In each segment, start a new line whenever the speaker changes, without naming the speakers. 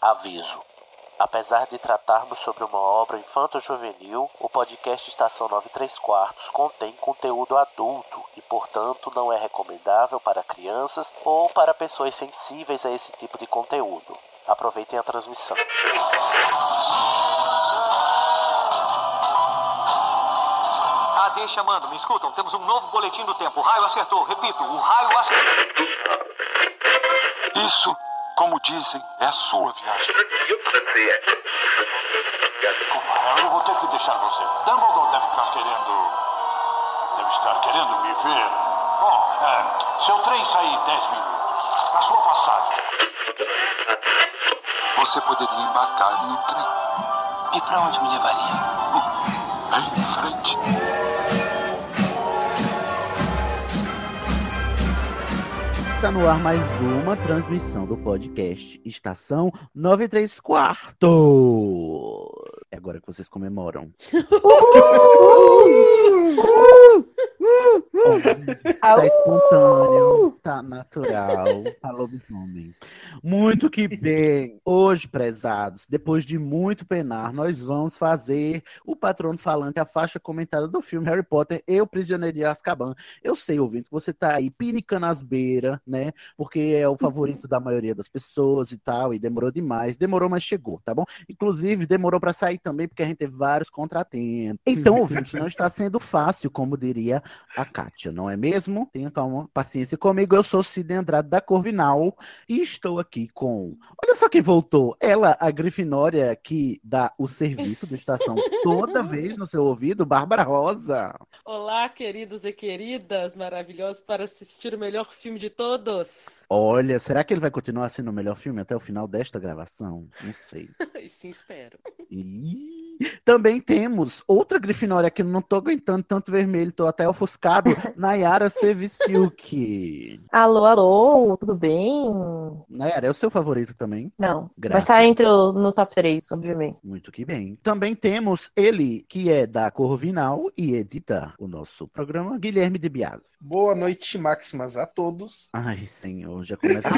Aviso. Apesar de tratarmos sobre uma obra infanto-juvenil, o podcast Estação 93 Quartos contém conteúdo adulto e, portanto, não é recomendável para crianças ou para pessoas sensíveis a esse tipo de conteúdo. Aproveitem a transmissão.
Ah, deixa, mando. Me escutam, temos um novo boletim do tempo. O raio acertou. Repito, o raio acertou.
Isso, como dizem, é a sua viagem.
Desculpa, eu vou ter que deixar você. Dumbledore deve estar querendo. Deve estar querendo me ver. Bom, é, seu trem sai em 10 minutos. A sua passagem.
Você poderia embarcar no trem
E pra onde me levaria?
em frente.
Está no ar mais uma transmissão do podcast Estação 93 Quarto. É agora que vocês comemoram. Tá espontâneo, tá natural, tá lobisomem. Muito que bem. Hoje, prezados, depois de muito penar, nós vamos fazer o patrono falante, a faixa comentada do filme Harry Potter e o Prisioneiro de Azkaban. Eu sei, ouvinte, que você tá aí pinicando as beiras, né? Porque é o favorito da maioria das pessoas e tal, e demorou demais. Demorou, mas chegou, tá bom? Inclusive, demorou pra sair também, porque a gente teve vários contratempos. Então, ouvinte, não está sendo fácil, como diria a Kátia, não é mesmo? Tenha calma, paciência comigo. Eu sou Cid Andrade da Corvinal e estou aqui com. Olha só quem voltou. Ela, a Grifinória, que dá o serviço da estação toda vez no seu ouvido, Bárbara Rosa.
Olá, queridos e queridas maravilhosos, para assistir o melhor filme de todos.
Olha, será que ele vai continuar sendo o melhor filme até o final desta gravação? Não sei.
E Sim, espero.
Ih, Também temos outra Grifinória que eu não tô aguentando tanto vermelho, tô até ofuscado, Nayara Sevisiuk.
Alô, alô, tudo bem?
Nayara, é o seu favorito também?
Não,
Graças.
mas tá entre o, no top 3, obviamente.
Muito que bem. Também temos ele, que é da Corvinal e edita o nosso programa, Guilherme de Biasi.
Boa noite máximas a todos.
Ai, senhor, já começa.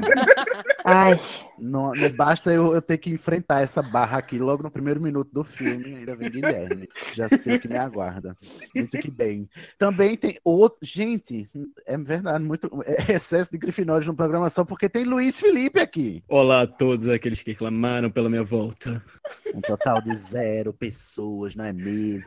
Ai,
não, não basta eu, eu ter que enfrentar essa barra aqui logo no primeiro minuto do filme, ainda vem Guilherme. Já sei o que me aguarda. Muito que bem. Também tem outro. Gente, é verdade, muito é excesso de grifinórios no programa só porque tem Luiz Felipe aqui.
Olá a todos aqueles que reclamaram pela minha volta.
Um total de zero pessoas, não é mesmo?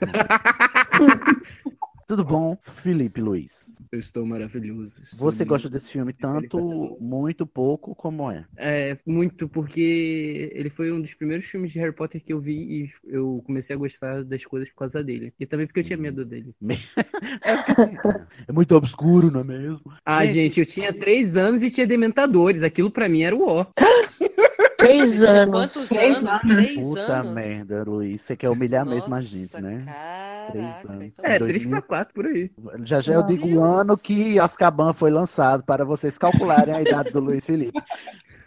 Tudo bom, Felipe Luiz?
Eu estou maravilhoso. Estou
Você
muito-
gosta desse filme tanto, muito pouco, como é?
É, muito porque ele foi um dos primeiros filmes de Harry Potter que eu vi e eu comecei a gostar das coisas por causa dele. E também porque eu tinha medo dele.
É muito obscuro, não é mesmo?
Ah, gente, eu tinha três anos e tinha dementadores. Aquilo pra mim era o ó.
três anos.
Quantos
Três
anos? Três
Puta
anos?
merda, Luiz. Você quer é humilhar mesmo a gente,
Nossa,
né? Três
Caraca,
anos.
então-
É,
Dois
três
mil-
pra quatro por aí.
Já já eu
Nossa.
digo o ano que Azkaban foi lançado, para vocês calcularem a idade do Luiz Felipe.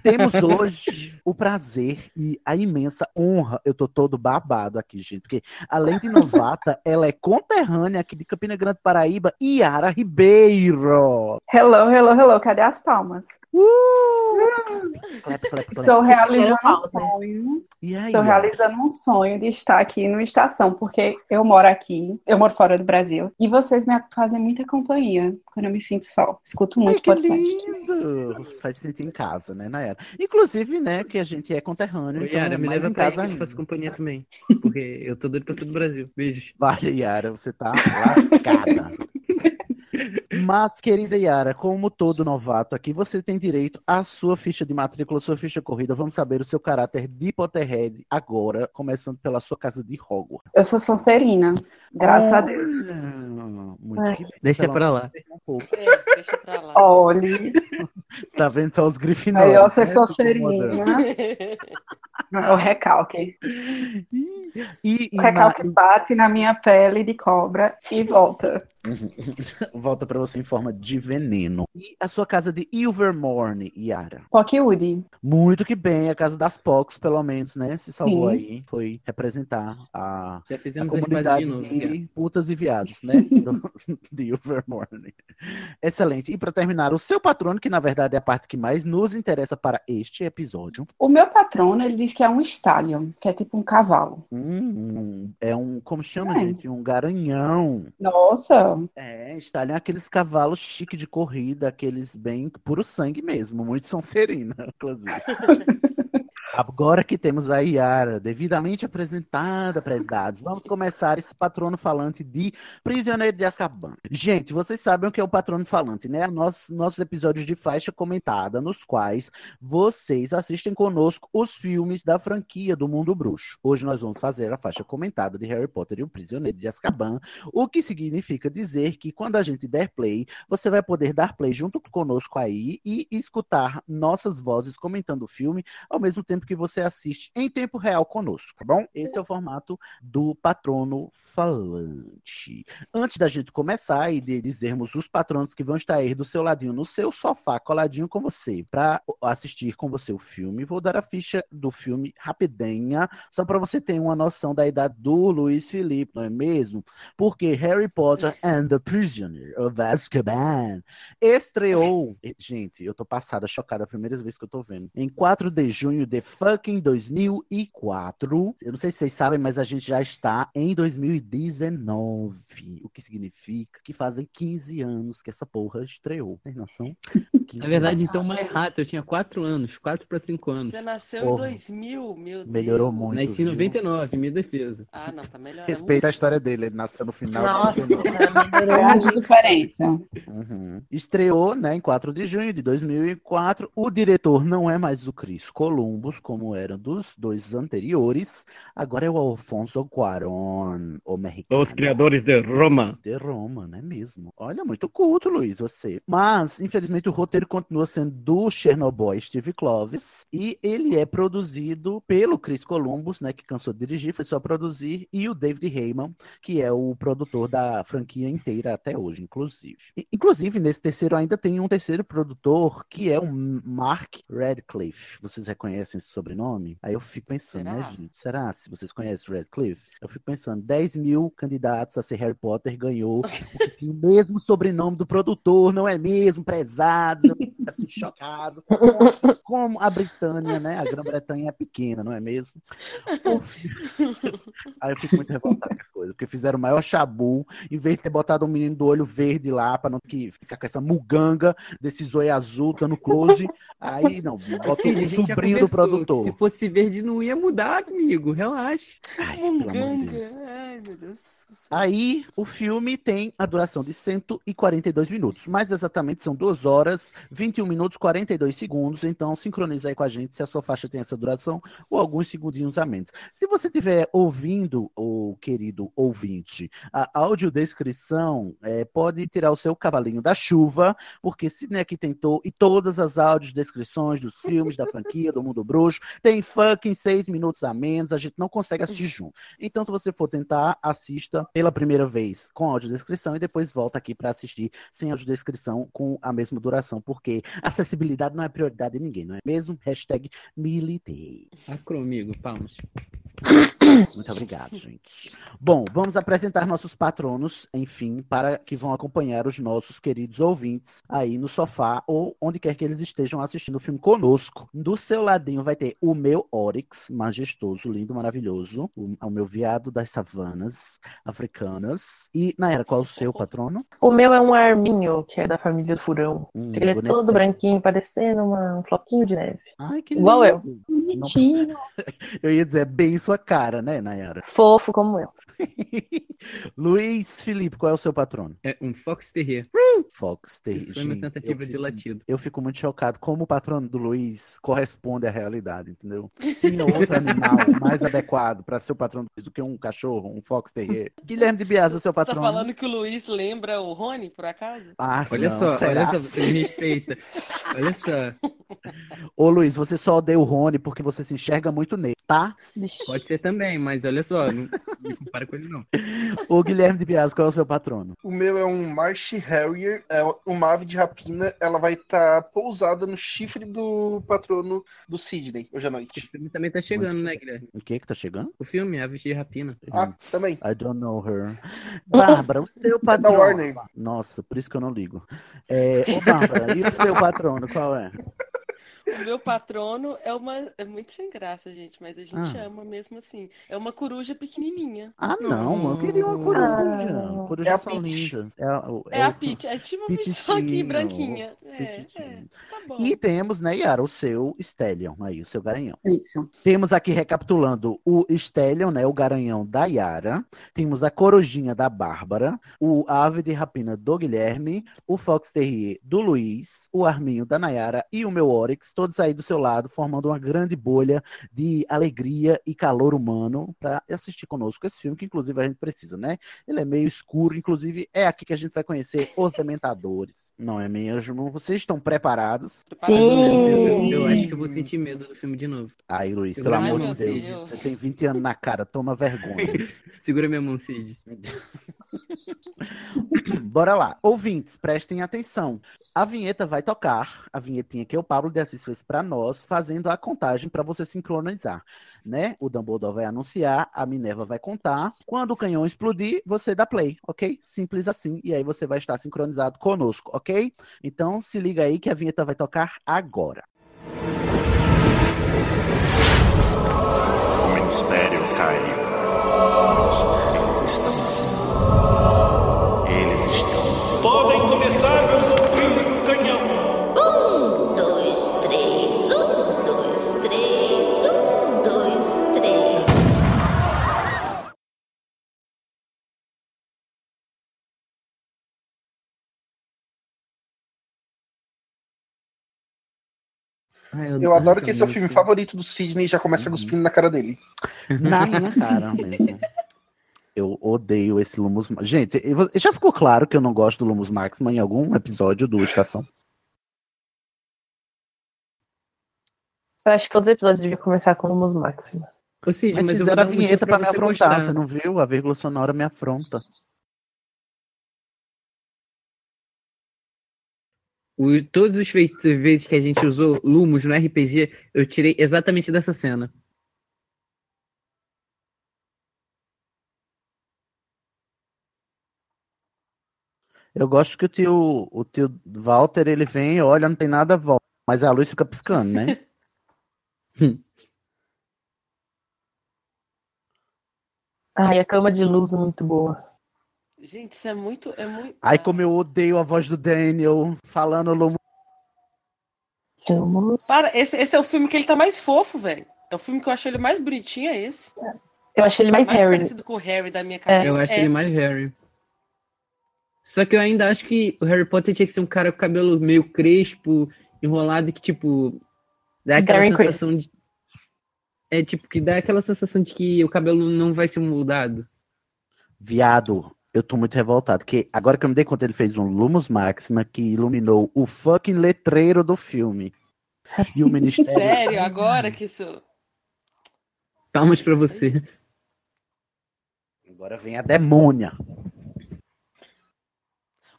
Temos hoje o prazer e a imensa honra. Eu tô todo babado aqui, gente, porque além de novata, ela é conterrânea aqui de Campina Grande, Paraíba, Yara Ribeiro.
Hello, hello, hello. Cadê as palmas?
Clap, clap, clap.
Estou realizando um
palmas, né?
sonho.
E aí?
Estou
Yara?
realizando um sonho de estar aqui no Estação, porque eu moro aqui, eu moro fora do Brasil. E vocês me fazem muita companhia quando eu me sinto só. Escuto
Ai,
muito
que
podcast.
lindo! Faz sentir em casa, né, Nayara? Inclusive, né, que a gente é conterrâneo,
Ô,
então
Yara,
é
me
mais em
leva pra aí
casa
que eu te
ainda.
faço companhia também. Porque eu tô doido pra ser do Brasil. Beijos.
Vale, Yara, você tá lascada. Mas, querida Yara, como todo novato aqui, você tem direito à sua ficha de matrícula, sua ficha corrida. Vamos saber o seu caráter de Potterhead agora, começando pela sua casa de Hogwarts.
Eu sou Sonserina, graças a Deus.
Olha, Muito
Ai.
que bem.
Deixa
Pelo
pra lá.
menos um pouco.
É, deixa pra lá.
Olhe,
Tá vendo só os grifinóis.
melhor ser
né?
Sonserina. É o recalque.
E, e
O
na-
recalque bate na minha pele de cobra e volta.
Volta pra você em forma de veneno. E a sua casa de Ilvermorne, Yara?
Pockwood.
Muito que bem, a casa das Pox, pelo menos, né? Se salvou aí, foi representar a,
Já
a
fizemos as
comunidade é
mazinas,
de putas e viados, né? Do- de Ilvermorne. Excelente. E pra terminar, o seu patrono, que na verdade é a parte que mais nos interessa para este episódio.
O meu patrono, ele diz que é um stallion, que é tipo um cavalo.
Hum, é um, como chama,
É.
gente? Um garanhão.
Nossa,
É, estalham aqueles cavalos chique de corrida, aqueles bem puro sangue mesmo, muito Sonserina, inclusive. Agora que temos a Yara devidamente apresentada, prezados, vamos começar esse patrono falante de Prisioneiro de Azkaban. Gente, vocês sabem o que é o patrono falante, né? Nos, nossos episódios de faixa comentada, nos quais vocês assistem conosco os filmes da franquia do Mundo Bruxo. Hoje nós vamos fazer a faixa comentada de Harry Potter e o Prisioneiro de Azkaban, o que significa dizer que quando a gente der play, você vai poder dar play junto conosco aí e escutar nossas vozes comentando o filme ao mesmo tempo que você assiste em tempo real conosco, tá bom? Esse é o formato do patrono falante. Antes da gente começar e de dizermos os patronos que vão estar aí do seu ladinho, no seu sofá, coladinho com você, para assistir com você o filme, vou dar a ficha do filme rapidinha, só para você ter uma noção da idade do Luiz Felipe, não é mesmo? porque Harry Potter and the Prisoner of Azkaban estreou. Gente, eu tô passada, chocada, a primeira vez que eu tô vendo. Em 4 de junho de fucking 2004. Eu não sei se vocês sabem, mas a gente já está em 2019. O que significa que fazem 15 anos que essa porra estreou. Tem noção? 15
Na verdade, então, mais rápido, eu tinha 4 anos, 4 pra 5 anos.
Você nasceu
Porra.
em 2000, meu Deus.
Melhorou é muito.
Nasci Né, em
viu?
99, minha defesa.
Ah, não, tá melhorando.
Respeita a história dele, ele nasceu no final. de
Nossa,
19.
É.
grande diferença.
Uhum. Estreou né, em 4 de junho de 2004. O diretor não é mais o Chris Columbus, como era dos dois anteriores. Agora é o Alfonso Cuarón, o mexicano.
de Roma.
De Roma, não é mesmo? Olha, muito culto, Luiz, você. Mas, infelizmente, o roteiro continua sendo do Chernobyl Steve Clovis. E ele é produzido pelo Chris Columbus, né? Que cansou de dirigir, foi só produzir. E o David Heyman, que é o produtor da franquia inteira até hoje, inclusive. E, inclusive, nesse terceiro ainda tem um terceiro produtor, que é o Mark Radcliffe. Vocês reconhecem esse sobrenome? Aí eu fico pensando, né,
Será?
gente? Será? Se vocês conhecem Radcliffe? Eu fico pensando, 10 mil candidatos a ser Harry Potter ganhou que tinha o mesmo sobrenome do produtor, não é mesmo? Prezados, eu fico assim, chocado. Como a Britânia, né? A Grã-Bretanha é pequena, não é mesmo? O fi- Aí eu fico muito revoltado com as coisas, porque fizeram o maior chabu, em vez de ter botado um menino do olho verde lá, pra não que ficar com essa muganga desse zoio azul, tá no close. Aí, não,
Assim,
botou o sobrinho do produtor.
Se fosse verde, não ia mudar, amigo. Relaxa.
Ai, pelo amor de Deus.
Munganga. Ai, meu Deus.
Aí o filme tem a duração de 142 minutos, mais exatamente são 2 horas, 21 minutos, 42 segundos, então sincroniza aí com a gente se a sua faixa tem essa duração ou alguns segundinhos a menos. Se você estiver ouvindo, o querido ouvinte, a audiodescrição, é, pode tirar o seu cavalinho da chuva, porque Sidney aqui tentou, e todas as audiodescrições dos filmes, da franquia, do Mundo Bruxo, tem fucking 6 minutos a menos, a gente não consegue assistir junto. Então, se você for tentar, assista pela primeira vez com audiodescrição e depois volta aqui para assistir sem audiodescrição com a mesma duração, porque acessibilidade não é prioridade de ninguém, não é mesmo? Hashtag militei.
Acro, amigo, palmas.
Muito obrigado, gente. Bom, vamos apresentar nossos patronos, enfim, para que vão acompanhar os nossos queridos ouvintes aí no sofá ou onde quer que eles estejam assistindo o filme conosco. Do seu ladinho vai ter o meu Oryx, majestoso, lindo, maravilhoso, o, o meu viado das savanas africanas. E, Nayara, qual é o seu patrono?
O meu é um arminho, que é da família do furão.
Hum,
Ele é
bonitão.
todo branquinho, parecendo uma- um floquinho de neve.
Ai, que
Igual eu.
lindo.
Bonitinho.
Eu ia dizer é bem sua cara, né, Nayara?
Fofo como eu.
Luiz Felipe, qual é o seu patrono?
É um Fox Terrier.
Fox, tem-
é
Isso foi uma
gente, eu
é tentativa de
fico-
latido.
eu fico muito chocado como o patrono do Luiz corresponde à realidade, entendeu? Tinha outro animal mais adequado para ser o patrono do Luiz do que um cachorro, um fox terrier. Guilherme de Bias, o seu
Você tá
patrono.
falando que o Luiz lembra o Rony, por acaso?
Ah,
Olha
não,
só,
será?
olha só, você me respeita. Olha só.
Ô, Luiz, você só odeia o Rony porque você se enxerga muito nele, tá?
Pode ser também, mas olha só, não me compara com ele, não.
Ô, Guilherme de Bias, qual é o seu patrono?
O meu é um Marsh Harrier, é uma ave de rapina. Ela vai estar pousada no chifre do patrono do Sidney hoje à
O
noite.
filme também tá chegando, né, Guilherme?
O que que tá chegando?
O filme, Aves de Rapina.
Ah, também.
I don't know her. Bárbara, o seu
Da
patrono.
Warner.
Nossa, por isso que eu não ligo. É, ô, Bárbara, e o seu patrono, qual é?
O meu patrono é uma. É muito sem graça, gente, mas a gente
Ah.
ama mesmo assim. É uma coruja pequenininha.
Ah, não, eu queria uma coruja. Coruja
É a
são
Peach.
lindas. É, a- o-
É,
é
a
o-
Peach. É tipo uma Peach só aqui,
Petitinho.
branquinha. É, é.
Petitinho.
Tá bom.
E temos, né, Yara, o seu Stallion, aí, o seu garanhão.
Isso.
Temos aqui, recapitulando, o Stallion, né, o garanhão da Yara. Temos a corujinha da Bárbara. O ave de rapina do Guilherme. O Fox Terrier do Luiz. O arminho da Nayara e o meu Oryx. Todos aí do seu lado, formando uma grande bolha de alegria e calor humano para assistir conosco esse filme, que inclusive a gente precisa, né? Ele é meio escuro, inclusive é aqui que a gente vai conhecer os Dementadores. Não é mesmo? Vocês estão preparados?
Tá
Eu,
Sim!
eu acho que eu vou sentir medo do filme de novo.
Aí, Luiz,
Ai,
pelo amor
meu
de Deus.
Deus.
Você tem 20 anos na cara, toma vergonha.
Segura minha mão, Cid.
Bora lá. Ouvintes, prestem atenção. A vinheta vai tocar, a vinhetinha que o Pablo de Assis fez para nós, fazendo a contagem para você sincronizar, né? O Dumbledore vai anunciar, a Minerva vai contar. Quando o canhão explodir, você dá play, ok? Simples assim. E aí você vai estar sincronizado conosco, ok? Então se liga aí que a vinheta vai tocar agora.
O ministério caiu. Eles estão.
Podem começar o fio do canhão.
Um, dois, três, um, dois, três, um, dois, três.
Ai,
Eu adoro que
Uhum. essa Uhum.
esse é o filme
música.
favorito do Sidney e já começa cuspindo na cara dele.
Na minha cara mesmo. Eu odeio esse Lumos Max. Gente, eu- já ficou claro que eu não gosto do Lumos Maxima em algum episódio do Estação.
Eu acho que todos os episódios deviam começar com o máximo.
Ô, Cid,
Mas,
mas eu
fizeram
vou
a
dar um motivo
vinheta pra me
você
afrontar,
gostar.
você não viu? A vírgula sonora me afronta.
O- todos os fei- vezes que a gente usou Lumos no RPG, eu tirei exatamente dessa cena.
Eu gosto que o tio, o tio Walter, ele vem, olha, não tem nada, volta. Mas a luz fica piscando, né?
Ai, a cama de luz é muito boa.
Gente, isso é muito. É muito...
Ai, como eu odeio a voz do Daniel falando Lumos.
Vamos.
Para, esse, esse é o filme que ele tá mais fofo, velho. É o filme que eu acho ele mais bonitinho, é esse.
Eu achei ele mais
mais
Harry.
parecido com o Harry da minha cabeça.
Eu acho
É,
ele mais Harry. Só que eu ainda acho que o Harry Potter tinha que ser um cara com cabelo meio crespo, enrolado, que tipo. Dá aquela
Darren
sensação de. É tipo, que dá aquela sensação de que o cabelo não vai ser mudado.
Viado, eu tô muito revoltado, porque agora que eu me dei conta, ele fez um Lumos Maxima que iluminou o fucking letreiro do filme. E o
É.
Ministério.
É Sério, agora que isso.
Palmas pra você.
Agora vem a demônia.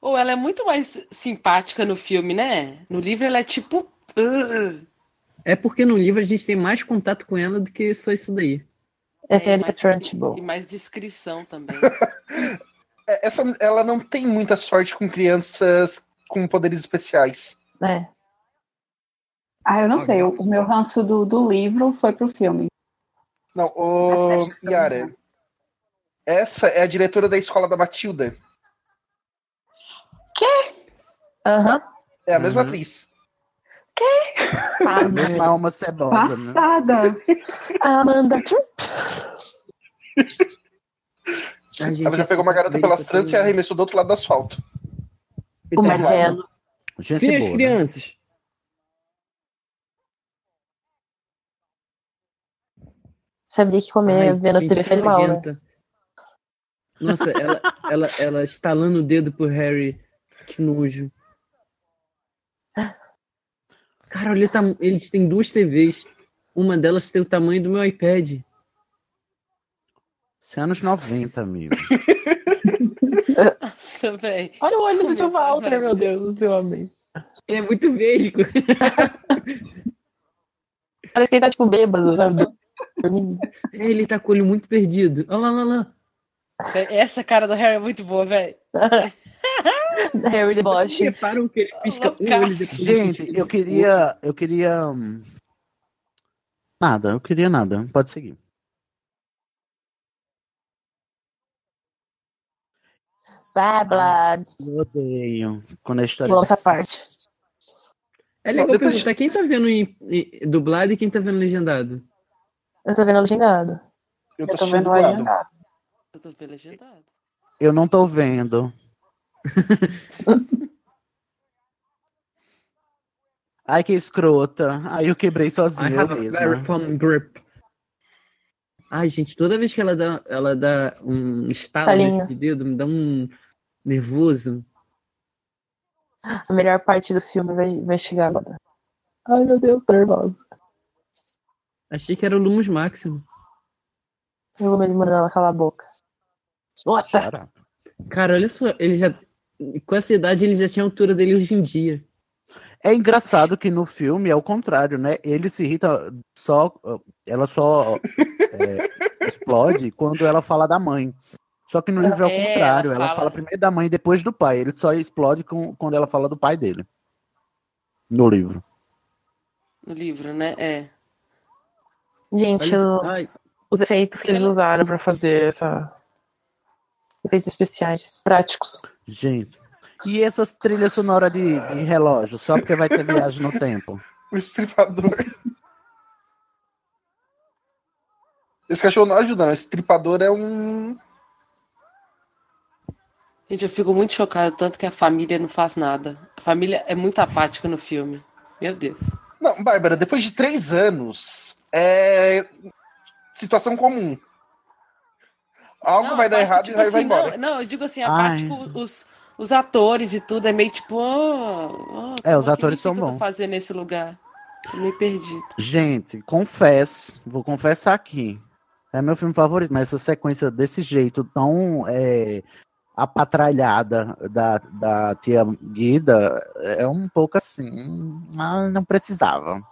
Ou ela é muito mais simpática no filme, né? No livro ela é tipo. "Ugh".
É porque no livro a gente tem mais contato com ela do que só isso daí.
Essa é,
É,
é
mas-
Trunchbull.
E mais descrição também.
É, Essa, ela não tem muita sorte com crianças com poderes especiais.
É.
Ah, eu não sei. O, o meu ranço do, do livro foi pro filme.
Não, ô,
A festa da
Yara.
manhã.
Essa é a diretora da escola da Matilda.
Aham.
É a mesma
Uhum.
atriz.
A mesma alma cebosa, né?
Passada!
Amanda Trump.
A gente tá
Ela já pegou uma garota pelas tranças e arremessou do outro lado do asfalto.
O
Marcelo.
martelo.
Gente
Fim as
boa, né?
crianças.
Sabia que comer
Ai,
vendo a
gente,
TV
que
faz mal, né?
nojenta. Nossa, ela, ela, ela estalando o dedo pro Harry. Que nojo. Cara, olha, o tam- eles têm duas TVs. Uma delas tem o tamanho do meu iPad.
Isso é anos 90, amigo.
Nossa, velho.
Olha o olho do Tio Walter, meu Deus, do seu homem.
Ele é muito vesgo.
Parece que ele tá, tipo, bêbado, sabe?
É, ele tá com o olho muito perdido. Olha lá, olha lá.
Véi, Essa cara do Harry é muito boa, velho.
Harry Bosch.
Reparam que ele pisca um olho depois.
Gente, eu queria. Eu queria. hum, Nada, eu queria nada. Pode seguir.
Blá, blá.
Eu odeio. Quando a história.
Pulou essa parte.
É legal
Bom, depois-
perguntar quem tá vendo em, em- dublado e quem tá vendo legendado.
Eu tô vendo legendado.
Eu
tô vendo legendado.
Eu tô vendo legendado.
Eu não tô vendo. Ai, que escrota. Ai, eu quebrei sozinha.
I
eu
have a
né?
mesma.
very firm grip. Ai, gente, toda vez que ela dá, ela dá um estalo
Talinho.
nesse dedo, me dá um nervoso.
A melhor parte do filme vai, vai chegar agora. Ai, meu Deus, tô nervosa.
Achei que era o Lumos Máximo.
Eu vou me mandar ela calar a boca. Nossa!
Cara, olha só, ele já. Com essa idade ele já tinha a altura dele hoje em dia.
É engraçado que no filme é o contrário, né? Ele se irrita só. Ela só é, explode quando ela fala da mãe. Só que no livro é o
É, ela
contrário. Ela fala...
fala-
primeiro da mãe, depois do pai. Ele só explode com- quando ela fala do pai dele. No livro.
No livro, né? É.
Gente,
Olha só.
os, os efeitos que eles usaram pra fazer essa. Efeitos especiais, práticos.
Gente. E essas trilhas sonoras de, de relógio? Só porque vai ter viagem no tempo.
O estripador. Esse cachorro não ajuda, não. Esse estripador é um.
Gente, eu fico muito chocada, tanto que a família não faz nada. A família é muito apática no filme. Meu Deus.
Não, Bárbara, depois de três anos, é. Situação comum. Algo
Não,
vai dar
apática,
errado
tipo
e o Harry vai
assim,
embora.
Não, não, eu digo assim, a
Ah,
parte
isso.
com os, os atores e tudo é meio tipo. ah, ah,
É, os
que
atores
isso
são
que eu tô
bons.
fazendo nesse lugar? Tô meio perdido.
Gente, confesso, vou confessar aqui. É meu filme favorito, mas essa sequência desse jeito tão é, apatralhada da, da tia Guida é um pouco assim. Ah, não precisava.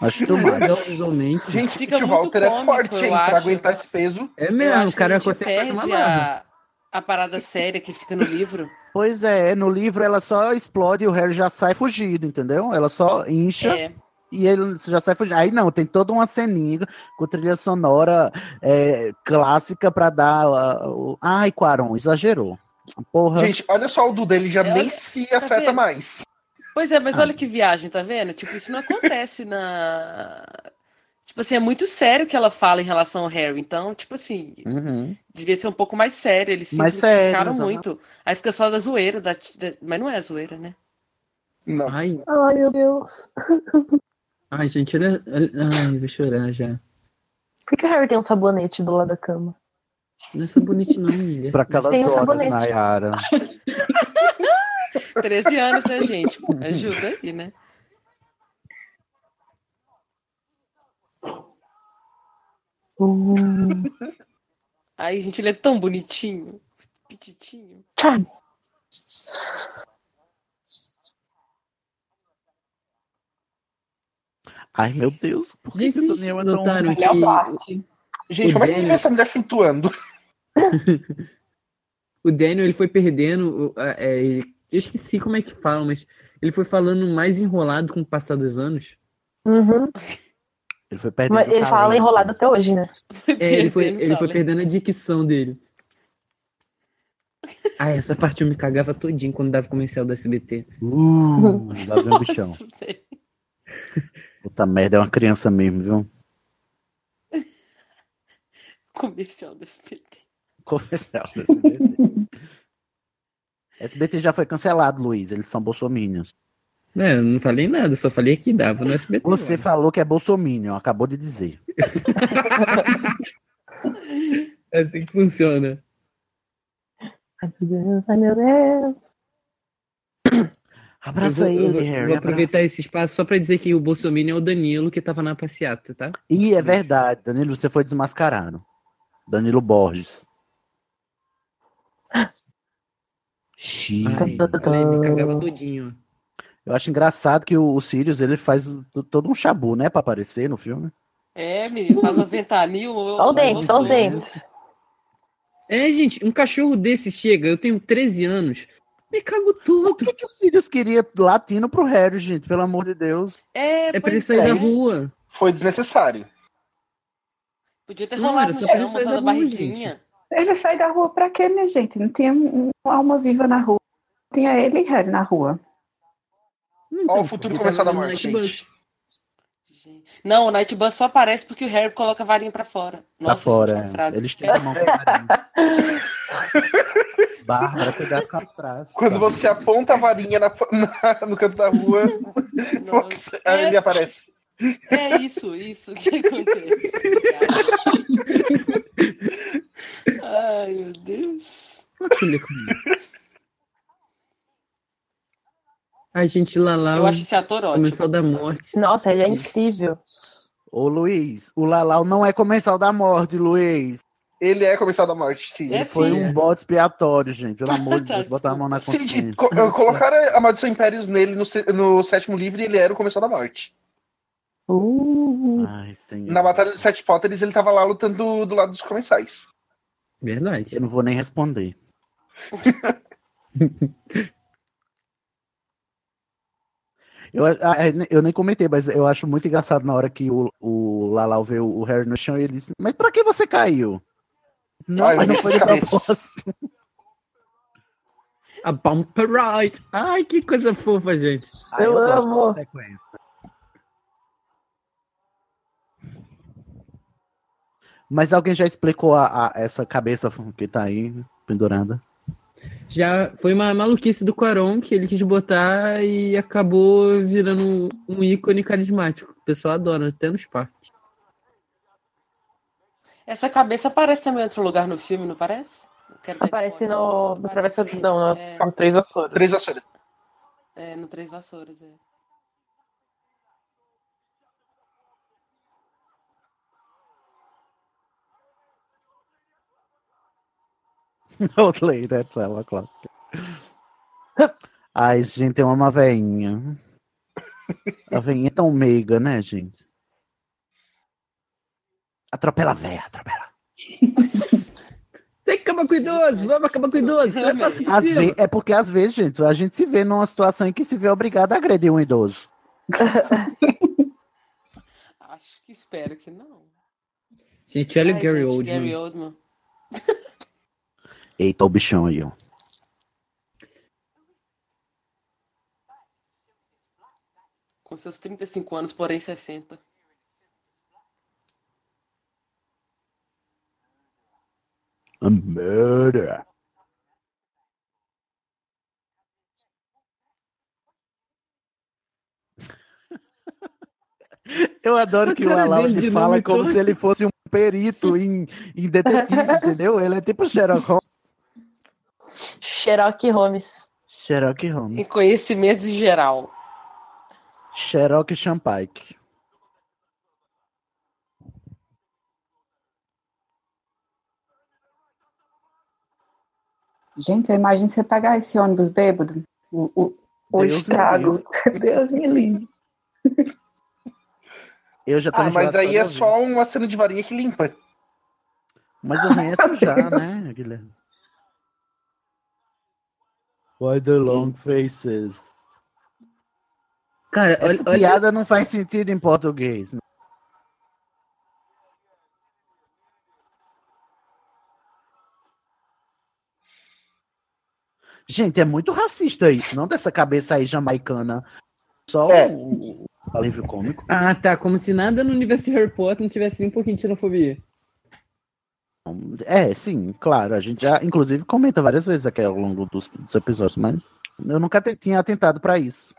Acho too much.
Então, Legalmente.
Gente,
Fica
o
muito
Walter é
cômico,
forte,
eu
hein, pra
acho.
aguentar esse peso.
É
Eu
mesmo,
acho
o cara
que a gente
consegue fazer uma
perde
barba.
a, a parada séria que fica no livro.
Pois é, no livro ela só explode e o Harry já sai fugido, entendeu? Ela só incha
É.
e ele já sai fugindo. Aí não, tem toda uma ceninha com trilha sonora é, clássica pra dar. ah, o... Ai, Quaron, exagerou. Porra.
Gente, olha só o Duda, ele já
É,
nem
olha-
se
tá
afeta
vendo?
mais.
Pois é,
Ah.
mas olha que viagem, tá vendo? Tipo, isso não acontece na. Tipo assim, é muito sério o que ela fala em relação ao Harry. Então, tipo assim,
Uhum.
devia ser um pouco mais sério. Eles
Mais
simplificaram
sério,
muito. Aí fica só da zoeira, da, da- mas não é zoeira, né?
Não.
Ai,
Ai, meu Deus.
ai, gente, olha. olha- Ai, vou chorar já.
Por que o Harry tem um sabonete do lado da cama?
Não é sabonete, não, mulher.
Pra aquelas
Tem um
horas,
sabonete.
Nayara.
13 anos, né, gente? Ajuda aí, né?
Hum.
Ai, gente, ele é tão bonitinho. Pititinho.
Tchau.
Ai, meu Deus, por que,
Gente,
que o Daniel é
vocês
tão...
notaram
Ele é o
que
Bart.
Gente,
O
como é que
Daniel-
fica essa mulher flutuando?
o Daniel ele foi perdendo. o- a- é, ele- eu esqueci como é que fala, mas ele foi falando mais enrolado com o passar dos anos.
Uhum.
Ele foi perdendo
Mas ele fala
talento.
enrolado até hoje, né?
É, ele foi,
Perdendo
ele foi
talento.
perdendo a dicção dele. Ah, essa parte eu me cagava todinho quando dava comercial do SBT.
Uh, lá vem o bichão.
Nossa, velho.
Puta merda, é uma criança mesmo, viu?
Comercial do SPT.
Comercial do SBT. SBT já foi cancelado, Luiz. Eles são bolsominions.
É, eu não falei nada, só falei que dava no SBT.
Você
lá.
falou que é bolsominion, acabou de dizer.
É assim que funciona.
Ai, meu Deus, ai, meu Deus.
Abraça
Eu vou- eu
ele,
vou-
Harry,
Vou aproveitar esse espaço só pra dizer que o Bolsonaro é o Danilo que tava na passeata, tá?
Ih, é verdade, Danilo, você foi desmascarado. Danilo Borges. Xiii.
Lembra, cagava todinho.
Eu acho engraçado que o, o Sirius ele faz t- todo um chabu, né, pra aparecer no filme.
É, menino, faz uma um ventanil.
Só os dentes, só os dentes.
É, gente, um cachorro desse chega, eu tenho 13 anos. Me cago tudo. Por
que, que o Sirius queria latino pro Harry, gente? Pelo amor de Deus.
É,
É pra ele sair da rua.
Foi desnecessário.
Podia ter
Não,
rolado
era só
no
pra
chão,
ele sair
mostrando a
da rua,
barriguinha.
Ele sai da rua pra quê, minha gente? Não tinha um- uma alma viva na rua. Tinha ele e Harry na rua.
Ó, o futuro começar da morte,
né?
gente.
Tipo,
Não, o Night Bus só aparece porque o Harry coloca a varinha pra fora.
Pra
Nossa,
Tá fora.
que frase.
Eles têm a mão pra Bárbara, cuidado com as frases.
Quando você aponta a varinha na- na- no canto da rua, você- aí ele aparece.
É isso, isso que acontece. Ai, meu Deus.
é. Ai, gente, Lalau.
Então,
Eu acho esse ator ótimo.
Começou da morte.
Nossa, ele é incrível.
Ô, Luiz, o Lalau não é comensal da morte, Luiz.
Ele é comensal da morte, sim.
Ele foi
é.
um bote expiatório, gente. Pelo amor de
Tá,
Deus, botar a mão na consciência.
Cid, co eu- colocaram a Maldição Impérios nele no, sé- no sétimo livro e ele era o Comensal da Morte.
Uh,
Ai, senhor.
Na Batalha dos Sete Potters ele tava lá lutando do, do lado dos comensais.
Verdade.
Eu não vou nem responder. Eu, a- a- eu nem comentei, mas eu acho muito engraçado na hora que o, o Lalau vê o Harry no chão e ele disse: Mas pra que você caiu? Não,
Ai,
mas não
eu
foi
vi
de
cabeças.
propósito.
A Bump Ride. Ai, que coisa fofa, gente.
Ai, eu Eu gosto amo. dessa sequência. Mas alguém já explicou a, a- essa cabeça que tá aí pendurada?
Já foi uma maluquice do Quaron que ele quis botar e acabou virando um ícone carismático. O pessoal adora, até nos parques.
Essa cabeça aparece também em outro lugar no filme, não parece? Eu quero dar
Aparece no, no Travessa do Não, no, no Três Vassouras.
Três Vassouras.
É, no Três Vassouras, é.
Outlay, that's ela, o'clock. Ai, gente, eu amo a veinha. A veinha é tão meiga, né, gente? Atropela a véia, atropela.
Tem que acabar com o idoso, vamos acabar com o idoso. É
Às
fácil
Assim,
ve-
possível.
É porque às vezes, gente, a gente se vê numa situação em que se vê obrigado a agredir um idoso.
Acho que espero que não.
Gente, olha o
Ai,
Gary
gente,
Oldman.
Gary Oldman.
Eita, o bichão aí, ó.
Com seus 35 anos, porém 60.
A murder. Eu adoro que o
cara
Alau
dele
ele
de
fala
nome é
como
todo.
se ele fosse um perito em, em detetive, entendeu? Ele é tipo Sherlock Holmes.
Sherlock Holmes.
Sherlock Holmes.
Conhecimentos em geral.
Sherlock Champike.
Gente, eu imagino você pegar esse ônibus bêbado. O, o, o
Deus me
estrago. Deus me livre.
Eu já tô
Ah, mas
enjoado
aí
toda
é
vez.
só uma cena de varinha que limpa.
Mas o ruim é sujar, né, Guilherme? Why the long faces?
Cara,
Essa
olha- olha-
piada não faz sentido em português. né? Gente, é muito racista isso, não dessa cabeça aí jamaicana. Só
É.
o o alívio cômico.
Ah, tá. Como se nada no universo de Harry Potter não tivesse nem um pouquinho de xenofobia.
É, sim, claro. A gente já, inclusive, comenta várias vezes aqui ao longo dos, dos episódios, mas eu nunca te- tinha atentado pra isso.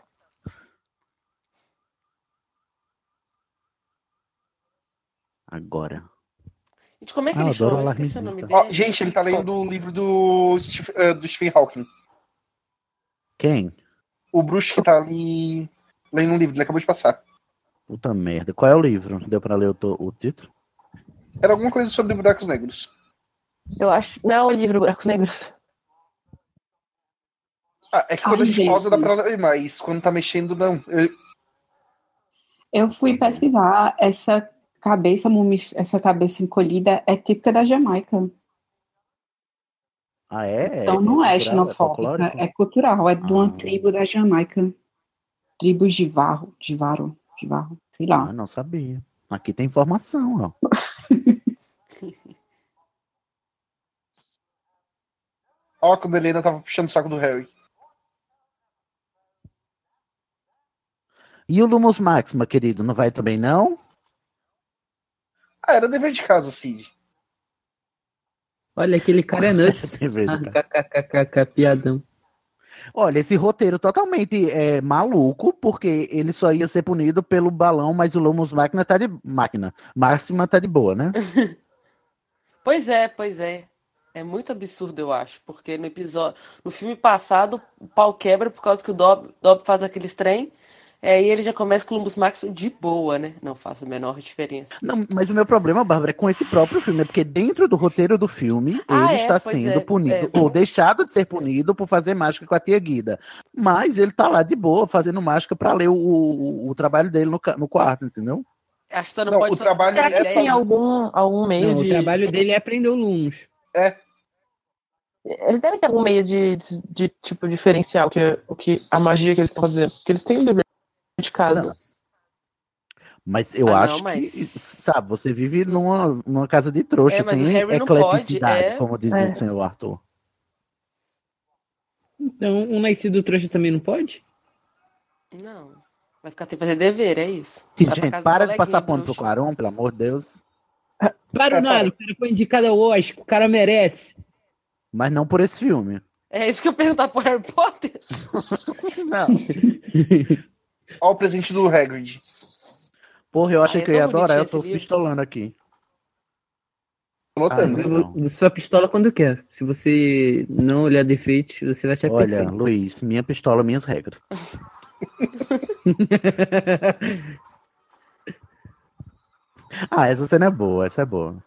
Agora.
Gente, como é que
Ah,
ele
eu
chama?
adoro
Eu
a
esqueci o nome dele.
É.
Ó, gente, ele tá lendo o livro do, Stephen- eh, do Stephen Hawking.
Quem?
o bruxo que tá ali lendo um livro, ele acabou de passar.
Puta merda. Qual é o livro? Deu pra ler o, to- o título?
Era alguma coisa sobre buracos negros.
Eu acho. Não, é o livro Buracos Negros.
Ah, é que quando
Ai,
a gente, pausa dá
gente.
pra ler mais, quando tá mexendo, não. Eu-
Eu fui pesquisar, essa cabeça mumif... essa cabeça encolhida é típica da Jamaica.
Ah, é?
Então não é
cultural,
xenofóbica,
folclórico? Ah.
é cultural, é de uma tribo da Jamaica. Tribos de varro, de varo, de varro, sei lá.
Ah, não sabia. Aqui tem informação, ó.
Ó, quando a Helena tava puxando o saco do Harry.
E o Lumos Maxima, querido, não vai também, não?
Ah, era dever de casa, Cid.
Olha, aquele cara é nuts. KKKKK, piadão.
Olha, esse roteiro totalmente é, maluco, porque ele só ia ser punido pelo balão, mas o Lumos Máquina tá de. Máquina. Máxima tá de boa, né?
Pois é, pois é. É muito absurdo, eu acho, porque no episódio, no filme passado, o pau quebra por causa que o Dob, Dob faz aqueles trem, é, e ele já começa com o Lumbus Max de boa, né? Não faz a menor diferença.
Não, mas o meu problema, Bárbara, é com esse próprio filme, é porque dentro do roteiro do filme,
Ah,
ele
é,
está
pois é,
sendo punido,
é.
ou deixado de ser punido por fazer mágica com a tia Guida. Mas ele tá lá de boa, fazendo mágica pra ler o, o, o trabalho dele no, ca- no quarto, entendeu?
Acho que só não,
Não,
pode
o trabalho
trocar
dele é
ideia.
tem
algum, algum meio
Não,
de.
o trabalho dele é aprender o Lumos.
É.
Eles devem ter algum meio de, de, de, tipo diferencial que, o que a magia que eles estão fazendo. Porque eles têm um dever de casa.
Mas eu
Ah, não,
acho
mas-
que, sabe, você vive numa, numa casa de trouxa,
É, mas o
tem
Harry não
ecleticidade,
pode, é.
como diz
É.
o senhor Arthur.
Então, um nascido trouxa também não pode?
Não. Vai ficar sem fazer dever, é isso.
Sim,
Vai pra
gente,
casa do
para de
coleguinha,
passar ponto pro
bruxo.
Clarão, pelo amor de Deus.
Claro, nada. O cara foi indicado ao Oscar. O cara merece.
Mas não por esse filme.
É isso que eu ia perguntar pro Harry Potter.
Não.
Ó, o presente do Hagrid.
Porra, eu achei
Ah, é
que eu ia
tão bonitinho
adorar, eu
esse
tô
livro.
pistolando aqui.
Lotando.
Ah,
Eu vou- Sua pistola quando quer. Se você não olhar defeitos, você vai achar
Olha,
perfeito.
Luiz, minha pistola, minhas regras. ah, essa cena é boa, essa é boa.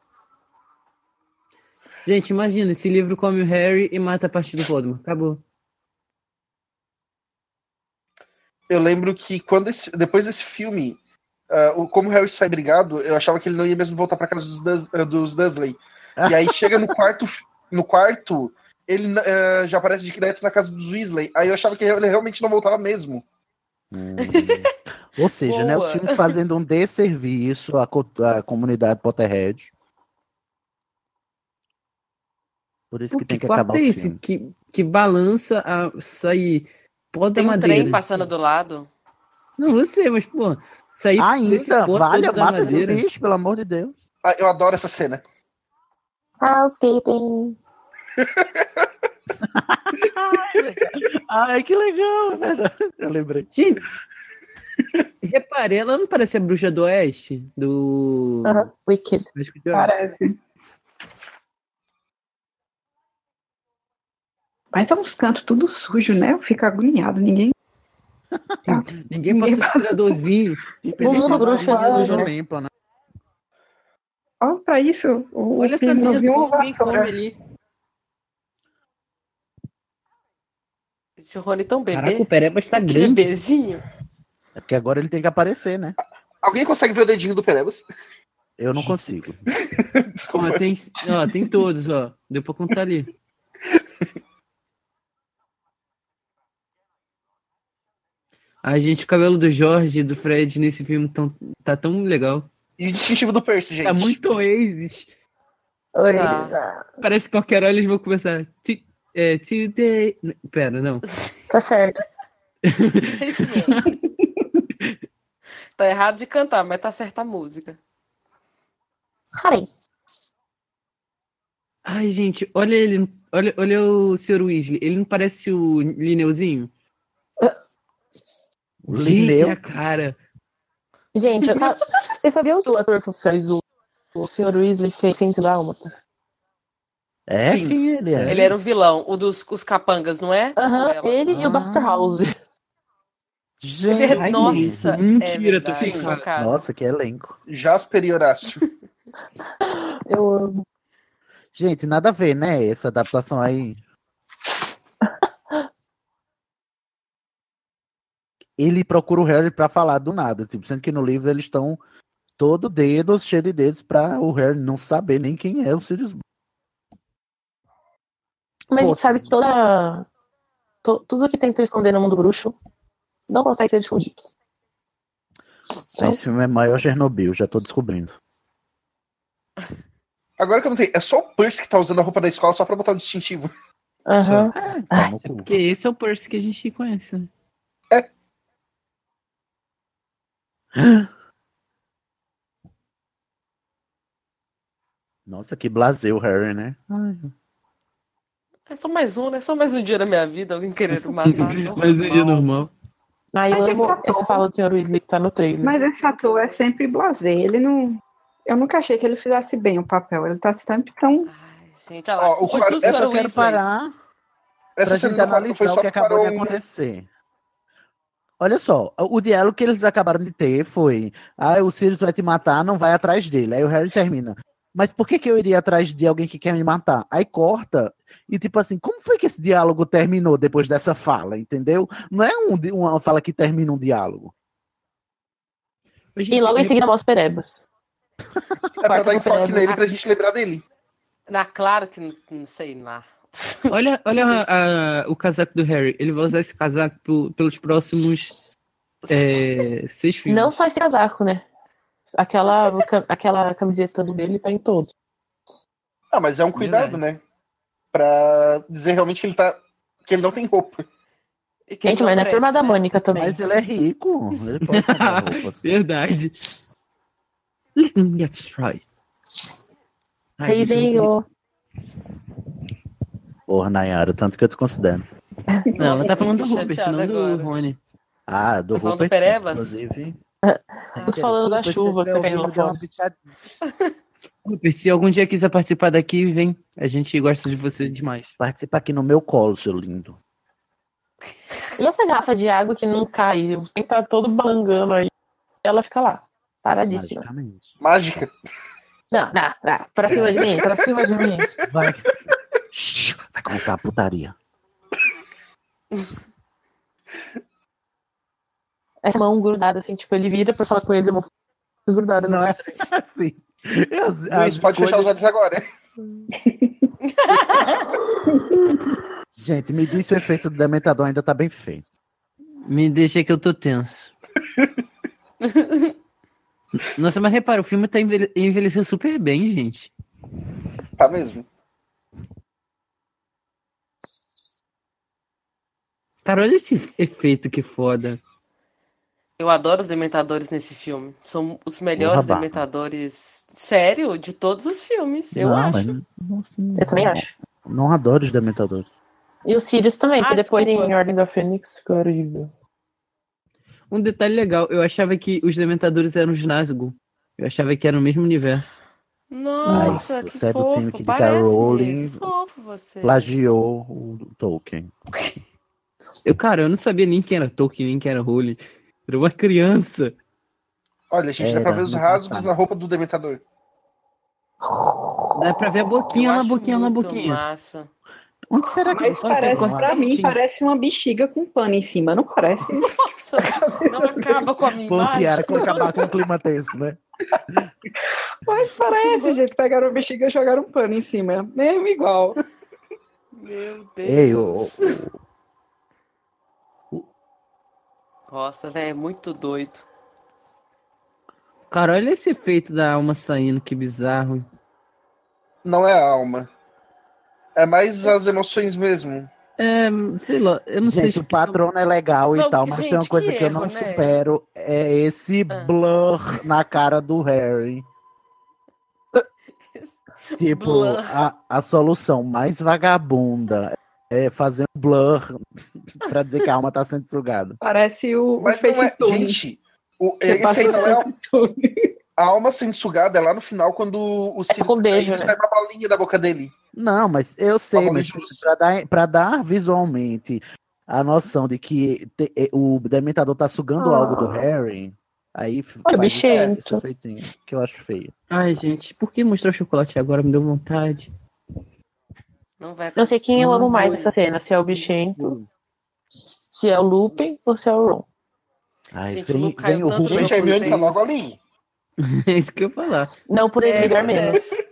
Gente, imagina, esse livro come o Harry e mata a parte do Voldemort. Acabou.
Eu lembro que quando esse- depois desse filme, ah, o, como o Harry sai brigado, eu achava que ele não ia mesmo voltar pra casa dos, Dus- eh, dos Dursley. E aí chega no quarto, no quarto, ele ah, já aparece de direto na casa dos Weasley. Aí eu achava que ele realmente não voltava mesmo.
Hum. Ou seja, né, os
Boa.
filmes fazendo um desserviço à, co- à comunidade Potterhead. Por isso que, tem que acabar
é
o
esse
filme.
que, que balança a sair pó da
Tem um
madeira?
trem passando do lado.
Não, você, mas, pô, sair desse
Ah, Ainda,
pó
vale,
todo da
mata esse
madeira.
bicho, pelo amor de Deus.
Ah, eu adoro essa cena.
Housekeeping.
Ah, Ai, que legal, é verdade. Eu lembrei.
Gente, reparei, ela não parece a bruxa do oeste? Do...
Aham, Wicked.
Acho que deu-
Parece. Mas é uns cantos tudo sujo, né? Eu fico agoniado, ninguém.
Ninguém passa
Ninguém-
aspiradorzinho.
O
tá
mundo bruxo é
Mas
sujo,
não
né?
limpa, né?
Olha pra isso. O
Olha essa
filho não
mesa,
viu uma
como bem come
vassoura.
ali.
Gente, o Rony tão bebê.
Caraca, o Perebas tá
Que
grande.
bebezinho.
É porque agora ele tem que aparecer, né?
Alguém consegue ver o dedinho do Perebas?
Eu não consigo.
Ó,
Desculpa.
tem, ó, tem todos, ó. Deu pra contar ali. Ai, gente, o cabelo do Jorge e do Fred nesse filme tão, tá tão legal.
E o distintivo do Percy, gente.
Tá muito Oasis.
Oi.
Tá.
Parece que qualquer hora eles vão começar. "Ti- É, today. N- Pera, não.
Tá certo.
É isso mesmo. tá errado de cantar, mas tá certa a música.
Harry.
Ai, gente, olha ele. Olha, olha o Sr. Weasley. Ele não parece o Lineuzinho? Gente, é
Lineu.
a cara.
Gente, eu tava... vocês sabiam que o ator que fez o, o Sr. Weasley fez Ciência da Alma?
É
Sim.
quem ele é.
um Ele era o vilão, o dos os capangas, não é?
Aham,
Ela.
ele e o
Ah.
Dr. House.
Gente,
Ai, nossa, é
mentira, tô
verdade,
sem cara.
chocada.
Nossa, que elenco.
Jasper e Horácio.
Eu amo.
Gente, nada a ver, né? Essa adaptação aí. Ele procura o Harry pra falar do nada, tipo, sendo que no livro eles estão todo dedos, cheio de dedos, pra o Harry não saber nem quem é o Sirius Black.
Mas a gente sabe que toda. to- tudo que tentam esconder no mundo bruxo não consegue ser escondido.
Esse filme é maior Chernobyl, já tô descobrindo.
Agora que eu não tenho, é só o Percy que tá usando a roupa da escola só pra botar o distintivo.
Aham.
Tá no cu.
Porque esse é o Percy que a gente conhece. né?
Nossa, que blaseu o Harry, né?
É só mais um, né? É só mais um dia na minha vida, alguém querendo matar.
Mas um dia normal.
Ah, eu
Mas
amo
esse ator-
essa fala do Sr. Weasley que tá no trailer.
Mas esse ator é sempre blasé. Ele não. Eu nunca achei que ele fizesse bem o papel. Ele tá sempre tão.
Gente, olha lá.
Ó, o
continua
cara-
o
essa
Sr.
eu quero
Weasley.
parar.
Essa
pra
cena
gente
do quarto
analisar
foi
o
só
que acabou né?
para
de
um-
acontecer. Olha só, o diálogo que eles acabaram de ter foi: ah, o Sirius vai te matar, não vai atrás dele. Aí o Harry termina. Mas por que, que eu iria atrás de alguém que quer me matar? Aí corta e tipo assim, como foi que esse diálogo terminou depois dessa fala, entendeu? Não é um di- uma fala que termina um diálogo.
E logo em seguida mostra o Perebas.
É pra dar enfoque
Perebas.
nele pra gente lembrar dele.
Na, claro que não, não sei lá.
Olha, olha a- a- o casaco do Harry. Ele vai usar esse casaco pro- pelos próximos é, seis filmes.
Não só esse casaco, né? Aquela, ca- aquela camiseta azul dele tá em todos.
Ah, mas é um cuidado, né? Pra dizer realmente que ele tá. que ele não tem roupa.
é
Gente, mas na turma
né?
né?
da Mônica também.
Mas ele é rico, ele pode comprar roupas.
Verdade. Let me get right. Ai, gente, eu não
Reizinho.
queria-
Porra, Nayara, tanto que eu te considero.
Não, ela
Nossa,
tá falando do
fiquei
Rupert,
chateada
não do
agora.
Rony.
Ah, do
Tá falando
Rupert,
do Perevas?
inclusive.
Tô falando da
Rupert, se
chuva que
você
tá caindo lá
ouvindo, dá uma
fora.
piscada-
Rupert, se algum dia quiser participar daqui, vem. A gente gosta de você demais.
Participa aqui no meu colo, seu lindo.
E essa garrafa de água que não cai? O trem tá todo balangando aí. Ela fica lá, paradíssima.
Magicamente.
Mágica.
Não, não, não. Pra cima de mim, pra cima de mim.
Vai. Shhh, vai começar a putaria.
Essa mão grudada, assim, tipo, ele vira pra falar com ele, eu vou grudada.
Não
né?
é assim. As,
Luiz, pode fechar os olhos agora.
Gente, me disse o efeito do Dementador ainda tá bem feio.
Me deixa que eu tô tenso. Nossa, mas repara, o filme tá envelhe- envelheceu super bem, gente.
Tá mesmo.
Cara, olha esse efeito que foda.
Eu adoro os dementadores nesse filme. São os melhores
Porra, Bárbara.
dementadores, sério, de todos os filmes, eu
Não,
acho.
mas não- não, assim,
Eu também acho.
Não adoro os Dementadores.
E o Sirius também,
Ah,
porque depois
desculpa.
em Ordem da Fênix ficou horrível.
Um detalhe legal, eu achava que os Dementadores eram os Nazgûl. Eu achava que era o mesmo universo.
Nossa,
Nossa,
que
você é do time
fofo,
que diz a
parece
Rowling
mesmo. Fofo
É.
você.
Plagiou o Tolkien.
Eu, cara, eu não sabia nem quem era Tolkien, nem quem era Rowling. Era uma criança.
Olha, gente, dá
Era
pra ver os
É, muito
rasgos
cansado.
na roupa do Dementador.
Dá pra ver a boquinha
eu
lá,
acho
boquinha lá,
muito
boquinha.
massa.
Onde
Ah,
será que
Mas
Olha, tem
parece,
corte
pra mim,
certinho.
parece uma bexiga com pano em cima, não parece?
Nossa, não acaba com a minha
Pô, piada,
imagem.
como acabar com um clima tenso, né?
Mas parece, gente. Pegaram uma bexiga e jogaram um pano em cima. Mesmo igual.
Meu Deus.
Ei, o, o-
Nossa, velho, é muito doido.
Cara, olha esse efeito da alma saindo, que bizarro.
Não é a alma. É mais as emoções mesmo.
É, sei lá, eu não sei
gente,
se
o patrono é legal e
Não,
tal,
que-
mas tem
gente,
uma coisa
que
que, eu não
erro, né?
supero: é esse
Ah.
blur na cara do Harry. Tipo,
Blur.
a, a solução mais vagabunda é fazer um blur pra dizer que a alma tá sendo sugada.
Parece o, o
Mas não é.
FaceTune.
Gente, o,
Você
esse
passa
aí não é.
o FaceTune.
A alma sendo sugada é lá no final quando
É
o
tipo
Sirius
um
com beijo,
sai
né?
uma balinha da boca dele.
Não, mas eu sei,
Alma
mas
justa.
pra dar, pra dar visualmente a noção de que te- eh, o dementador tá sugando
Ah.
algo do Harry, aí f-
Olha,
faz é esse-
bichento.
esse efeitinho, que eu acho feio.
Ai, gente, por que mostrar o chocolate agora? Me deu vontade.
Não vai
Eu sei quem eu amo mais
acontecer.
nessa cena, se é o bichento, se é o Lupin ou se é o Ron.
Ai,
Gente,
vem,
o Luke caiu
vem o
tanto
Rubens.
no conceito.
ali.
é isso que eu ia falar.
Não poderia
É,
brigar
pois é.
menos.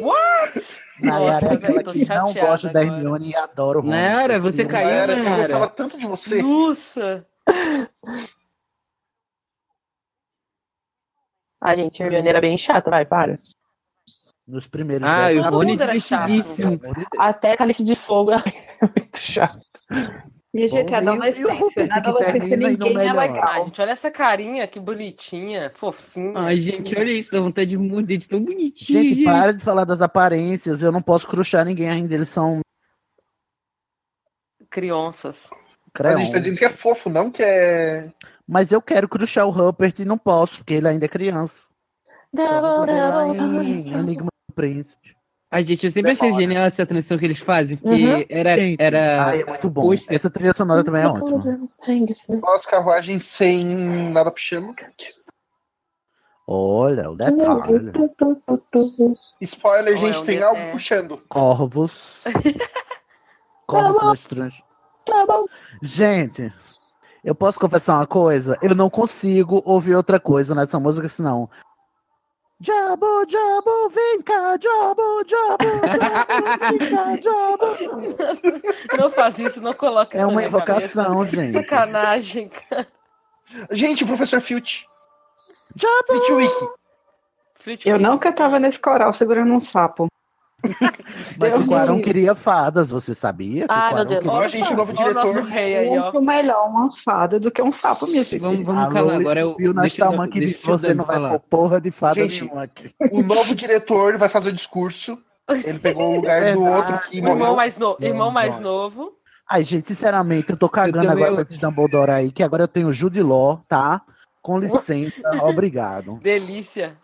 What?
Nayara é
Nossa,
aquela
velho, tô
que não
chateada
gosta da
agora.
Hermione e adora o Rony.
Nayara, você caiu,
Nayara,
né,
eu
Nayara.
gostava tanto de você.
Nossa!
Ah, gente, a Hermione era bem chata, vai, para.
Nos primeiros
Ah,
dez
o
capítulos.
Rony
mundo era chato.
divertidíssimo.
Até Cálice de Fogo é muito chato.
E, gente,
é
é
Bom, e o- e o
adolescência.
né?
Rubens,
Na
que
adolescência
termina e não
ninguém é
melhora.
Ah,
legal.
gente, olha essa carinha, que bonitinha, fofinha.
Ai, gente, olha isso, dá vontade de morder de tão bonitinho.
Gente,
gente.
para de falar das aparências. Eu não posso cruxar ninguém ainda. Eles são
Crianças.
Mas a
creon.
gente tá dizendo que é fofo, não que é.
Mas eu quero cruxar o Rupert e não posso, porque ele ainda é criança. Só vou
Double,
poder lá
double,
em
double.
Enigma do Príncipe.
Ai, gente, eu sempre achei
Demora.
genial essa transição que eles fazem, porque
Uhum.
era.
Gente,
era...
Ai, é muito bom.
pôster.
Essa trilha sonora também é ótima.
Thanks.
Nossa, carruagem sem nada puxando.
Olha, o detalhe.
Ou é
Spoiler, gente,
um
tem
de-
algo
é.
puxando.
Corvos. Corvos lustrantes. Gente, eu posso confessar uma coisa? Eu não consigo ouvir outra coisa nessa música, senão. Jabo, Jabo, vem cá, Jabo, Jabo, vem cá, Jabo.
Não faz isso, não coloca isso
É
na
uma
minha cabeça.
evocação, gente.
Sacanagem.
Gente, o professor Filch.
Jabo.
Flitwick.
Eu nunca tava nesse coral segurando um sapo.
Mas
Deus
o Quarão
me livre.
queria fadas, você sabia? que o
Ai, meu
Cuarón
Deus.
queria
Ó, gente, o novo
Olha o nosso
diretor.
rei aí, ó.
Muito melhor uma fada do que um sapo, minha filha.
Vamos,
A
vamos calar
Rowling
agora. Eu,
viu na
deixa,
Stalman
eu-
que
deixa
disse,
eu
você não vai
falar.
pôr porra de fada
Gente,
nenhuma aqui.
O novo diretor vai fazer o discurso. Ele pegou o lugar do
Verdade.
outro que
O irmão
morreu.
mais, no...
Não,
irmão mais
não.
novo.
Ai, gente, sinceramente, eu tô cagando
também,
agora
eu-
pra esses Dumbledore aí, que agora eu tenho o Jude Law, tá? Com licença, obrigado.
Delícia.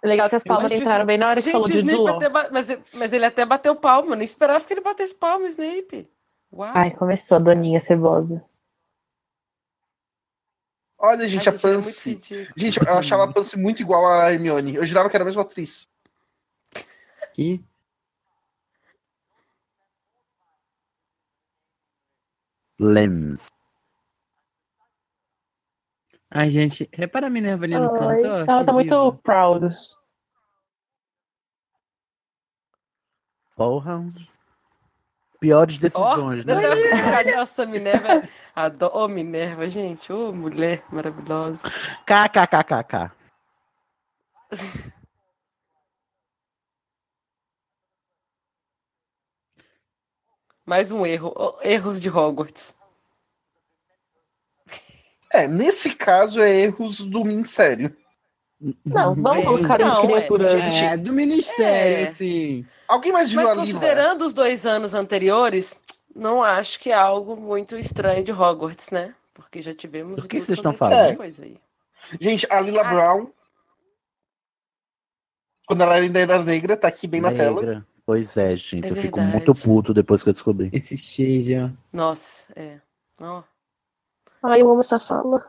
Legal é que as palmas
Mas
entraram bem na hora que falou
Gente, o
de
Snape
Zulon.
até ba- mas, mas ele até bateu palma. Não esperava que ele batesse palma, Snape. Uau.
Ai, começou a doninha cebosa.
Olha,
Ai,
gente, a
ele é muito
Pansy.
ridículo.
Gente, eu achava a Pansy muito igual a Hermione. Eu jurava que era a mesma atriz.
Aqui.
Lems.
Ai, gente, repara a Minerva ali no
Ai,
canto. ó,
ela
que
tá muito
diva.
proud.
Porra. Piores
Ó,
decisões,
deu
né?
até uma cutucada. Nossa, Minerva. Adoro. Ô, Minerva, gente. Ô, mulher maravilhosa.
KKKKK.
Mais um erro. Ô, Erros de Hogwarts.
É, nesse caso é erros do Ministério.
Não, vamos colocar
Não,
em criatura.
É, do ministério,
É.
assim.
Alguém mais viu
né?
Mas
a Lila?
considerando os dois anos anteriores, não acho que é algo muito estranho de Hogwarts, né? Porque já tivemos
Do que
tudo
vocês estão
quanto é tipo de
falando?
coisa aí.
Gente, a Lila
Ah.
Brown. Quando ela ainda era negra, tá aqui bem na tela.
Negra. Pois é, gente.
É
eu fico
verdade.
muito puto depois que eu descobri.
Esse shade, ó.
Nossa, é. Ó,
Ai, eu amo essa fala.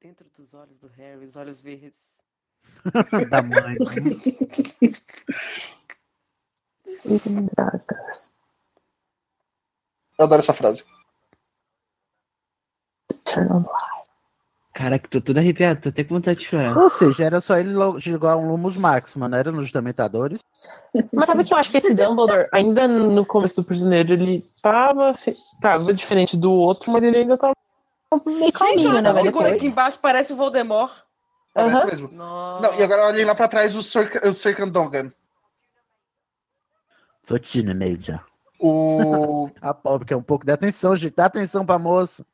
dentro dos olhos do Harry, os olhos verdes.
da mãe.
Eu adoro essa frase.
Turn on.
Caraca, tô todo arrepiado, tô até com vontade de chorar.
Ou seja, era só ele lo- jogar um Lumos Maxima, não era nos Dementadores?
Mas sabe que eu acho que esse Dumbledore, ainda no começo do Prisioneiro, ele tava, assim, tava diferente do outro, mas ele ainda tava meio
Gente, olha
calminho, né,
essa
velho?
figura
Depois.
aqui embaixo, parece o Voldemort.
É
Aham.
isso mesmo.
Nossa.
Não, e agora olhem lá pra trás o, Sir, o Serkandongan.
Fatina Major.
O.
A pobre que é um pouco de atenção, gente. Dá atenção pra moça.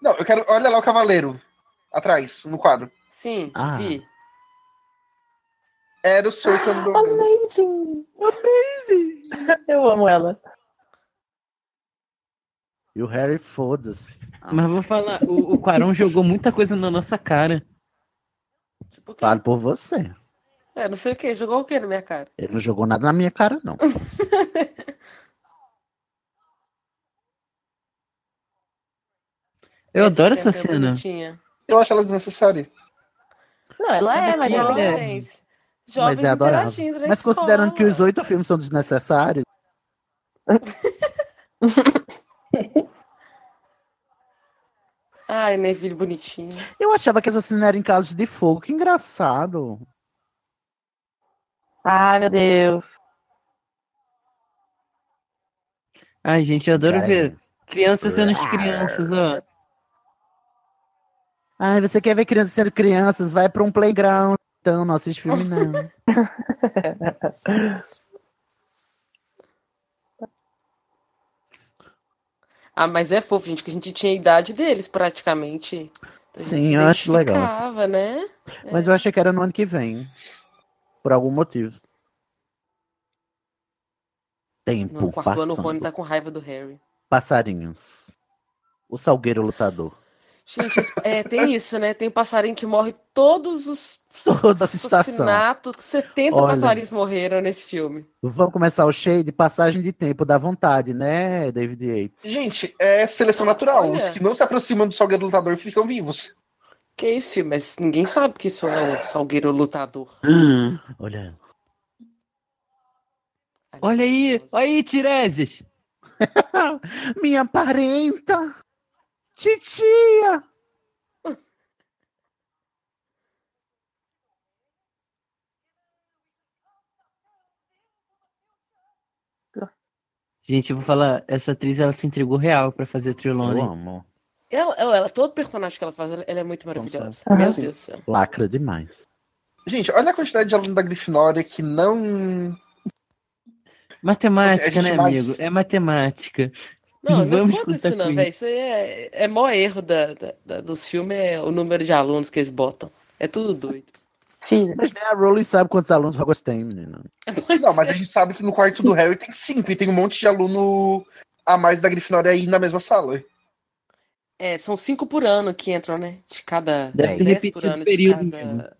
Não, eu quero. Olha lá o cavaleiro. Atrás, no quadro.
Sim,
Ah.
vi.
Era o
Ah,
Serkandongan.
Amazing! Amazing! Eu amo ela.
E o Harry, foda-se.
Mas vou falar, o, o Quarão jogou muita coisa na nossa cara.
Tipo, que...
Falo por você.
É, não sei o que, jogou o que na minha cara?
Ele não jogou nada na minha cara, não.
Eu adoro essa cena.
é bonitinha.
Eu acho ela desnecessária.
Não, ela é, mas
aqui
ela
é-
é. Jovens
Mas é adorável.
interagindo na
Mas
escola.
considerando que os oito filmes são desnecessários.
Ai, Neville bonitinho.
Eu achava que essa cena era em Cálice de Fogo. Que engraçado.
Ai, meu Deus.
Ai, gente, eu adoro
Cara,
ver crianças sendo de
Rar.
crianças, ó.
Ai, você quer ver crianças sendo crianças? Vai pra um playground. Então, não assiste filme, não.
É. Ah, mas é fofo, gente, que a gente tinha a idade deles praticamente. A gente
Sim,
se
eu acho legal essas-
identificava, né?
Mas eu achei que era no ano que vem. Por algum motivo. Tempo
No quarto ano, o Rony
passando.
tá com raiva do Harry.
Passarinhos. O Salgueiro Lutador.
Gente, esse- é, tem isso, né? Tem passarinho que morre todos os
Toda a estação.
assassinatos. 70
Olha.
passarinhos morreram nesse filme.
Vamos começar o cheio de passagem de tempo da vontade, né, David Yates?
Gente, é seleção natural.
Olha.
Os que não se aproximam do Salgueiro Lutador ficam vivos.
Que é isso, filho? Mas ninguém sabe que isso é o Salgueiro Lutador. Hum.
Olha.
Olha aí, olha aí, Tiresias.
Minha parenta! Titia!
Gente, eu vou falar, essa atriz ela se entregou real pra fazer Trilone.
Eu amo.
Ela, ela, ela- todo personagem que ela faz, ela, ela é muito
Então,
maravilhosa.
Aham.
Meu
Sim.
Deus do céu.
Lacra demais.
Gente, olha a quantidade de aluno da Grifinória que não.
Matemática,
A gente
né,
mais-
amigo? É matemática.
Não, não
Vamos
conta
contar
isso não,
com
velho. Isso aí é, é maior erro da, da- da- dos filmes, é o número de alunos que eles botam. É tudo doido.
Mas nem a Rowling sabe quantos alunos Hogwarts tem, menina.
Não, mas a gente sabe que no quarto do Harry tem cinco e tem um monte de aluno a mais da Grifinória aí na mesma sala.
É, são cinco por ano que entram, né? De cada...
Deve
são
ter
dez
repetido
por ano
o período
de cada...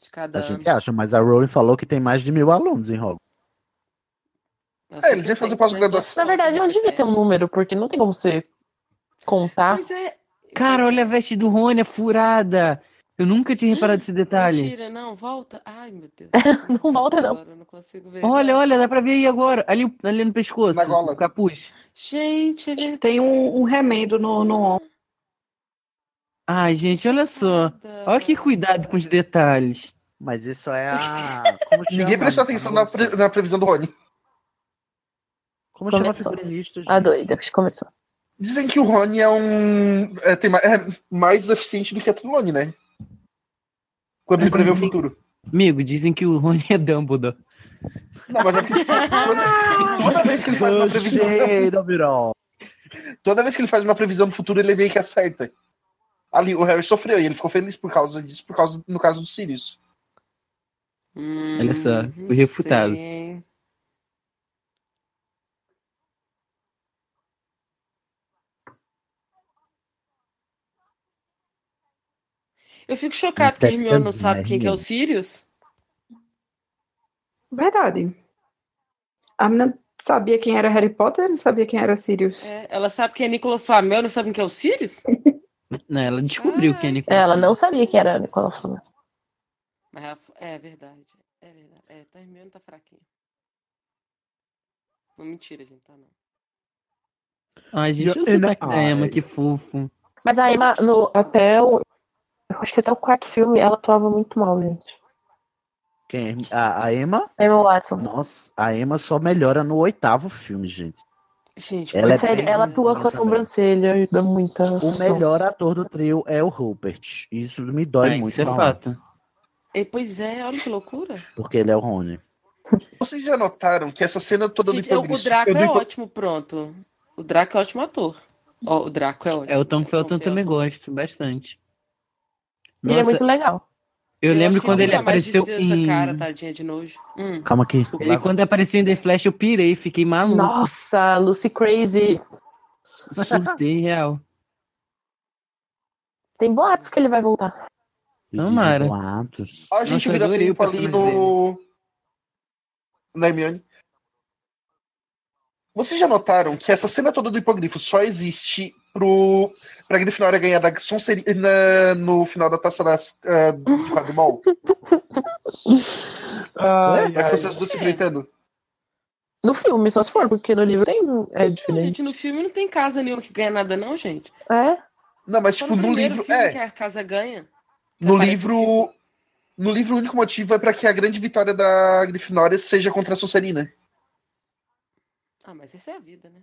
De cada
A
ano.
gente acha, mas a Rowling falou que tem mais de mil alunos em Hogwarts.
É,
eles iam fazer pós-graduação.
Na verdade, não devia ter um número, né? porque não tem como você contar.
Mas é...
Cara, olha a veste do Rony, é furada. Eu nunca tinha reparado esse detalhe.
Mentira, não, volta. Ai, meu Deus.
não volta, não.
Agora eu não consigo ver.
Olha, olha, dá pra ver aí agora. Ali, ali no pescoço.
Na gola.
o capuz.
Gente, é verdade.
Tem um, um remendo no, no ombro.
Ai, gente, olha só. Olha que cuidado com os detalhes.
Mas isso é a. Como
Ninguém prestou atenção na, pre- na previsão do Rony.
Como
Começou. A doida, que começou.
Dizem que o Rony é um. É, tem ma- é mais eficiente do que a Trelawney, né? Quando ele prevê o futuro.
Amigo, dizem que o Rony é Dumbledore.
Não, mas é porque toda, toda vez que ele faz uma previsão.
Cheiro, virou.
Toda vez que ele faz uma previsão do futuro, ele meio que acerta. Ali, o Harry sofreu e ele ficou feliz por causa disso, por causa, no caso do Sirius.
Hum,
Olha só, fui refutado.
Sim. Eu fico chocado que a
Insetos
Hermione não sabe quem que é o
vermelhos.
Sirius.
Verdade. A menina sabia quem era Harry Potter, não sabia quem era Sirius.
É, ela sabe quem é Nicolas Flamel, não sabe quem é o Sirius?
Não, ela descobriu que é Nicolas.
Ela não sabia que era Nicolau Flamel.
Mas ela f- é verdade. É verdade. É, então a Hermione tá fraquinha. Não, mentira, gente, tá não.
Ai, gente, olha o
Ele-
sotaque da Emma, que fofo.
Mas a Emma, no, até o. eu Acho que até o quarto filme ela atuava muito mal, gente.
Quem? é? A, a Emma?
Emma Watson.
Nossa, a Emma só melhora no oitavo filme, gente.
Gente,
Ela é
Sério,
bem
ela atua com a
bonzinha também.
sobrancelha, ajuda muito. a
O
atuação.
melhor ator do trio é o Rupert. Isso me dói
É, isso
muito.
é
falar,
fato.
E, pois é, olha que loucura.
Porque ele é o Rony.
Vocês já notaram que essa cena toda
Gente,
do
eu- o
hipogrifo-
Draco
eu do
é
hipo-
ótimo, pronto. O Draco é ótimo ator. Ó, o Draco é ótimo.
É, o Tom Felton também gosto bastante.
Ele é muito
legal.
Eu, lembro quando ele apareceu
Mas
em...
cara, tadinha de nojo. Hum.
Calma aqui.
Ele, quando apareceu em The Flash, eu pirei, fiquei maluco.
Nossa, Lucy Crazy.
Surtei real.
Tem boatos que ele vai voltar.
e
Tomara.
desvinculados.
A gente
Nossa, eu
vira
adorei o
tempo ali
personagem
no. Na Hermione. Vocês já notaram que essa cena toda do hipogrifo só existe pro... pra Grifinória ganhar da Sonserina no final da taça das, ah, de quadrimol? Né?
Ai,
pra
ai.
que vocês duas se enfrentando.
No filme, só se for, porque no livro tem. É diferente.
Gente, no filme não tem casa nenhuma que ganha nada, não, gente.
É?
Não, mas
Só
tipo,
no
no
primeiro
livro.
filme
é,
que a casa ganha.
no livro. No livro, o único motivo é pra que a grande vitória da Grifinória seja contra a Sonserina.
Ah, mas essa é a vida, né?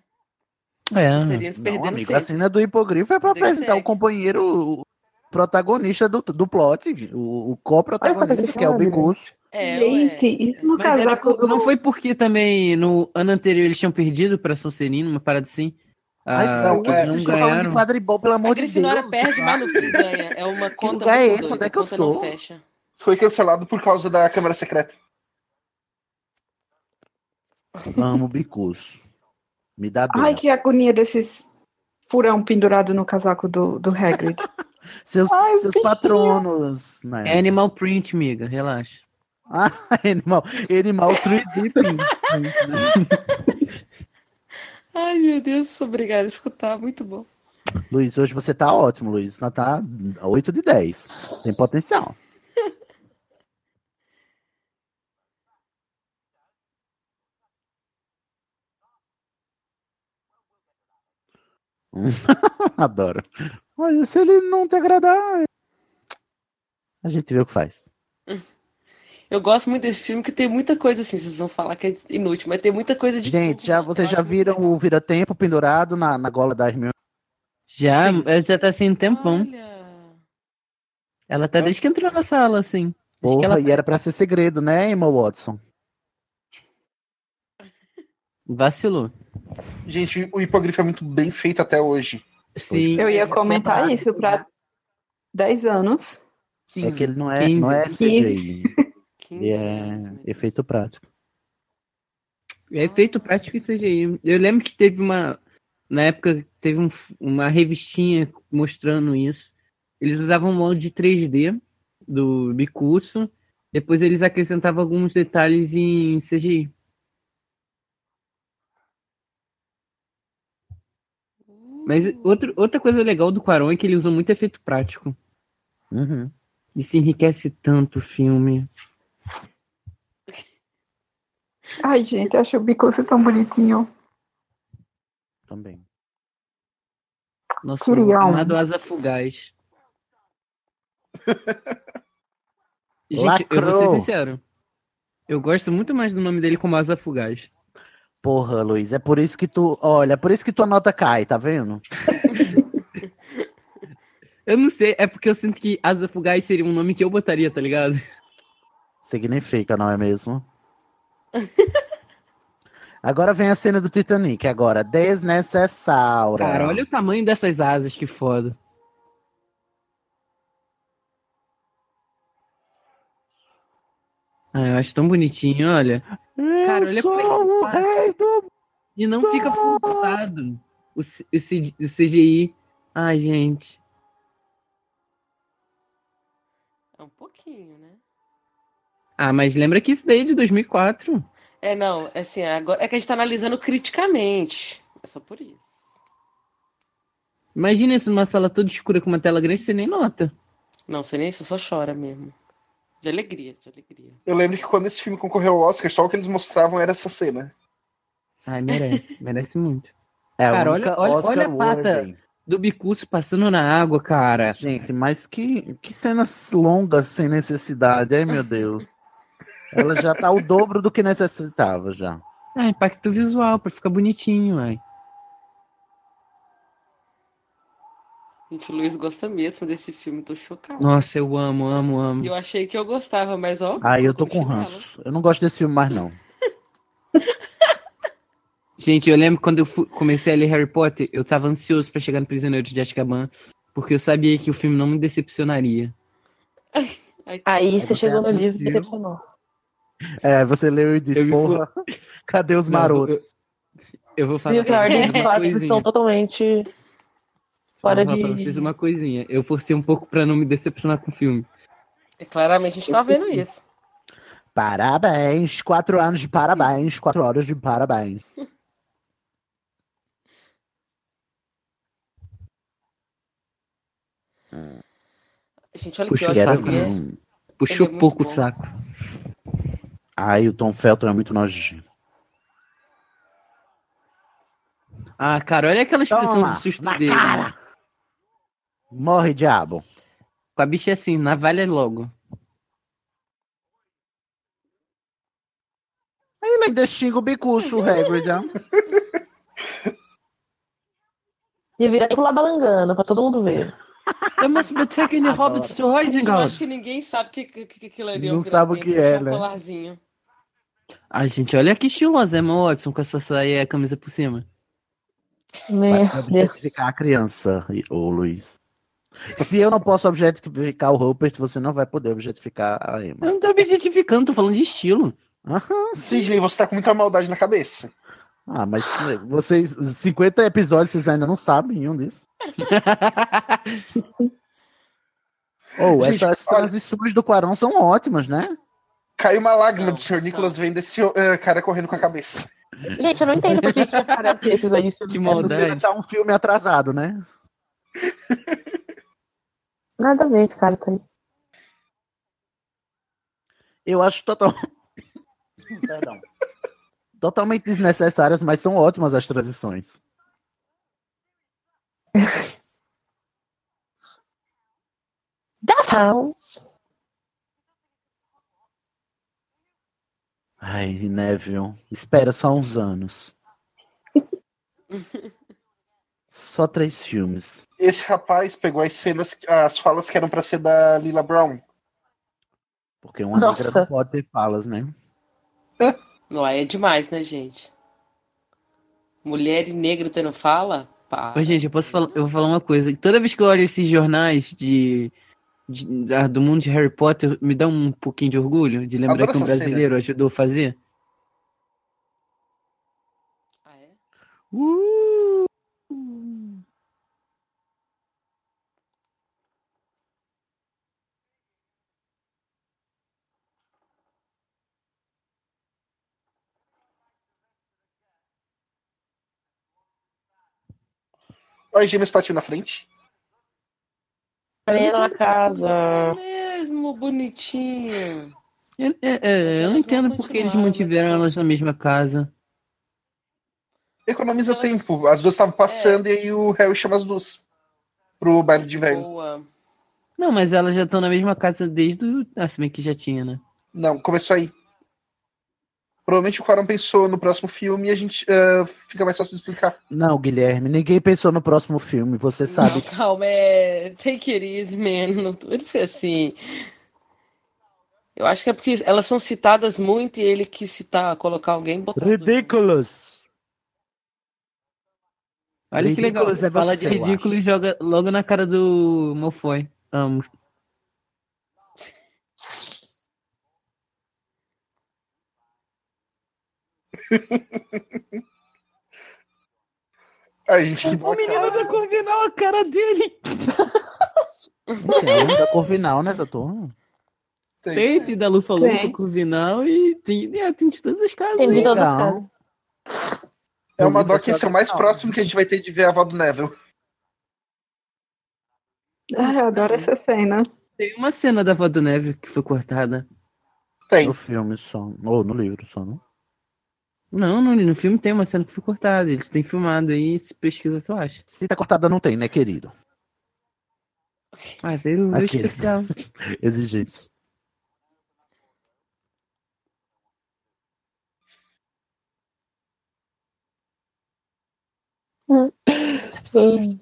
É.
Seria eles
Não,
perdendo
amigo, assim
sempre.
a cena do hipogrifo é pra
Perdendo
apresentar
sempre.
o companheiro, o protagonista do, do plot, o, o
Ai,
co-protagonista, que é o
maravilha.
Bicus.
É, Gente, isso no
Mas era
casaco
por- não foi porque também no ano anterior eles tinham perdido pra Sonserina, uma parada assim.
Mas
Ah,
não,
que
é, vocês
eles não
estão falando
ganharam.
de quadribol, pelo amor
A
de
Grifinória
Deus.
perde, mas no fim ganha. É uma conta
lugar é
muito
esse?
doida.
Onde é que eu
conta não
sou?
fecha.
Foi cancelado por causa da Câmara Secreta.
Amo Bicus. Me dá dor.
Ai, que agonia desses furão pendurado no casaco do, do Hagrid.
Seus,
Ai,
seus
bichinho.
patronos. Né?
É Animal Print, miga, relaxa.
Ah, animal, animal 3D print.
Ai, meu Deus, sou obrigada a escutar. Muito bom.
Luiz, hoje você tá ótimo, Luiz. Tá, tá 8 de 10. Tem potencial. Adoro. Mas se ele não te agradar, a gente vê o que faz.
Eu gosto muito desse filme, que tem muita coisa assim, vocês vão falar que é inútil, mas tem muita coisa de.
Gente, já, vocês já viram o vira-tempo pendurado na, na gola da Hermione?
Já, ela já tá assim um tempão. Ela tá desde que entrou na sala, assim. Desde que
Porra,
ela...
e é era pra ser segredo, né, Emma Watson?
Vacilou.
Gente, o hipogrifo é muito bem feito até hoje.
Sim.
Eu ia comentar isso pra 10 anos.
É que ele não é, não é
15.
CGI. Ele é efeito prático.
É feito prático e CGI. Eu lembro que teve uma. Na época, teve um- uma revistinha mostrando isso. Eles usavam um molde 3D do Bicurso. Depois eles acrescentavam alguns detalhes em CGI. Mas outro, outra coisa legal do Quaron é que ele usou muito efeito prático.
Uhum.
Isso enriquece tanto o filme.
Ai, gente, eu acho o Bicuço tão bonitinho.
Também.
Nosso
Queria um.
amado Asa Fugaz. Gente, eu vou ser
Lacrou.
sincero. Eu gosto muito mais do nome dele como Asa Fugaz.
Porra, Luiz, é por isso que tu. Olha, é por isso que tua nota cai, tá vendo?
Eu não sei, é porque eu sinto que Asa Fugaz seria um nome que eu botaria, tá ligado?
Significa, não é mesmo? agora vem a cena do Titanic, agora. Desnecessaura.
Cara, olha o tamanho dessas asas, que foda. Ah, eu acho tão bonitinho, olha. Cara, olha como é que
o
faz.
rei do.
E não fica forçado o, C- o C- o CGI. Ai, gente.
É um pouquinho, né?
Ah, mas lembra que isso daí é de 2004.
É, não, é assim, agora é que a gente tá analisando criticamente. É só por isso.
Imagina isso numa sala toda escura com uma tela grande, você nem nota.
Não, você nem isso, só chora mesmo. De alegria, de alegria.
Eu lembro que quando esse filme concorreu ao Oscar, só o que eles mostravam era essa cena.
Ai, merece, merece muito.
É,
Cara,
cara,
olha- olha- olha a pata. Do bicurso passando na água, cara.
Gente, mas que, que cenas longas sem necessidade, ai meu Deus. Ela já tá o dobro do que necessitava já.
Ah, impacto visual, pra ficar bonitinho, ai.
Gente, o Luiz gosta mesmo desse filme, tô chocada.
Nossa, eu amo, amo, amo.
Eu achei que eu gostava, mas ó.
Ah,
Ai, eu tô
como
com
chinelo.
ranço. Eu não gosto desse filme mais, não.
Gente, eu lembro quando eu fu- comecei a ler Harry Potter, eu tava ansioso pra chegar no Prisioneiro de Azkaban, porque eu sabia que o filme não me decepcionaria.
Aí,
Aí você
você
chegou no livro e
assistiu.
decepcionou.
É, você leu e disse,
Eu me fu-
porra, cadê os
Não,
marotos?
Eu vou
E
falar
o pior, é
pra vocês
os
uma
fatos
coisinha.
estão totalmente
Eu vou
fora
falar pra vocês
de.
uma coisinha. Eu forcei um pouco pra não me decepcionar com o filme.
E claramente a gente tá vendo isso.
Parabéns, quatro anos de parabéns, quatro horas de parabéns.
Gente, olha
Puxa,
que eu
era
acho que é.
um-
Ele
Puxou
é muito
pouco o
bom.
saco.
Ai, o Tom Felton é muito nojento.
Ah, cara, olha aquela expressão
Toma,
de susto
na
dele. né?
cara. Morre, diabo.
Com a bicha é assim, navalha logo.
Aí me destinga o bicuço, Hagrid. né? ó.
Ia virar tipo Labalangana, pra todo mundo ver.
Eu must be taking the hobbits
Gente,
to
Eu acho
Isengard.
que ninguém sabe o que, que, que aquilo ali é.
Não
um
sabe o que
piratinha,
é,
um
né?
colarzinho.
Ai, Ah, gente, olha que estilosa Emma Watson com essa saia e a camisa por cima.
Vai objetificar a criança, e- ô Luiz. Se eu não posso objetificar o Rupert, você não vai poder objetificar a Emma.
Eu não tô objetificando, tô falando de estilo.
Sidney, você tá com muita maldade na cabeça.
Ah, mas vocês, 50 episódios, vocês ainda não sabem nenhum disso. Ou
Gente,
Oh, essas
olha-
transições do Quarão são ótimas, né?
Caiu uma lágrima do senhor Nicholas vendo esse eh, cara correndo com a cabeça.
Gente, eu não entendo por que que aparece esses aí. se-
Que
Essa cena
maldade.
tá um filme atrasado, né?
Nada a ver esse cara tá aí.
Eu acho total... Perdão. totalmente desnecessárias, mas são ótimas as transições.
Downtown.
Ai, Neville, espera só uns anos. Só três filmes.
Esse rapaz pegou as cenas, as falas que eram pra ser da Lila Brown.
Porque uma
Nossa.
negra não pode ter falas, né?
Não, aí é demais, né, gente? Mulher e negro tendo fala? Pá.
Mas, gente, eu posso falar, eu vou falar uma coisa. Toda vez que eu olho esses jornais de, de- da- do mundo de Harry Potter, me dá um pouquinho de orgulho de lembrar
Adoro
que um
essa cena.
brasileiro ajudou a fazer.
Ah, é
Uh!
Olha, Gêmeos patinho na frente.
Arena na casa.
Mesmo bonitinho.
Eu, é- é, eu não entendo porque eles mantiveram elas na mesma casa.
Economiza tempo. As duas estavam passando e aí o Harry chama as duas pro baile
É.
de inverno.
Boa.
Não, mas elas já estão na mesma casa desde o. Ah, se bem que já tinha, né?
Não, começou aí. Provavelmente o Quaron pensou no próximo filme e a gente eh, fica mais fácil de explicar.
Não, Guilherme, ninguém pensou no próximo filme, você sabe.
Não, calma, é. Take it easy, man. Não tô- Ele foi assim. Eu acho que é porque elas são citadas muito e ele quis citar, colocar alguém e botar.
Ridiculous!
Olha que legal.
Ridiculous é
Fala
você,
de
eu
ridículo e joga logo na cara do Malfoy. Amo.
A gente que dá
O um menino
Tá
da Corvinal, a cara dele.
Não tem nome da Corvinal nessa turma.
Tem, tem da Lufa
Tem.
Lufa, Corvinal e tem, é, tem de todas as casas.
Tem de
Legal.
todas as casas.
É uma
Duvido
doc que
que
esse é o mais
não.
próximo que a gente vai ter de ver a avó do Neville.
Ah, eu adoro essa cena.
Tem uma cena da Vó do Neve que foi cortada.
Tem.
No filme só. Ou no livro só, não?
Não, no, no filme tem uma cena que foi cortada. Eles têm filmado aí, se pesquisa, tu acha.
Se tá cortada, não tem, né, querido?
Ah, veio veio
Aqueles.
especial.
Exigentes.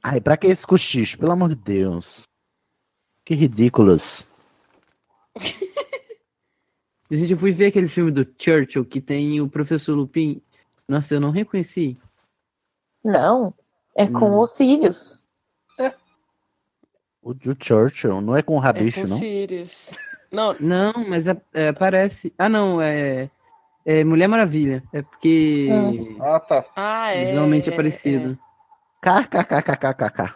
Ai, pra que esse cochicho? Pelo amor de Deus. Que ridículos.
Gente, eu fui ver aquele filme do Churchill que tem o professor Lupin. Nossa, eu não reconheci.
Não. É com
Hum.
os Sirius.
O do Churchill não é com o rabicho,
é com
não?
Sirius. Não,
Não, mas é- é, aparece. Ah, não, é, é Mulher Maravilha. É porque
Ah, tá.
ah, é.
visualmente é parecido.
KKKKKKK.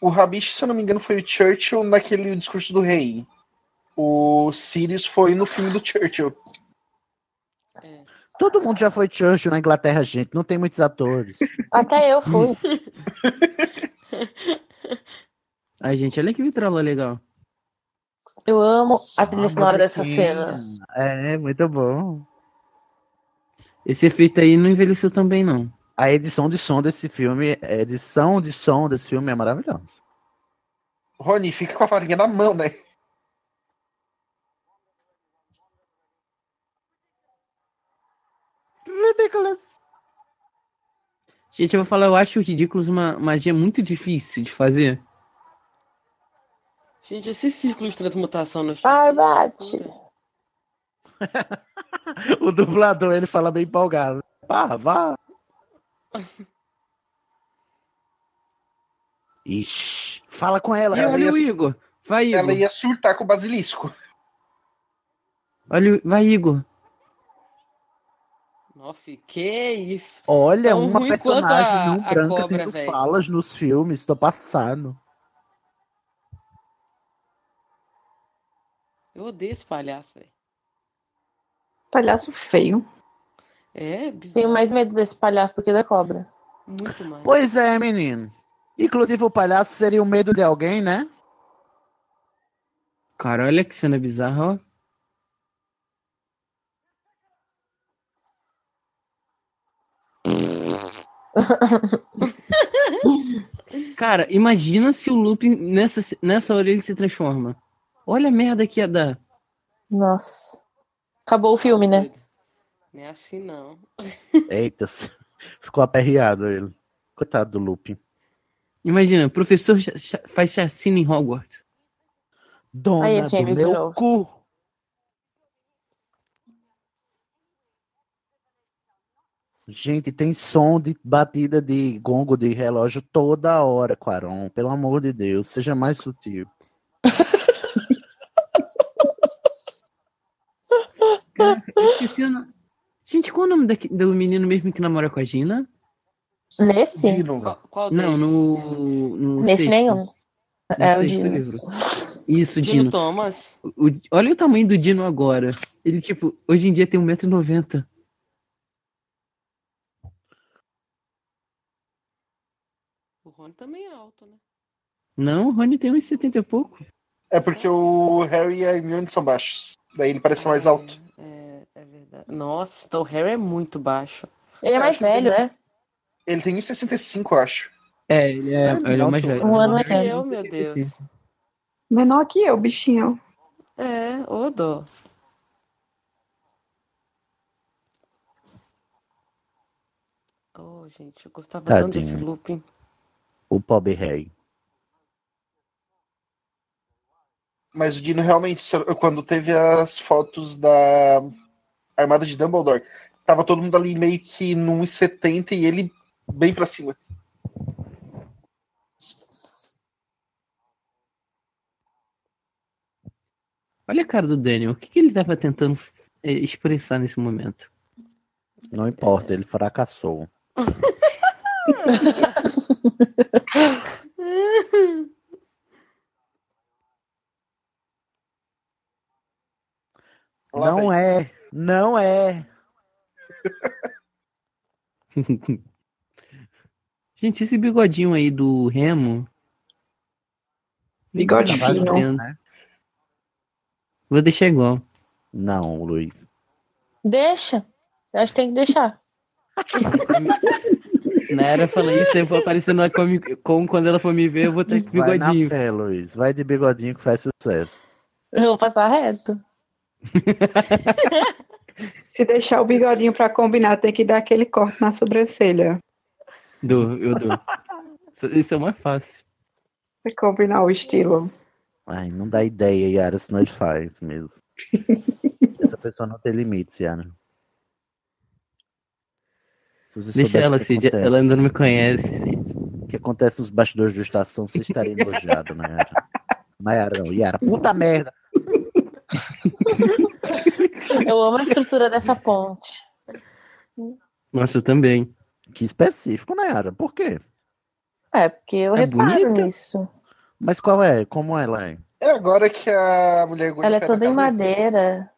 O Rabish, se eu não me engano, foi o Churchill naquele discurso do rei. O Sirius foi no filme do Churchill.
Todo mundo já foi Churchill na Inglaterra, gente. Não tem muitos atores.
Até eu fui.
Ai, gente, olha que vitrola legal.
Eu amo a trilha sonora dessa cena.
É, muito bom. Esse efeito aí não envelheceu tão bem, não.
A edição de som desse filme, a edição de som desse filme é maravilhosa.
Rony, fica com a farinha na mão, né?
Ridiculous.
Gente, eu vou falar, eu acho o Ridículos uma magia muito difícil de fazer.
Gente, esse círculo de transmutação no
Ai, bate.
O dublador, ele fala bem empolgado. Vá, vá. Ixi, fala com ela.
E olha o Igor. Vai, Igor.
Ela ia surtar com o basilisco.
Olha, o- vai, Igor.
Nossa, que isso?
Olha,
Tão
uma
ruim quanto
personagem
a-
não
a
branca
cobra,
tendo
véi.
falas nos filmes. Tô passado.
Eu odeio esse palhaço, velho.
Palhaço feio.
É,
Tenho mais medo desse palhaço do que da cobra.
Muito mais.
Pois é, menino. Inclusive, o palhaço seria o medo de alguém, né?
Cara, olha que cena bizarra, ó. Cara, imagina se o Lupin nessa, nessa hora ele se transforma. Olha a merda que ia dar.
Nossa. Acabou o filme, né?
Não é assim, não.
Eita, ficou aperreado ele. Coitado do Lupin.
Imagina, o professor cha- cha- faz chacina em Hogwarts.
Dona
Aí, James, de novo.
cu. Gente, tem som de batida de gongo de relógio toda hora, Quaron. Pelo amor de Deus, seja mais sutil.
Cara, eu esqueci o nome. Gente, qual é o nome daque- do menino mesmo que namora com a Gina?
Nesse?
Qual
Não, no. no
Nesse
sexto.
nenhum.
No
É o
sexto
Dino.
livro. Isso,
Dino
Dino.
Thomas.
O- o- olha o tamanho do Dino agora. Ele, tipo, hoje em dia tem 1,90m.
O Rony também é alto, né?
Não, o Rony tem 1,70 e pouco.
É porque o Harry e a Hermione são baixos. Daí ele
Ah.
parece mais alto.
É, Nossa, então o Harry é muito baixo.
Ele é mais velho, né?
Ele tem 1,65, eu acho.
É, ele é,
Ah,
ele é o
não,
mais
tô-
velho.
Um ano
mais
é-
eu, meu Deus.
Menor que eu, bichinho.
É, ô dó. Oh, gente, eu gostava tanto desse
Tadinho.
looping.
O pobre rei.
Mas o Dino realmente, se- quando teve as fotos da Armada de Dumbledore, tava todo mundo ali meio que num 70 e ele bem pra cima.
Olha a cara do Daniel. O que, que ele tava tentando é, expressar nesse momento?
Não importa, ele fracassou. não é, não é.
Gente, esse bigodinho aí do Remo.
Bigode
Tá
fino.
batendo. Vou deixar igual.
Não, Luiz.
Deixa. Eu acho que tem que deixar.
Na era falando isso, eu vou aparecer na Comic Con quando ela for me ver, eu vou ter
Vai na
bigodinho.
fé, Luiz. Vai de bigodinho que faz sucesso.
Eu vou passar reto.
Se deixar o bigodinho pra combinar, tem que dar aquele corte na sobrancelha.
Dou, eu dou. Isso- Isso é mais fácil.
Pra combinar o estilo.
Ai, não dá ideia, Yara, se nós faz mesmo. Essa pessoa não tem limites, Yara. Se você
Deixa
soubesse
ela,
o que
Cid.
acontece-
Ela ainda não me conhece, Cid.
O que acontece nos bastidores da estação, você estaria enojado, Nayara. Nayara, não, Yara, puta merda.
Eu amo a estrutura dessa ponte.
Nossa, eu também.
Que específico, Nayara, por né, quê?
É, porque eu
É
reparo
bonita?
nisso.
Mas qual é? Como ela é?
É agora que a mulher gorda
Ela é
cai na
toda em
casa dele.
madeira.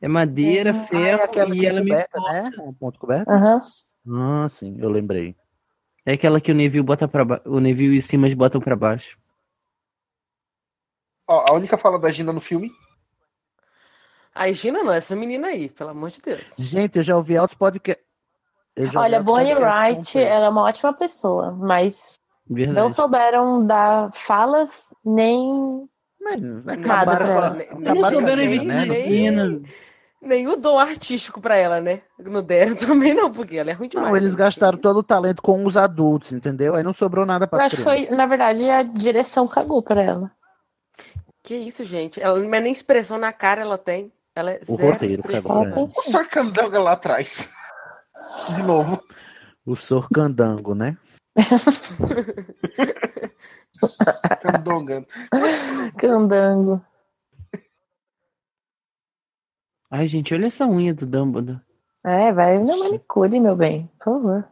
É madeira, ferro
aquela que
e
é
ela me
coberta, né? Um ponto coberto?
Aham.
Ah, sim, eu lembrei.
É aquela que o Neville bota para baixo. O Neville e o Simas botam pra baixo.
Ó, a única fala da Gina no filme.
A Gina não, essa menina aí, pelo amor de Deus.
Gente, eu já ouvi altos podcasts.
Olha, Bonnie Wright, ela é uma ótima pessoa, mas
Uhum.
não souberam dar falas nem nada pra ela.
acabaram com a
nem,
Gina, né, no
nem, nem o dom artístico pra ela, né? Não deram também não, porque ela é ruim demais.
Não, eles gastaram todo o talento com os adultos, entendeu? Aí não sobrou nada
Eu
pra
acho que foi, na verdade, a direção cagou pra ela.
Que isso, gente? Ela não é nem expressão na cara ela tem. Ela é
O
zero
roteiro
expressão.
cagou, né?
O Sorcandanga lá atrás. De novo.
O Sorcandango, né?
Candonga.
Candango.
Ai, gente, olha essa unha do Dumbledore.
É, vai na manicure, meu bem, por favor.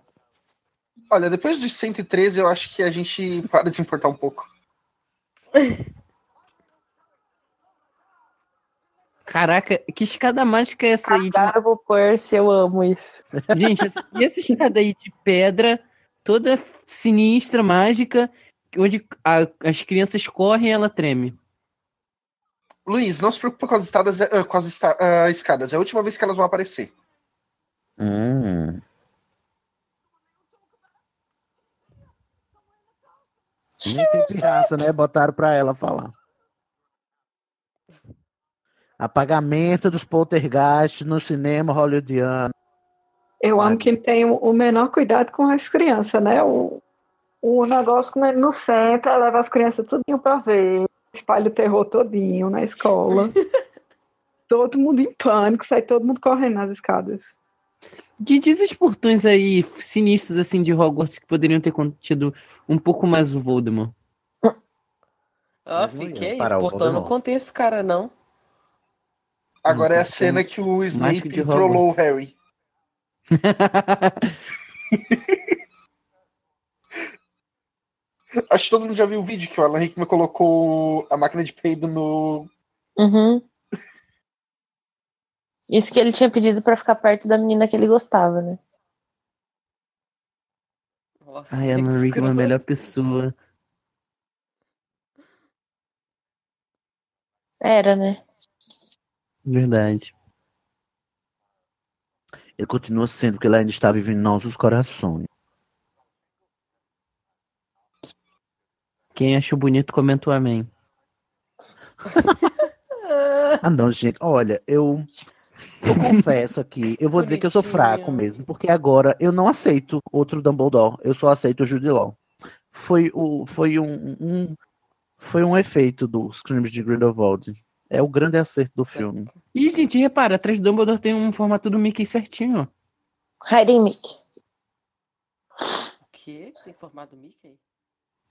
Olha, depois dos 113, eu acho que a gente para de se importar um pouco.
Caraca, que escada mágica é essa aí?
Catarbo Percy, eu amo isso.
Gente, essa- e essa escada aí de pedra, toda sinistra, mágica, onde a- as crianças correm e ela treme.
Luiz, não se preocupa com as, estadas, ah, com as esta- ah, escadas. É a última vez que elas vão aparecer.
Hum. Nem tem pirraça, né? Botaram pra ela falar. Apagamento dos poltergeists no cinema hollywoodiano.
Eu amo que ele tem o menor cuidado com as crianças, né? O, o negócio com ele no centro, ela leva as crianças tudinho pra ver, espalha o terror todinho na escola. todo mundo em pânico, sai todo mundo correndo nas escadas.
De diz os portões aí sinistros assim de Hogwarts que poderiam ter contido um pouco mais o Voldemort.
Ó, fiquei
parar
isso,
o
portão. Não
Voldemort.
contei esse cara, não.
Agora é a cena que o
Mágico de
Snape trollou o
Hogwarts.
Harry. Acho que todo mundo já viu o vídeo que o Alan Rickman colocou a máquina de peido no.
Uhum. Isso que ele tinha pedido pra ficar perto da menina que ele gostava, né?
Ai, a Alan Rickman é a melhor pessoa.
Era, né?
Verdade.
Ele continua sendo, porque ele ainda está vivendo em nossos corações.
Quem achou bonito comentou amém.
Ah, não, gente, olha, eu, eu confesso aqui, eu vou dizer que eu sou fraco mesmo, porque agora eu não aceito outro Dumbledore, eu só aceito o Jude Law. Foi, o, foi um, um- foi um efeito dos crimes de Grindelwald. É o grande acerto do filme.
E, gente, repara, atrás do Dumbledore tem um formato do Mickey certinho, ó.
Hiding Mickey.
O quê? Tem formado o Mickey?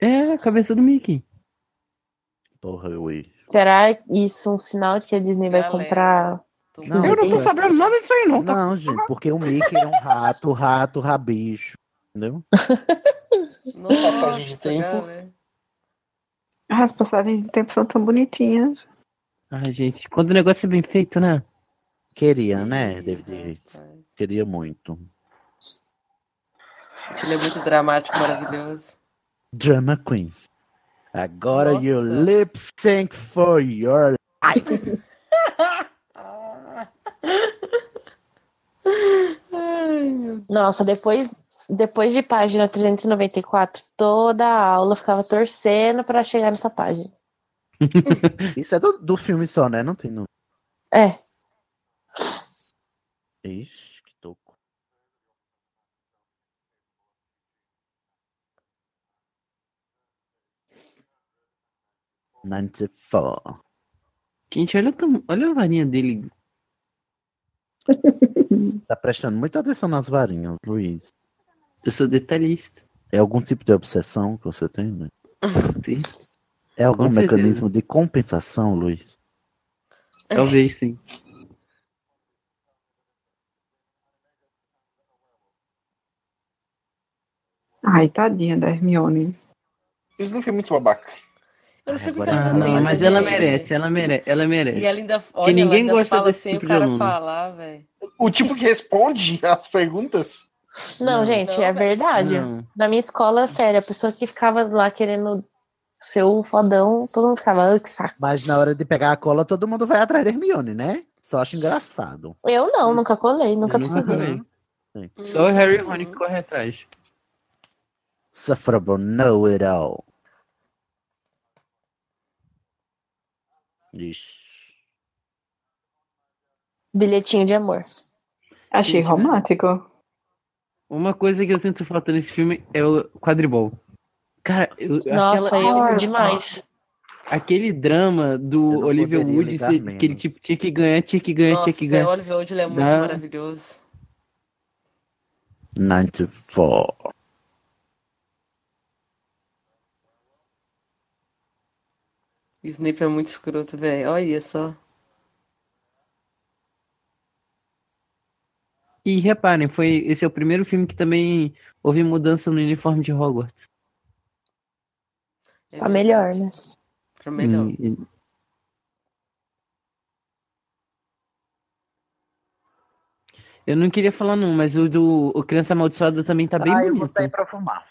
É, a cabeça do Mickey.
Porra, eu ia.
Será isso um sinal de que a Disney vai
Galera,
comprar?
Não, Eu não tô sabendo
nada disso aí,
não. tá? Não, gente, porque o Mickey é um rato, rato, rabicho. Entendeu?
Passagem de tempo.
é,
As passagens de tempo são tão bonitinhas.
Ai, gente, quando o negócio é bem feito, né?
Queria, né, David Yates? Queria muito.
Ele é muito dramático, maravilhoso.
Drama Queen. Agora
Nossa.
you lip sync for your life.
Nossa, depois, depois de página 394, toda a aula ficava torcendo pra chegar nessa página.
Isso é do, do filme só, né? Não tem no.
É.
Ixi, que toco. Ninety four.
Gente, olha, o tam- olha a varinha dele.
Tá prestando muita atenção nas varinhas, Luiz.
Eu sou detalhista.
É algum tipo de obsessão que você tem, né?
Sim.
É algum
Com certeza.
mecanismo de compensação, Luiz?
É.
Talvez sim.
Ai, tadinha da Hermione.
Isso não foi é muito babaca.
Eu não sei porque
Ah,
ela
não,
não é
mas ela merece, ela merece, ela merece.
E ela é ainda,
Porque
olha, ela
ninguém
ainda
gosta
fala
desse
sem
tipo
o
de
cara
aluno.
falar, ah, velho.
O tipo que responde as perguntas.
Não, gente, é verdade.
Não.
Na minha escola, sério, a pessoa que ficava lá querendo ser o fodão, todo mundo ficava, "Ah, que saco.
Mas na hora de pegar a cola, todo mundo vai atrás da Hermione, né? Só acho engraçado.
Eu não, nunca colei, nunca precisei.
né?
Só o Harry e o
Uhum.
Rony que corre atrás.
Sufferable know it all. Ixi.
Bilhetinho de amor.
Achei
Gente, né?
romântico.
Uma coisa que eu sinto falta nesse filme é o quadribol. Cara, eu-
Nossa,
aquela-
eu amo demais.
aquele drama do Olivia
poderia
Wood,
ligar
se-
menos.
que ele tipo, tinha que ganhar, tinha que ganhar,
Nossa,
tinha que ganhar.
velho, o Oliver Wood ele é muito
Dá-
maravilhoso.
94.
O Snape é muito escroto, velho. Olha só.
E reparem, foi, esse é o primeiro filme que também houve mudança no uniforme de Hogwarts.
A melhor, né?
Pra
melhor. Eu não queria falar não, mas o do o Criança Amaldiçoada também tá bem
Ah, eu
bonito.
vou sair pra fumar.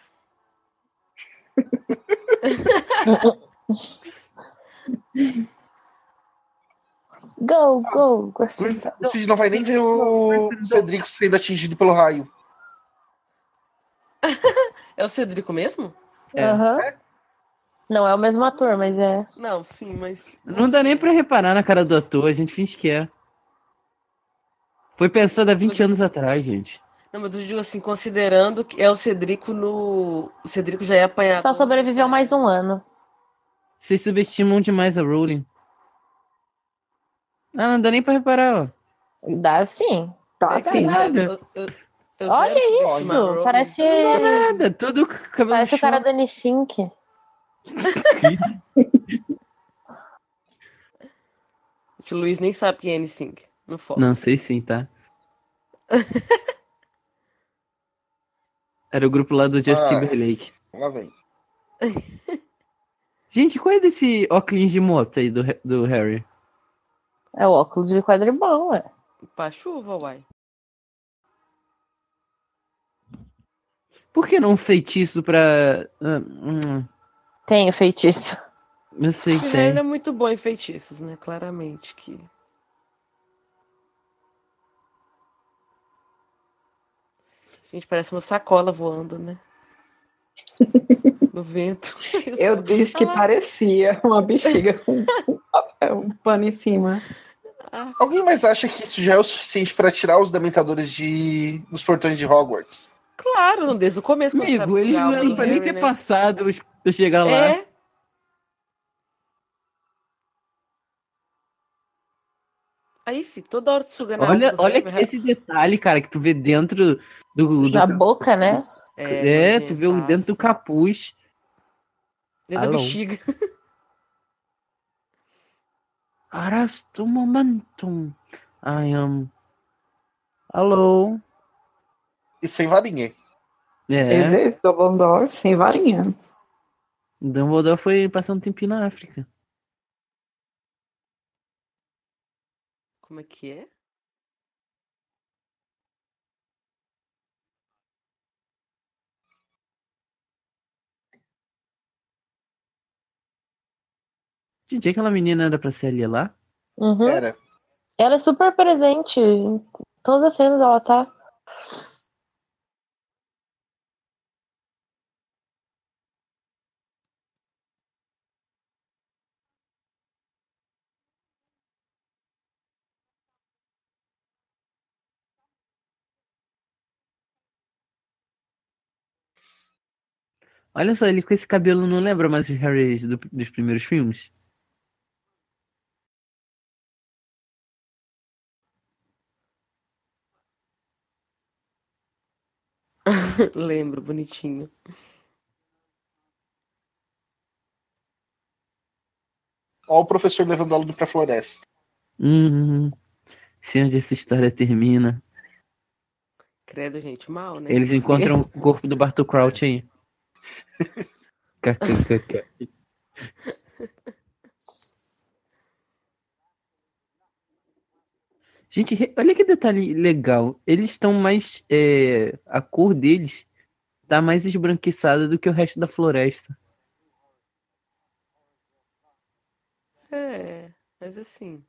Go, go,
Gryffindor. O Cid não vai nem ver o Cedrico sendo atingido pelo raio.
É o Cedrico mesmo?
Aham. Não é o mesmo ator, mas é.
Não, sim, mas.
Não dá nem pra reparar na cara do ator, a gente finge que é. Foi pensado há 20 anos atrás, gente.
Não, mas eu digo assim, considerando que é o Cedrico no. O Cedrico já é apanhado.
Só sobreviveu mais um ano.
Vocês subestimam demais a Rowling. Ah, não dá nem pra reparar,
ó. Dá um. sim.
Tá,
Dá
É nada.
Olha isso! Parece.
Não é nada, todo cabelo
Parece o cara da Nissink.
O Luiz nem sabe quem é N5. Não foco.
Não, sei sim, tá? Era o grupo lá do Justin
Ah.
Timberlake.
Lá vem.
Gente, qual é desse óculos de moto aí do, do Harry?
É o óculos de quadribol, ué.
Pra chuva, uai.
Por que não um feitiço pra. Ah, hum,
Tem o feitiço.
eu sei
O
que
Harry é
tem.
muito bom em feitiços, né? Claramente que. Gente, parece uma sacola voando, né? No vento.
Eu disse que
Ah,
parecia uma bexiga com com papel, um pano em cima.
ah,
Alguém mais acha que isso já é o suficiente pra tirar os dementadores de... dos portões de Hogwarts?
Claro, desde o começo. quando
é
Amigo,
tava
eles não
estudando
eram
o
pra nem
Harry,
ter
né?
passado pra chegar lá.
É. Aí, fi, toda hora sugando
Olha, olha que esse detalhe, cara, que tu vê dentro do. do
Na boca, né?
É, tu vê o dentro do capuz.
Dentro da
Alô.
bexiga.
Arasto um momentum. I am.
Alô?
E sem varinha.
É.
Existe Dumbledore sem varinha.
Dumbledore foi passar um tempinho na África.
Como é que é?
Gente, aquela menina era pra ser ali lá?
Uhum.
Era.
Ela é super presente. Em todas as cenas ela tá.
Olha só, ele com esse cabelo não lembra mais os Harrys do- dos primeiros filmes?
Lembro, bonitinho.
Ó o professor levando o aluno pra floresta.
Uhum. Hum, sei onde essa história termina.
Credo, gente, mal, né?
Eles encontram o corpo do Bartu Crouch aí. KKKK. Gente, re- olha que detalhe legal. Eles estão mais. é, a cor deles tá mais esbranquiçada do que o resto da floresta.
É, mas assim.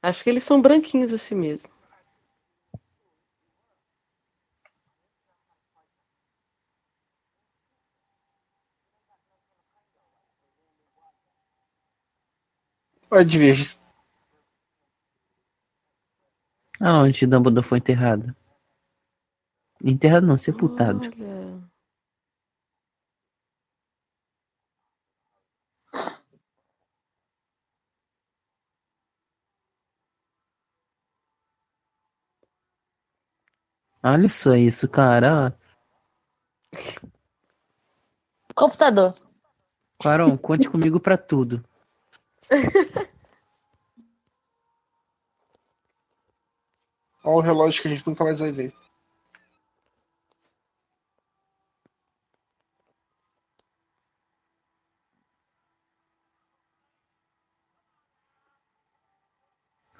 Acho que eles são branquinhos assim mesmo.
Pode ver. Gis-
Aonde Dumbledore foi enterrado? Enterrado não, sepultado.
Olha.
Olha só isso, cara.
Computador.
Quaron, conte comigo pra tudo.
Olha o tá um relógio que a gente nunca mais vai ver.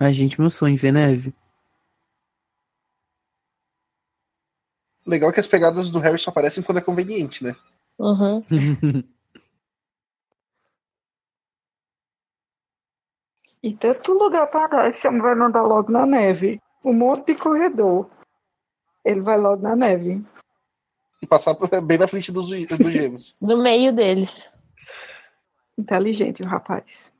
Ai, gente, meu sonho, ver neve.
Legal é que as pegadas do Harry só aparecem quando é conveniente, né?
Uhum.
E tanto lugar pra dar, esse homem vai mandar logo na neve. Um monte de corredor. Ele vai logo na neve.
E passar por- bem na frente dos, dos gêmeos.
No meio deles.
Inteligente o rapaz.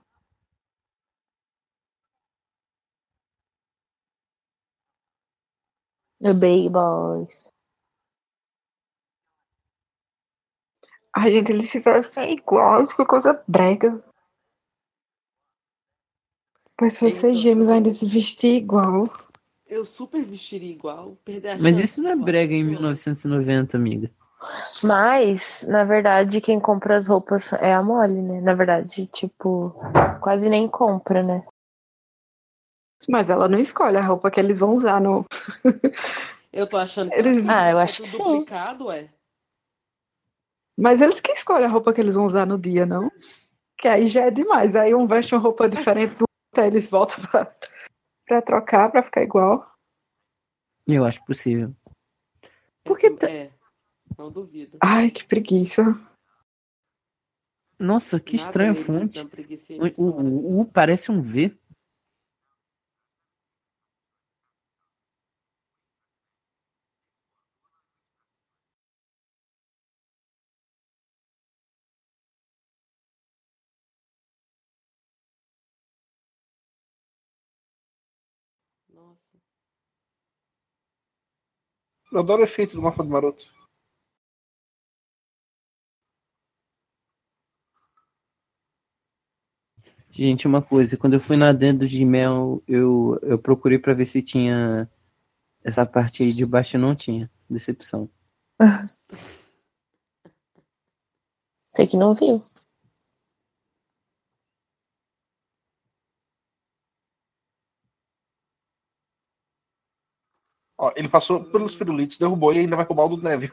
The Big Boys.
Ai, gente, eles se vestem iguais, que coisa brega. Pessoas sem gêmeos ainda se vestir igual.
Eu super vestiria igual, perder a
Mas
chance.
isso não é brega em 1990, amiga.
Mas, na verdade, quem compra as roupas é a Molly, né? Na verdade, tipo, quase nem compra, né?
Mas ela não escolhe a roupa que eles vão usar no.
Eu tô achando que
Eles-
ela-
Ah, eu
é
acho que sim.
duplicado, é.
Mas eles que escolhem a roupa que eles vão usar no dia, não? Que aí já é demais. Aí um veste uma roupa diferente do outro, aí eles voltam pra, pra trocar, pra ficar igual.
Eu acho possível.
Porque
tá-
é, não duvido.
Ah,
Ai, que preguiça.
Nossa, que
Nada
estranho a
deles,
fonte.
então, preguiça
O, o- o U parece um V.
Nossa.
Eu adoro o efeito do mapa do maroto.
Gente, uma coisa, quando eu fui na dentro de mel, eu, eu procurei pra ver se tinha essa parte aí de baixo e não tinha. Decepção.
Você que não viu.
Ó, ele passou pelos pirulitos, derrubou e ainda vai pro baldo do neve.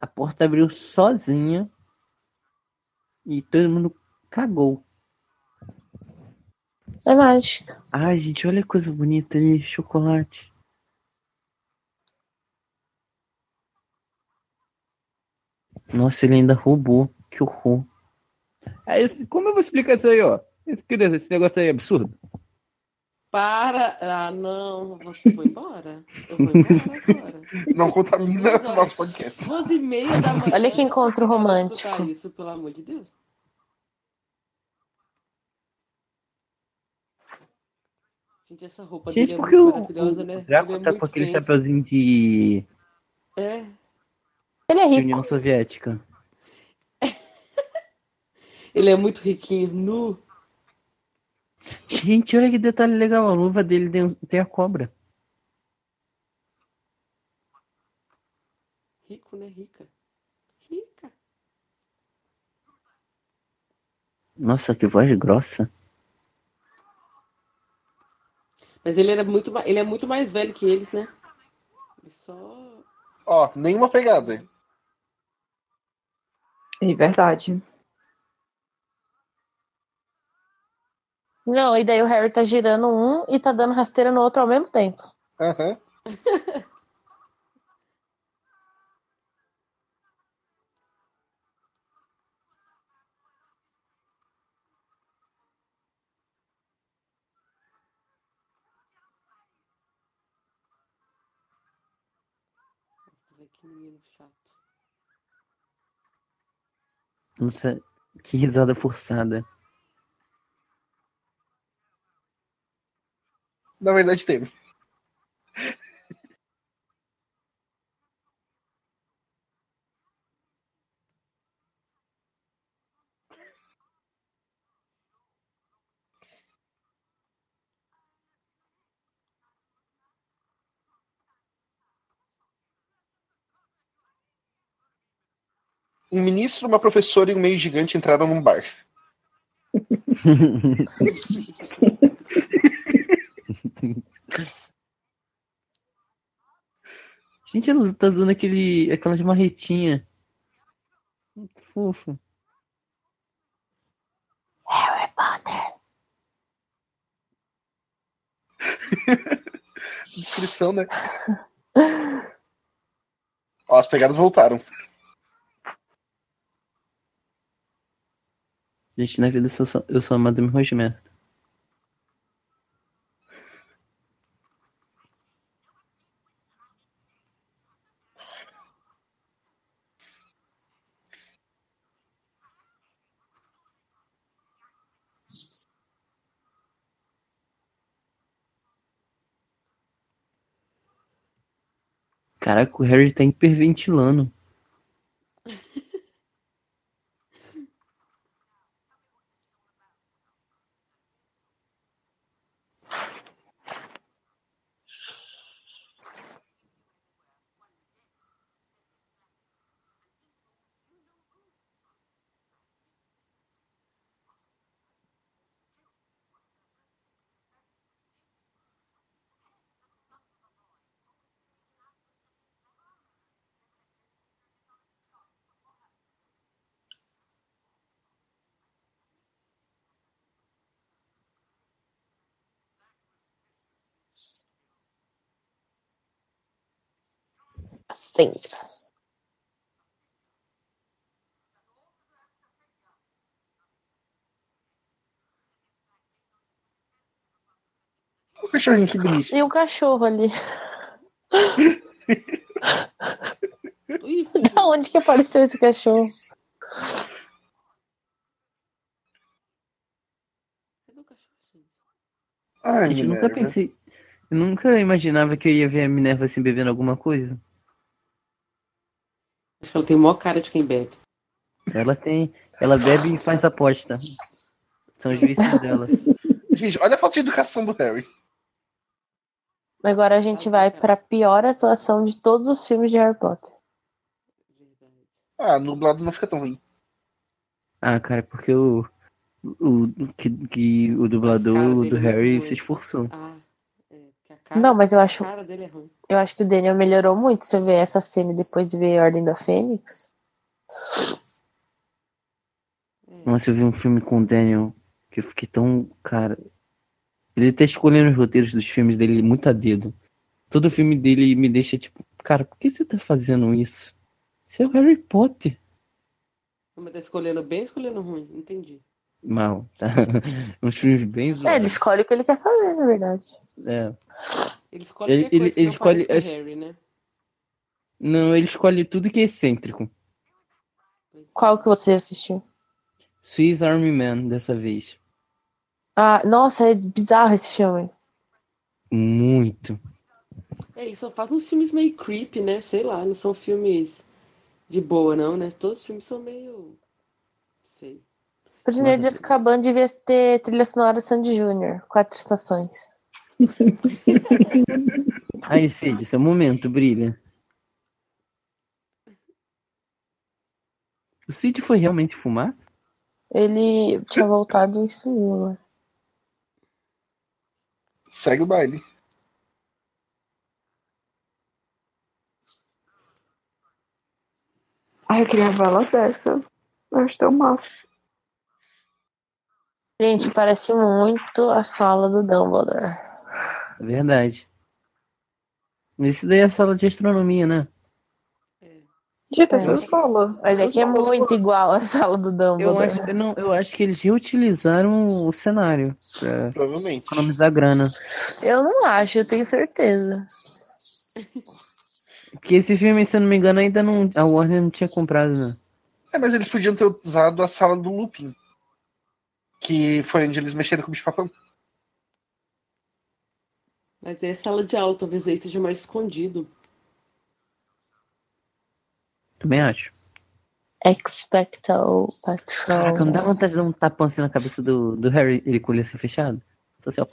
A porta abriu sozinha e todo mundo cagou.
É mágica.
Ai, gente, olha que coisa bonita ali, chocolate. Nossa, ele ainda roubou. Que horror. É isso, como eu vou explicar isso aí, ó? Esse, criança, esse negócio aí é absurdo.
Para. Ah, não. Você foi embora. Eu vou embora agora.
Não contamina o nosso podcast.
Duas e meia da manhã.
Olha que encontro romântico.
escutar isso, pelo amor de Deus. Gente, essa roupa
Gente,
dele é
por que
muito
o,
maravilhosa, né?
o Draco
Ele é
tá
muito
com aquele
fancy.
chapeuzinho de,
É.
Ele é
de
rico.
União Soviética?
Ele é muito riquinho, nu.
Gente, olha que detalhe legal. A luva dele tem, tem a cobra.
Rico, né? Rica. Rica.
Nossa, que voz grossa.
Mas ele, era muito, ma- ele é muito mais velho que eles, né? Ele só...
Ó, nenhuma pegada.
É verdade.
Não, e daí o Harry tá girando um e tá dando rasteira no outro ao mesmo tempo.
Aham.
Que menino chato.
Nossa, que risada forçada.
Na verdade, teve. Um ministro, uma professora e um meio gigante entraram num bar.
Gente, ela tá usando aquele, aquelas marretinhas. Muito fofo.
Harry Potter.
Descrição, né? Ó, as pegadas voltaram.
Gente, na vida eu sou, só- eu sou a Madame Rosemary. Caraca, o Harry tá hiperventilando.
Sim.
O cachorrinho que brilha.
E o cachorro ali. da onde que apareceu esse cachorro?
Ai, né?
Gente, eu nunca
Minerva.
pensei. Eu nunca imaginava que eu ia ver a Minerva assim bebendo alguma coisa.
Acho que ela tem maior cara de quem bebe.
Ela tem. Ela bebe e faz aposta. São os vícios dela.
Gente, olha a falta de educação do Harry.
Agora a gente vai pra pior atuação de todos os filmes de Harry Potter.
Ah, nublado não fica tão ruim.
Ah, cara, porque o. O, que, que o dublador do Harry se esforçou.
Ah.
Não, mas eu acho.
Ah, é, A cara dele é ruim.
Eu acho que o Daniel melhorou muito. Se eu ver essa cena e depois de ver a Ordem da Fênix.
Nossa, eu vi um filme com o Daniel que eu fiquei tão. Cara. Ele tá escolhendo os roteiros dos filmes dele muito a dedo. Todo filme dele me deixa tipo, cara, por que você tá fazendo isso? Você é o Harry Potter.
Mas tá escolhendo bem, escolhendo ruim. Entendi.
Mal, tá? Uns filmes bem
É,
zoados.
ele escolhe o que ele quer fazer, na verdade.
É.
Ele escolhe
Ele-
qualquer coisa
ele-
que
ele
não pareça
escolhe
com o
as-
Harry, né?
Não, ele escolhe tudo que é excêntrico.
Qual que você assistiu?
Swiss Army Man, dessa vez.
Ah, nossa, é bizarro esse filme.
Muito.
É, ele só faz uns filmes meio creepy, né? Sei lá, não são filmes de boa, não, né? Todos os filmes são meio. Sei.
Prisioneiro de
Nossa,
Azkaban devia ter trilha sonora Sandy Júnior, quatro estações.
Aí, Cid, seu momento, brilha. O Cid foi realmente fumar?
Ele tinha voltado e sumiu, né?
Segue o baile.
Ai, eu queria uma vela dessa. Eu acho tão massa.
Gente, parece muito a sala do Dumbledore.
Verdade. Isso daí é a sala de astronomia, né?
Gente, essa escola.
Mas é que é muito igual a sala do Dumbledore.
Eu acho, eu não, eu acho que eles reutilizaram o cenário pra Provavelmente. economizar grana.
Eu não acho, eu tenho certeza.
Porque esse filme, se eu não me engano, ainda não. A Warner não tinha comprado, né?
É, mas eles podiam ter usado a sala do Lupin. Que foi onde eles mexeram com o bicho papão.
Mas é sala de aula, talvez aí seja mais escondido.
Também acho.
Expecto Patrol.
Caraca, não dá vontade de dar um tapão assim na cabeça do, do Harry, ele com o olho fechado? Só assim, ó.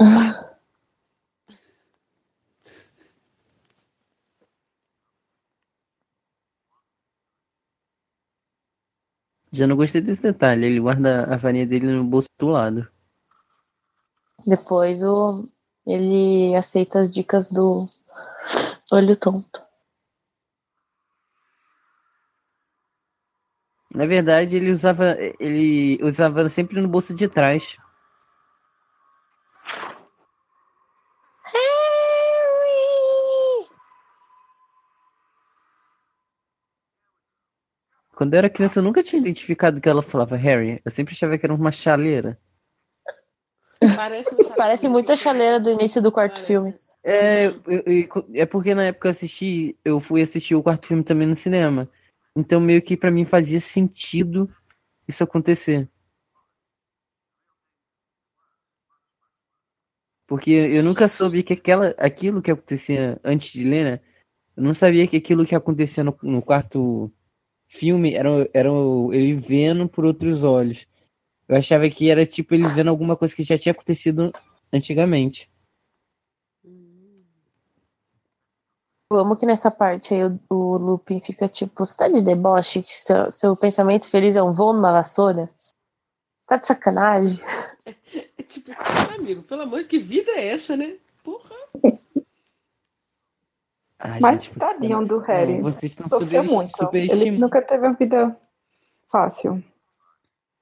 Já não gostei desse detalhe. Ele guarda a varinha dele no bolso do lado.
Depois o... ele aceita as dicas do olho tonto.
Na verdade, ele usava ele usava sempre no bolso de trás.
Harry!
Quando eu era criança, eu nunca tinha identificado que ela falava Harry. Eu sempre achava que era uma chaleira.
Parece, uma chaleira.
Parece muito a chaleira do início do quarto
Parece.
filme.
É, eu- eu- é porque na época eu assisti, eu fui assistir o quarto filme também no cinema. Então meio que pra mim fazia sentido isso acontecer. Porque eu nunca soube que aquela, aquilo que acontecia antes de Lena, eu não sabia que aquilo que acontecia no, no quarto filme era, o- era o- ele vendo por outros olhos. Eu achava que era tipo ele vendo alguma coisa que já tinha acontecido antigamente.
Eu amo que nessa parte aí o, o Lupin fica tipo, você tá de deboche? Que seu, seu pensamento feliz é um voo numa vassoura? Tá de sacanagem?
É tipo, amigo, pelo amor de que vida é essa, né? Porra.
Ai,
Mas
gente, vocês
tadinho
estão-
do Harry.
Não, vocês estão
Sofreu
subestim-
muito. Ele
superestim-
nunca teve uma vida fácil.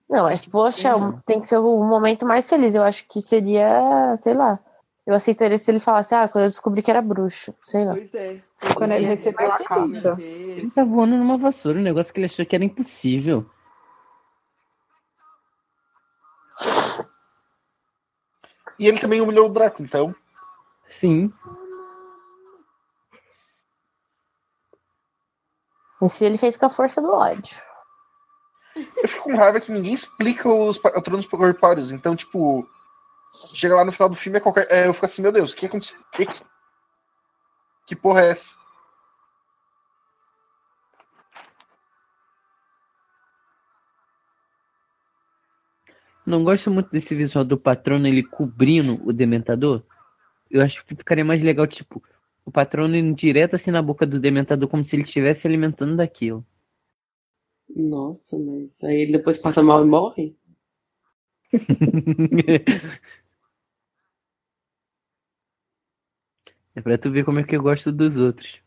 Não, mas poxa, um, tem que ser o momento mais feliz. Eu acho que seria, sei lá. Eu aceitaria se ele falasse, ah, quando eu descobri que era bruxo. Sei lá.
Pois é.
Quando ele recebeu a carta.
Ele tá voando numa vassoura, um negócio que ele achou que era impossível.
E ele também humilhou o Draco, então.
Sim.
Esse ele fez com a força do ódio.
Eu fico com raiva que ninguém explica os pa- patronos corpóreos. Então, tipo, chega lá no final do filme, é qualquer... é, eu fico assim, meu Deus, o que aconteceu? Que, que- que porra é essa?
Não gosto muito desse visual do patrono ele cobrindo o dementador. Eu acho que ficaria mais legal, tipo, o patrono indo direto assim na boca do dementador, como se ele estivesse se alimentando daquilo.
Nossa, mas aí ele depois passa mal e morre?
é pra tu ver como é que eu gosto dos outros.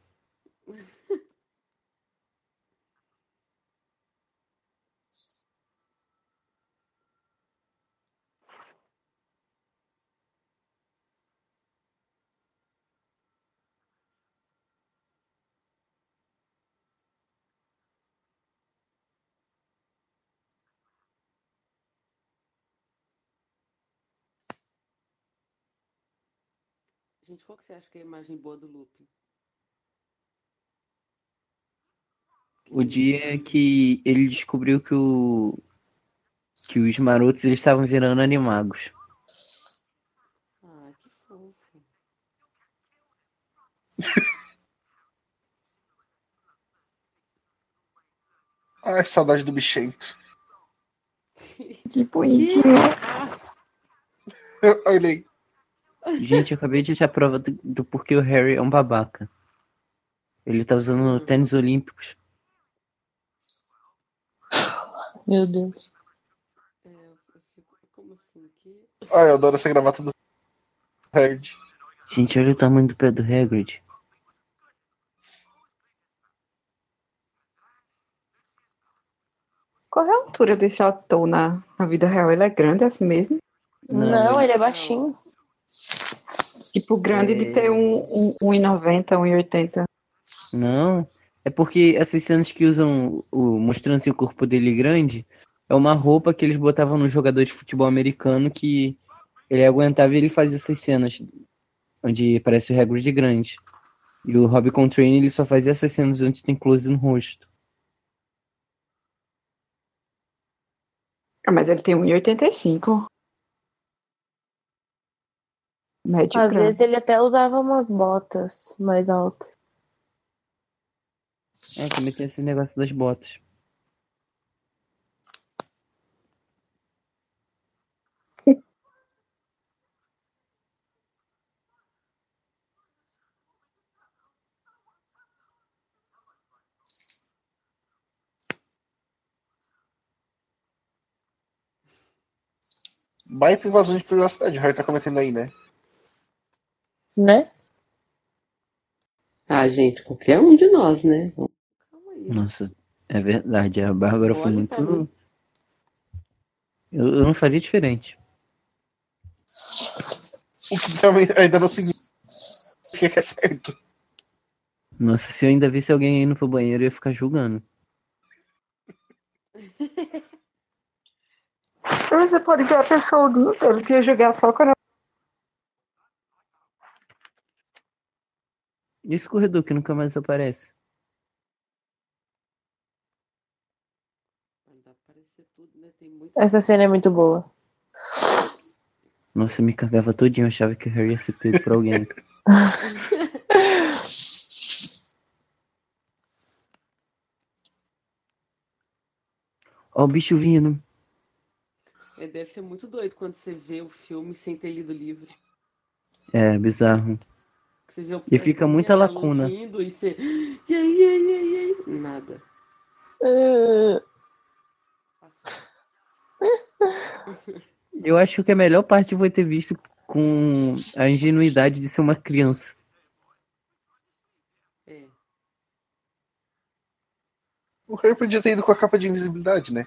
Gente, qual que você acha que é a imagem boa do Lupin?
O dia que ele descobriu que o que os marotos eles estavam virando animagos.
Ah, que fofo.
Ai, saudade do bichento.
Que bonitinho.
Ah,
Olhei.
Gente, eu acabei de achar a prova do, do porquê o Harry é um babaca. Ele tá usando tênis olímpicos.
Meu Deus.
é, assim,
Ai, eu adoro essa gravata do. Hagrid.
Gente, olha o tamanho do pé do Hagrid.
Qual é a altura desse ator na, na vida real? Ele é grande assim mesmo?
Não, Não, ele é baixinho.
Tipo, grande de ter um, um, 1,90, 1,80.
Não. É porque essas cenas que usam o mostrando assim, o corpo dele grande é uma roupa que eles botavam no jogador de futebol americano que ele aguentava e ele fazia essas cenas onde parece o Hagrid grande. E o Rob Contrain ele só fazia essas cenas onde tem close no rosto.
Ah, mas ele tem 1,85. Médio
Às
grande.
vezes ele até usava umas botas mais altas.
É, também tem esse negócio das botas.
Baita invasão de privacidade, o Harry tá cometendo aí, né?
Né?
Ah, gente, qualquer um de nós, né?
Nossa, é verdade. A Bárbara foi
Olha pra
muito.
mim.
Eu, eu não faria diferente.
O que também ainda não seguiu. O que é que é certo?
Nossa, se eu ainda visse alguém indo pro banheiro, eu ia ficar julgando.
Mas Você pode ver a pessoa o dia inteiro, tinha jogar só quando
E esse corredor que nunca mais aparece?
né?
Essa cena é muito boa.
Nossa, eu me cagava todinho, eu achava que o Harry ia ser pego por alguém. Ó, o bicho vindo.
É, deve ser muito doido quando você vê o filme sem ter lido o livro.
É, bizarro.
Você vê o
E fica muita
a luz
lacuna.
vindo e você. E aí, e aí, e aí, e aí? Nada.
Eu acho que a melhor parte foi ter visto com a ingenuidade de ser uma criança.
É.
O Harry podia ter ido com a capa de invisibilidade, né?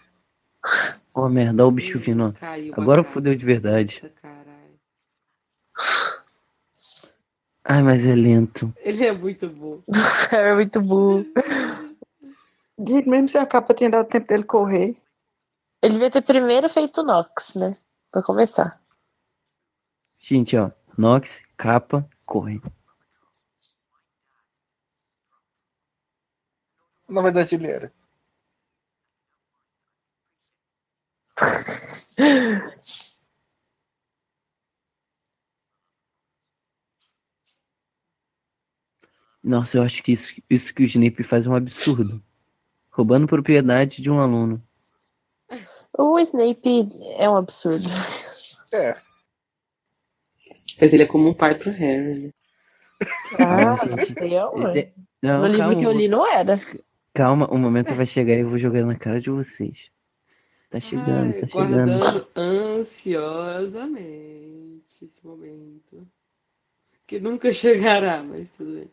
Ó, merda, ó, o bicho vindo. ó.
Caiu a
Agora
cara.
fodeu de verdade.
Caralho.
Ai, mas é lento.
Ele é muito bom.
é muito burro.
Digo, mesmo se a capa tinha dado tempo dele correr.
Ele devia ter primeiro feito o Nox, né? Pra começar.
Gente, ó. Nox, capa, corre.
Na verdade, ele era.
Nossa, eu acho que isso, isso que o Snape faz é um absurdo. Roubando propriedade de um aluno.
O Snape é um absurdo.
É.
Mas ele é como um pai pro Harry, né?
Ah,
gente.
eu,
Ele é um
mano.
tem- Não,
no livro
calma,
que eu
vou-
li
é?
não era.
Calma, o momento vai chegar e eu vou jogar na cara de vocês. Tá chegando, tá chegando.
Guardando ansiosamente esse momento. Que nunca chegará, mas tudo bem.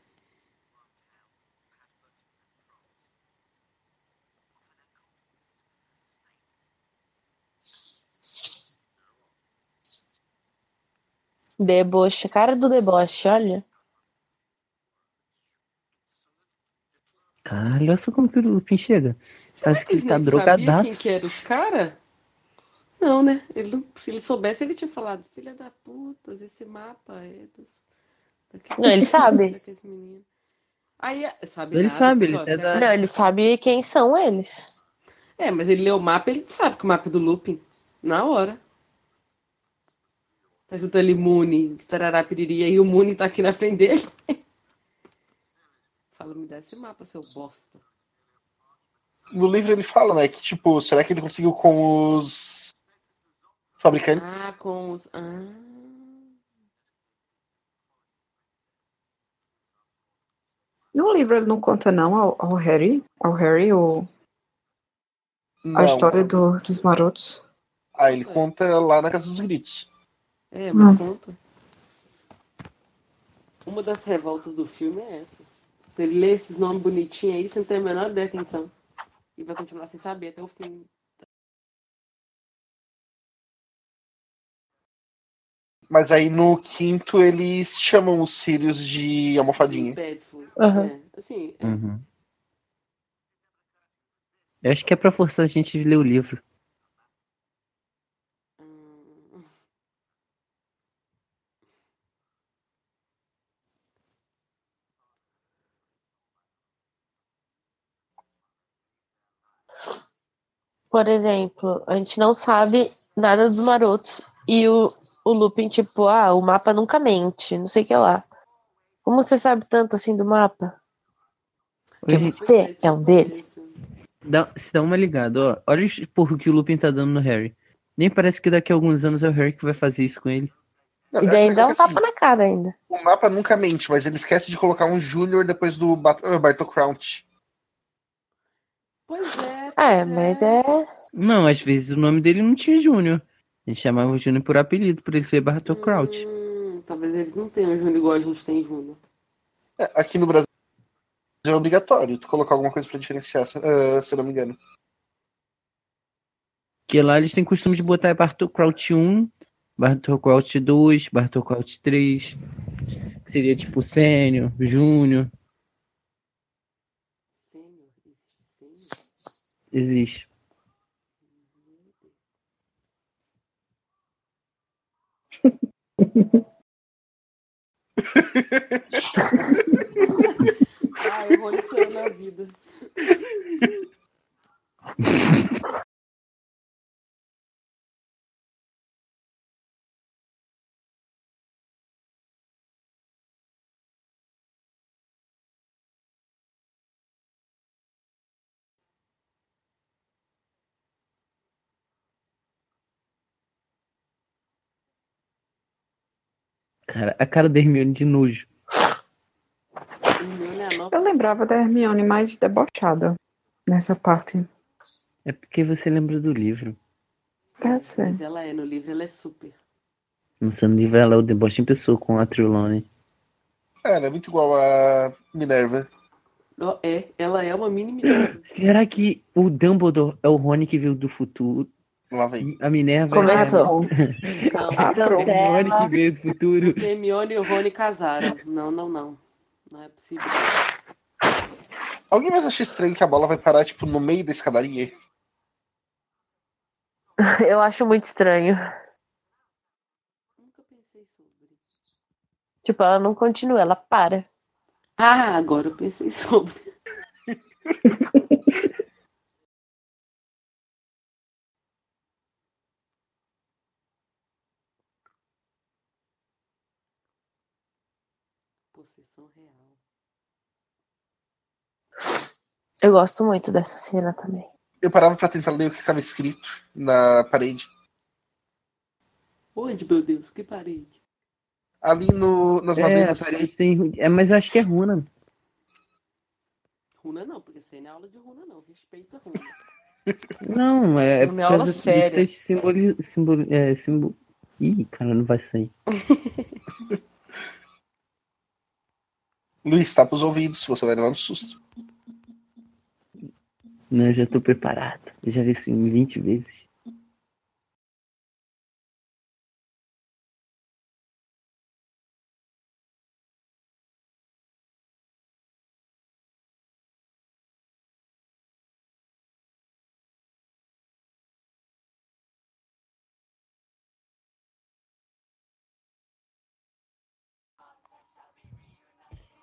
Deboche, cara do deboche, olha.
Caralho, olha só como que o Lupin chega. Parece que ele tá
Snape sabia quem
drogadaço.
que era os caras? Não, né? Ele não- se ele soubesse, ele tinha falado, filha da puta, esse mapa é dos... daquele-
Não, ele sabe.
daqueles meninos." Aí, sabe
Ele
nada,
sabe, ele
pô,
é
até
você
dá-
acaba-
Não, ele sabe quem são eles.
É, mas ele leu o mapa, ele sabe que o mapa é do Lupin. Na hora. Tá junto ali Muni, tarará, piriri, e o Muni tá aqui na frente dele. Fala, me dá esse mapa, seu bosta.
No livro ele fala, né? Que tipo, será que ele conseguiu com os fabricantes?
Ah, com os... Ah,
No livro ele não conta, não, ao, ao Harry. Ao Harry, o, a
Não.
história do- dos marotos.
Ah, ele conta lá na Casa dos Gritos.
é,
Não.
mas conta. Uma das revoltas do filme é essa. Você lê esses nomes bonitinhos aí, você não tem a menor ideia quem são. E vai continuar sem saber até o fim.
Mas aí no quinto eles chamam os Sirius de almofadinha.
Bedford.
Aham.
É, assim,
Hum.
Uhum. Eu acho que é pra forçar a gente a ler o livro.
Ah,
Por exemplo, a gente não sabe nada dos marotos e o, o Lupin, tipo, ah, o mapa nunca mente, não sei o que lá. Como você sabe tanto assim do mapa? Porque
Ele-
você é um deles.
Dá, se dá uma ligada, ó. Olha o porro que o Lupin tá dando no Harry. Nem parece que daqui a alguns anos é o Harry que vai fazer isso com ele.
Não,
E
eu
daí
acho
dá um
legal que, é
tapa na cara ainda.
assim, O mapa nunca mente, mas ele esquece de colocar um Júnior depois do Bat- uh, Bartol Crouch.
Pois é.
É, mas é.
Não, às vezes o nome dele não tinha Júnior. A gente chamava o Júnior por apelido, por ele ser Bartol Crouch.
Hum, talvez eles não tenham Júnior igual a gente tem Júnior.
É, aqui no Brasil é obrigatório tu colocar alguma coisa pra diferenciar, se, uh, se eu não me engano.
Porque lá eles têm costume de botar Bartol Crouch 1, Bartol Crouch 2, Bartol Crouch 3. Que seria tipo Sênior, Júnior. Existe.
Ah, eu vou nisso aí na vida.
Cara, a cara da Hermione de nojo.
é
Eu lembrava da Hermione mais debochada nessa parte.
É porque você lembra do livro.
Deve ser.
Mas ela é, no livro ela é super.
No seu livro ela é o deboche em pessoa com a Trelawney.
É, ela é muito igual a Minerva.
Não, é, ela é uma mini menina.
Será que o Dumbledore é o Rony que veio do futuro?
Lá vem.
A Minerva
Começou.
Não,
Ah.
é o Rony que veio do futuro.
Hermione e o Rony casaram. Não, não, não. Não é possível.
Alguém mais acha estranho que a bola vai parar, tipo, no meio da escadaria?
Eu acho muito estranho. Tipo, ela não continua, ela para.
Ah, agora eu pensei sobre. Possessão real.
Eu gosto muito dessa cena também.
Eu parava pra tentar ler o que tava escrito na parede.
Onde, meu Deus? Que parede?
Ali no, nas
É, a
madeiras.
parede tem. É, mas eu acho que é runa.
Runa não, porque você não é aula de runa, não. Respeita a runa.
Não, é. é
Não,
por
é aula
causa de
séria.
texto Simboli... Simboli... É, simbo... Ih, cara, não vai sair.
Luiz, tapa os ouvidos, você vai levar um susto.
Não, eu já tô preparado. Eu já vi isso em 20 vezes.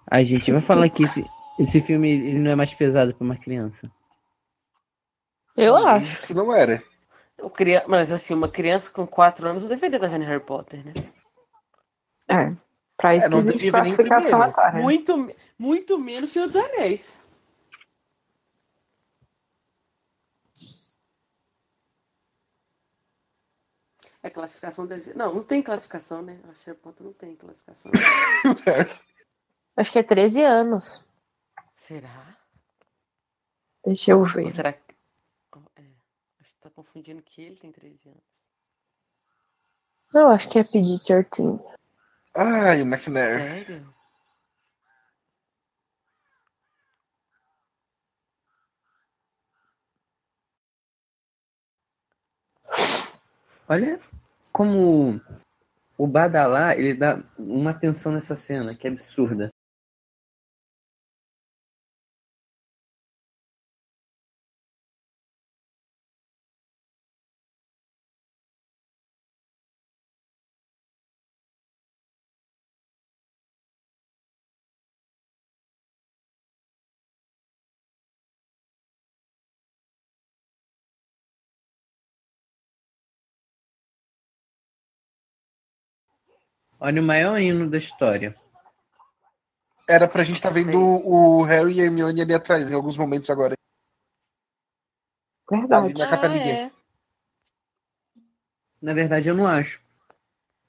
A gente vai falar que esse, esse filme ele não é mais pesado pra uma criança.
Eu
acho. que não era.
Eu queria... Mas assim, uma criança com 4 anos não deveria estar vendo Harry Potter, né?
É. Pra isso
É,
que
não
existe
devia nem
classificação
primeiro.
etária. né?
Muito, me- muito menos Senhor dos Anéis. É classificação deve. Não, não tem classificação, né? Acho que Harry Potter não tem classificação.
Acho que é 13 anos.
Será?
Deixa eu ver.
Ou será que. Oh, é. Acho que tá confundindo que ele tem 13 anos.
Eu acho que é pedir 13.
Ai, o McNair.
Sério?
Olha como o Badalá, ele dá uma atenção nessa cena, que é absurda. Olha o maior hino da história.
Era pra gente estar tá vendo o Harry e a Hermione ali atrás, em alguns momentos agora.
Verdade.
Ali na capelinha.
é.
Na verdade, eu não acho.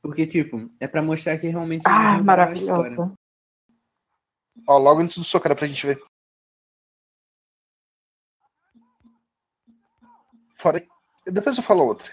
Porque, tipo, é pra mostrar que realmente...
Ah,
não é a história.
maravilhosa.
Ó, logo antes do soco, era pra gente ver. Fora. Depois eu falo outra.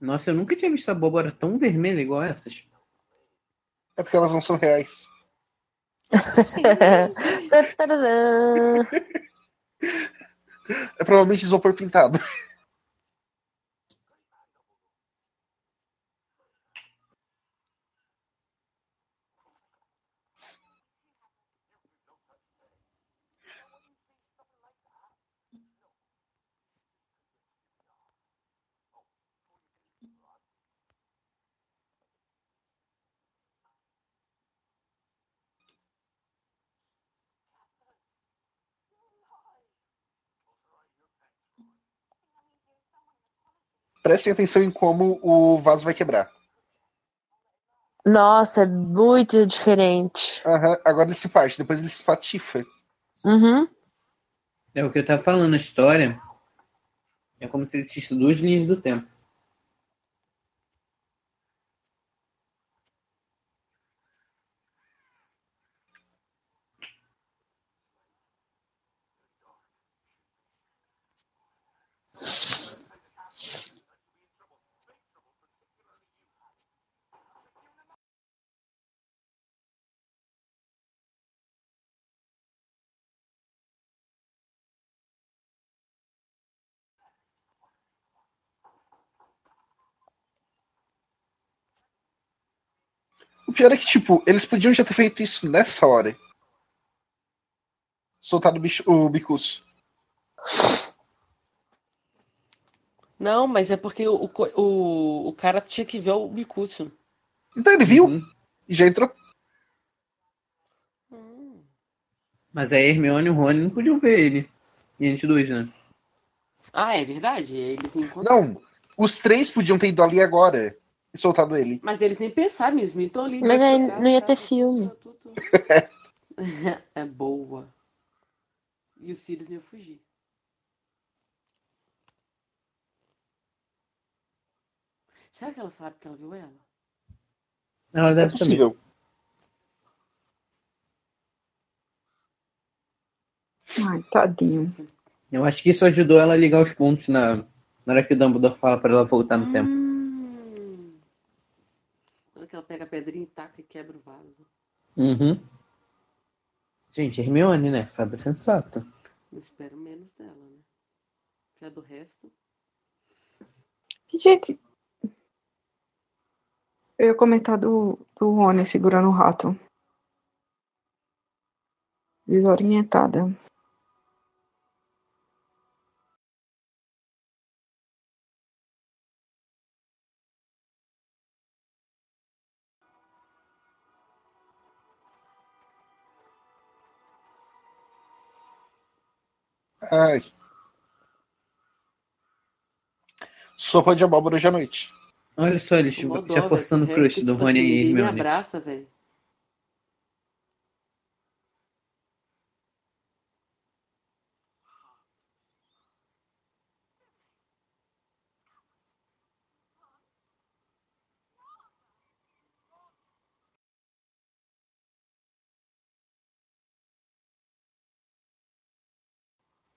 Nossa, eu nunca tinha visto a abóbora tão vermelha igual essas.
É porque elas não são reais.
Tatarã.
É provavelmente isopor pintado. Prestem atenção em como o vaso vai quebrar.
Nossa, é muito diferente.
Aham, agora ele se parte, depois ele se fatifa.
Uhum.
É o que eu tava falando, a história é como se existissem duas linhas do tempo.
O pior é que, tipo, eles podiam já ter feito isso nessa hora. Soltado o, bicho, o bicuço.
Não, mas é porque o, co- o, o cara tinha que ver o Bicúcio.
Então ele viu
Uhum.
e já entrou.
Mas aí a Hermione e o Rony não podiam ver ele. E a gente dois, né?
Ah, é verdade? Eles encontram.
Não, os três podiam ter ido ali agora e soltado ele.
Mas eles nem pensaram nisso, então ali.
Mas
dois
aí
olharam,
não ia
sabe?
ter filme.
é boa. E o Sirius ia fugir. Será que ela sabe que ela viu ela?
Ela deve
é possível.
Ai, tadinho.
Eu acho que isso ajudou ela a ligar os pontos na, na hora que o Dumbledore fala pra ela voltar
Hum.
no um tempo.
Hum. Quando que ela pega a pedrinha e taca e quebra o vaso.
Uhum. Gente, Hermione, né? Fada sensata.
Não espero menos dela, né? Já do resto.
Gente, eu ia comentar do, do Rony segurando o rato. Desorientada.
Ai. Sopa de abóbora hoje à noite.
Olha só, eles
Mó dó,
já
velho,
forçando o
que,
crush
tipo
do Rony
assim,
e
ninguém me
Hermione.
abraça, velho.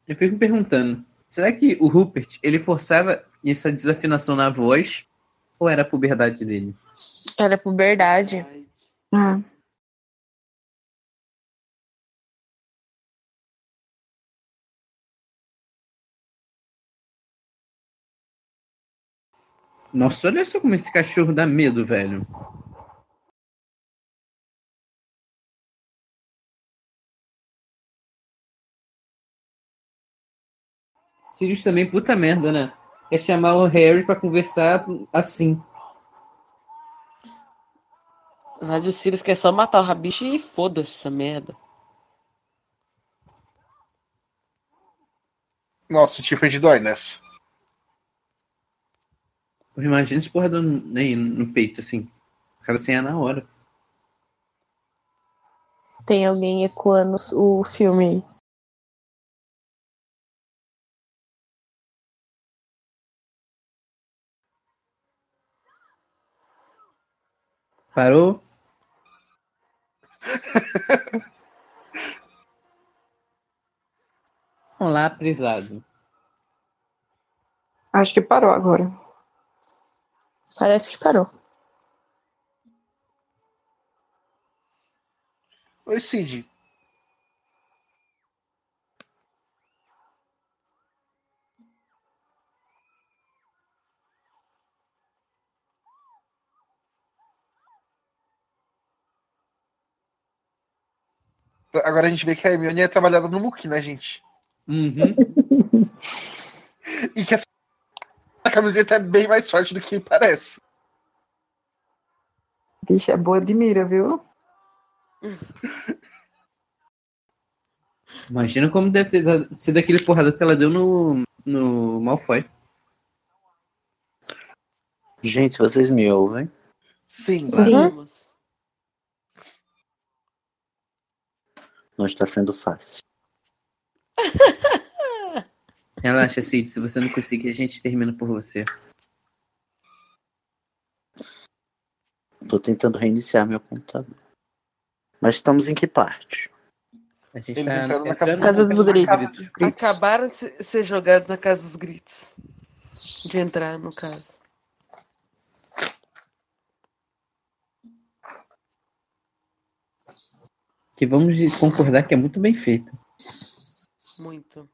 Eu fico me perguntando, será que o Rupert, ele forçava essa desafinação na voz ou era a puberdade dele?
Era puberdade.
Ah.
Nossa, olha só como esse cachorro dá medo, velho. Sirius também, puta merda, né? Quer chamar o Harry pra conversar assim.
Na verdade, o Sirius quer é só matar o Rabicho e foda-se essa merda.
Nossa, tipo de dói nessa.
Imagina esse porra dando aí no peito, assim. O cara sem ar na hora.
Tem alguém ecoando o filme.
Parou? Olá, prezado.
Acho que parou agora.
Parece que parou.
Oi, Cid. Agora a gente vê que a Hermione é trabalhada no Muki, né, gente?
Uhum.
E que essa camiseta é bem mais forte do que parece.
Bicho, é boa de mira, viu?
Imagina como deve ter dado- sido aquele porrada que ela deu no, no Malfoy.
Gente, vocês me ouvem?
Sim.
Sim.
Não está sendo fácil.
Relaxa, Cid. assim, Se você não conseguir, a gente termina por você.
Estou tentando reiniciar meu computador. Mas estamos em que parte?
A
gente
Eles
tá
entraram
na
casa- Casa dos gritos.
Acabaram de se- ser jogados na casa dos gritos. De entrar, no caso.
Que vamos concordar que é muito bem feita.
Muito.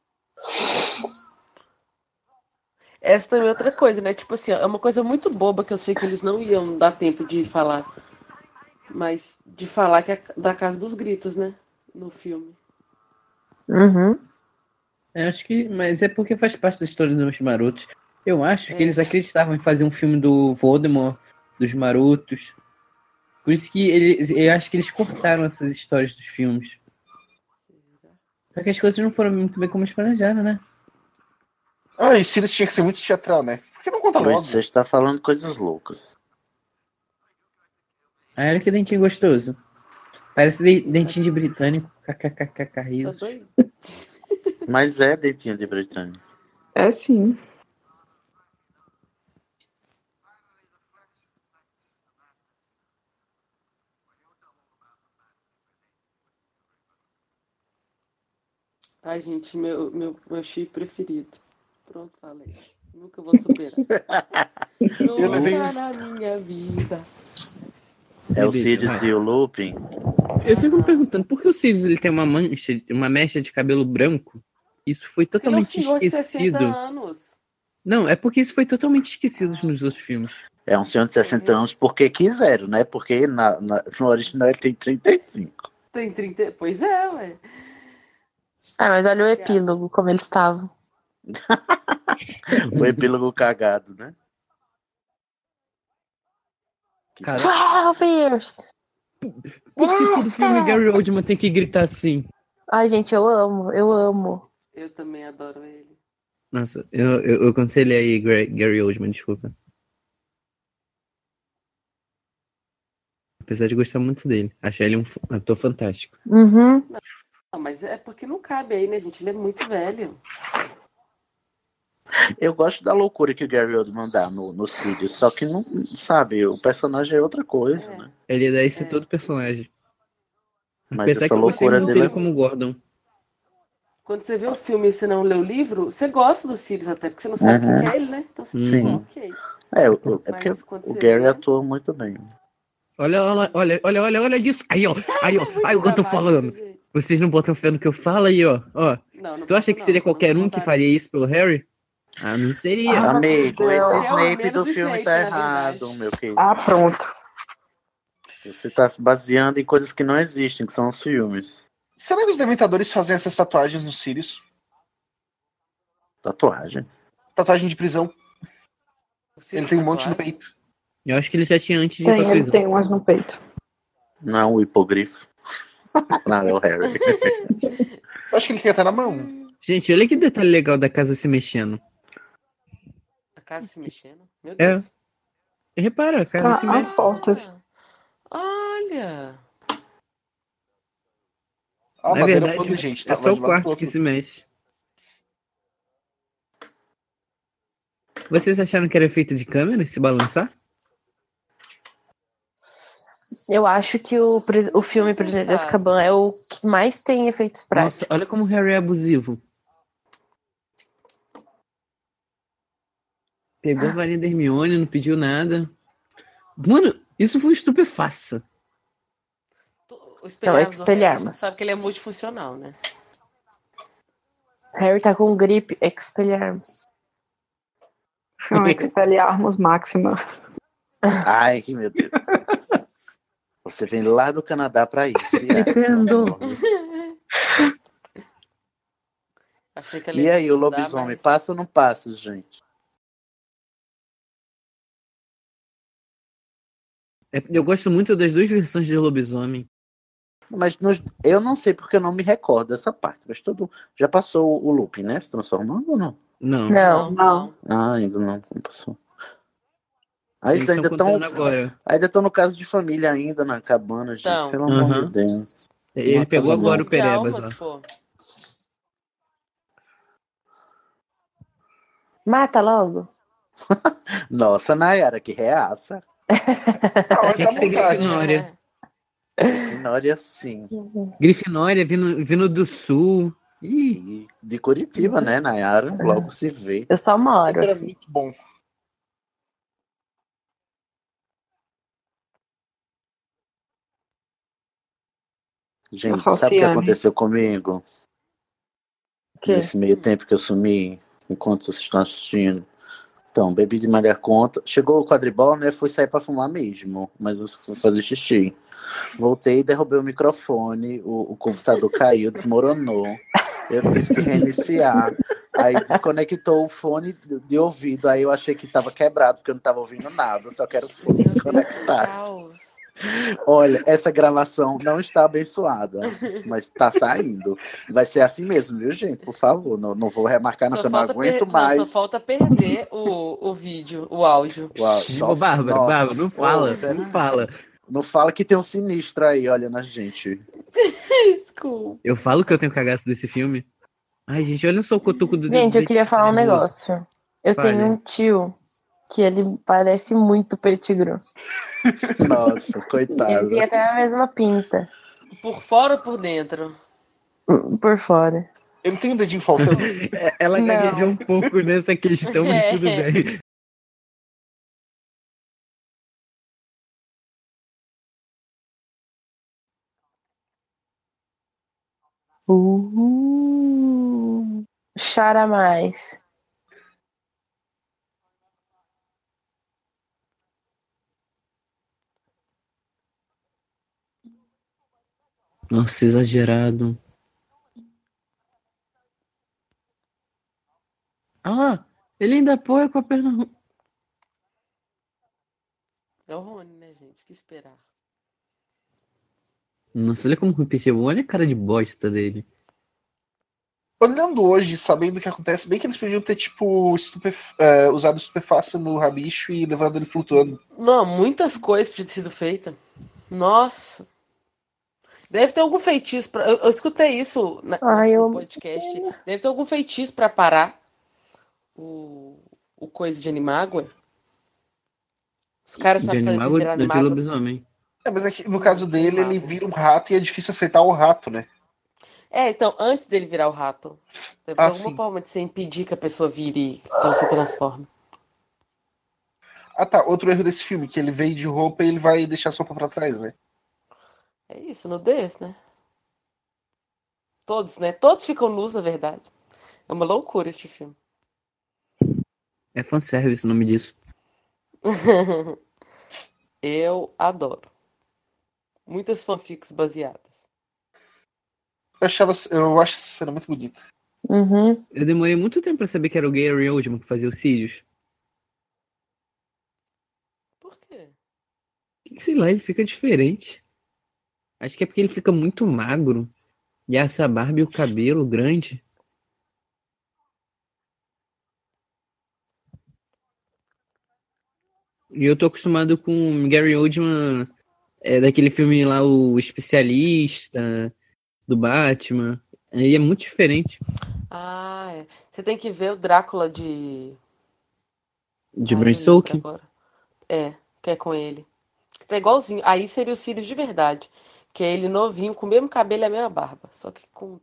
Essa também é outra coisa, né? Tipo assim, ó, é uma coisa muito boba que eu sei que eles não iam dar tempo de falar. Mas de falar que é da Casa dos Gritos, né? No filme.
Uhum.
Eu acho que. Mas é porque faz parte da história dos marotos. Eu acho
É.
que eles acreditavam em fazer um filme do Voldemort, dos marotos. Por isso que eles, eu acho que eles cortaram essas histórias dos filmes. Só que as coisas não foram muito bem como eles planejaram, né?
Ah, e Sirius tinha que ser muito teatral, né? Por que não conta
Luiz,
logo?
você está falando coisas loucas.
Ah, olha que dentinho gostoso. Parece de- dentinho de britânico. KKKKK
Tá
risos.
Mas é dentinho de Britânia.
É sim.
Ai, gente, meu, meu, meu chip preferido. Pronto, falei. Nunca vou superar.
Eu levei
Nunca
isso.
na minha vida.
É o
Beleza,
Sirius
vai.
e o Lupin.
Eu fico me perguntando por que o Sirius ele tem uma mancha, uma mecha de cabelo branco? Isso foi
Ele é um
totalmente
senhor de 60
esquecido.
anos.
Não, é porque isso foi totalmente esquecido nos outros filmes.
É um senhor de 60 anos porque quiseram, né? Porque na, na- no original ele tem 35.
Tem 30. Pois é, ué.
Ah, mas olha o epílogo, como eles estavam.
O epílogo cagado, né?
É.
Twelve years!
Por que todo filme Gary Oldman tem que gritar assim?
Ai, gente, eu amo, eu amo.
Eu também adoro ele.
Nossa, eu, eu, eu cancelei aí Gra- Gary Oldman, desculpa. Apesar de gostar muito dele. Achei ele um f- ator fantástico.
Uhum.
Não, mas é porque não cabe aí, né, gente? Ele é muito velho.
Eu gosto da loucura que o Gary Oldman dá no, no Sirius, só que não sabe, o personagem é outra coisa, né?
Ele dá isso em todo personagem.
Mas
Apesar
essa
que eu gostei
loucura
muito
dele
dele
é-
como Gordon.
Quando você vê o filme e você não lê o livro, você gosta do Sirius até, porque você não sabe
Uhum.
o que que é ele, né? Então você
Sim.
fica ok.
É, o- o- é
Mas
porque
quando
o
você
Gary
vê- é
atua muito bem.
Olha, olha, olha, olha, olha, olha disso. Aí, ó. Aí, ó. Aí o que eu tô falando. Vocês não botam fé no que eu falo aí, ó. ó.
Não, não
tu acha que seria qualquer um que faria isso pelo Harry? Ah, não seria.
Ah, Amigo,
meu
esse
é
Deus.
Snape do
Menos
filme
Snape,
tá
na
errado, meu querido.
Ah, pronto.
Você tá se baseando em coisas que não existem, que são os filmes.
Será que os dementadores fazem essas tatuagens no Sirius?
Tatuagem.
Tatuagem de prisão.
Ele
tem um monte no peito.
Eu acho que ele já tinha antes de ir
Tem,
pra
ele
prisão.
tem umas no peito.
Não, o hipogrifo. não, é o Harry.
Acho que ele tem até na mão.
Gente, olha que detalhe legal da casa se mexendo.
A casa se mexendo. Meu
É.
Deus.
Repara, a casa
Ah,
se
ah.
mexe.
portas.
Olha.
Ah, a
Na
madeira
verdade,
toda, gente,
é
tá
só
lá
o
de lado pro
quarto que se mexe. Vocês acharam que era feito de câmera se balançar?
Eu acho que o, pres- o filme Prisioneiro de Azkaban é o que mais tem efeitos
Tá.
práticos.
Nossa, olha como o Harry é abusivo. Pegou
Ah.
a varinha da Hermione, não pediu nada. Mano, isso foi um estupefaça.
O
Não, é que
do Harry,
espelharmos.
Sabe que ele é multifuncional, né?
Harry tá com gripe,
é
expelharmos.
Não, expelharmos um máxima.
Ai, que meu Deus. Você vem lá do Canadá pra isso.
Entendo.
Achei que ele
E
ia
aí, o
ajudar,
lobisomem,
mas-
passa ou não passa, gente?
É, Eu gosto muito das duas versões de lobisomem.
Mas nos- eu não sei porque eu não me recordo dessa parte. Mas todo já passou o loop, né? Se transformando ou não?
Não.
Não. Não.
Ah, ainda não, não passou. Aí
Eles
eles ainda
tão
estão
contando agora.
ainda estão no caso de família ainda na cabana, gente.
Tão.
Pelo amor
Aham.
de Deus.
Ele
Mata
pegou
todo
agora o
mundo.
De
Perebas,
almas,
ó.
pô.
Mata logo.
Nossa, Nayara, que reaça.
Quer É que ser
é
Grifinória.
Grifinória, sim.
Grifinória vindo, vindo do sul.
E de Curitiba, né, Nayara? Logo se vê.
Eu só moro.
Era muito bom.
Gente,
Nossa,
sabe o que
Alciane.
aconteceu comigo?
quê?
Nesse meio tempo que eu sumi, enquanto vocês estão assistindo. Então, bebi de malha conta. Chegou o quadribol, né? Fui sair pra fumar mesmo. Mas eu fui fazer xixi. Voltei e derrubei o microfone. O, o computador caiu, desmoronou. Eu tive que reiniciar. Aí desconectou o fone de- de ouvido. Aí eu achei que tava quebrado, porque eu não tava ouvindo nada. Só que era o fone desconectado.
Caos.
Olha, essa gravação não está abençoada, mas está saindo. Vai ser assim mesmo, viu, gente? Por favor, não, não vou remarcar, não,
Só
que eu não
falta per-
aguento
não,
mais.
só falta perder o, o vídeo, o áudio.
Uau,
Ô, Bárbara,
nossa.
Bárbara, não fala,
velho.
não fala.
Não fala que tem um sinistro aí olhando a gente.
Desculpa.
Eu falo que eu tenho cagaço desse filme. Ai, gente, olha só o cotoco do
Gente, eu
do-
queria falar um
Ai, meu Deus.
negócio. Eu
Fale.
tenho um tio que ele parece muito petigru.
Nossa, coitado.
Ele tem até a mesma pinta
Por fora ou por dentro?
por fora.
Ele tem um dedinho faltando.
Ela
Não.
gaguejou um pouco nessa questão, mas tudo
É.
bem.
Uhul. Chara mais.
Nossa, exagerado. Ah, ele ainda apoia com a perna. ru-
É o Rony, né, gente? O que esperar?
Nossa, olha como repetiu. Olha a cara de bosta dele.
Olhando hoje, sabendo o que acontece, bem que eles podiam ter, tipo, estupef- eh, usado estupefaça no rabicho e levado ele flutuando.
Não, muitas coisas podiam ter sido feitas. Nossa. Deve ter algum feitiço pra. Eu, eu escutei isso na,
Ai,
no
eu-
podcast. Deve ter algum feitiço pra parar o, o coisa de animágua. Os caras
De
sabem fazer isso
animago,
virar
de
animágua.
lobisomem.
É, mas é que, no caso dele, ele vira um rato e é difícil acertar o rato, né?
É, então, antes dele virar o rato. Deve ter
Ah,
alguma
sim.
forma de você impedir que a pessoa vire, que ela se transforme.
Ah tá, outro erro desse filme, que ele veio de roupa e ele vai deixar a sopa pra trás, né?
É isso, nudez, né? Todos, né? Todos ficam nus, na verdade. É uma loucura este filme.
É fanservice o nome disso.
Eu adoro. Muitas fanfics baseadas.
Eu achava, eu acho essa cena muito bonita.
Eu demorei muito tempo pra saber que era o Gary Oldman que fazia o Sirius.
Por quê?
Sei lá, ele fica diferente. Acho que é porque ele fica muito magro. E essa barba e o cabelo grande. E eu tô acostumado com o Gary Oldman é, daquele filme lá, O Especialista, do Batman. Ele é muito diferente
Ah, é. Você tem que ver o Drácula de.
de
Ai, não
Bram
lembro
Stoker.
agora. É, que é com ele. Que Tá igualzinho. Aí seria o Sirius de verdade. Que é ele novinho, com o mesmo cabelo e a mesma barba. Só que com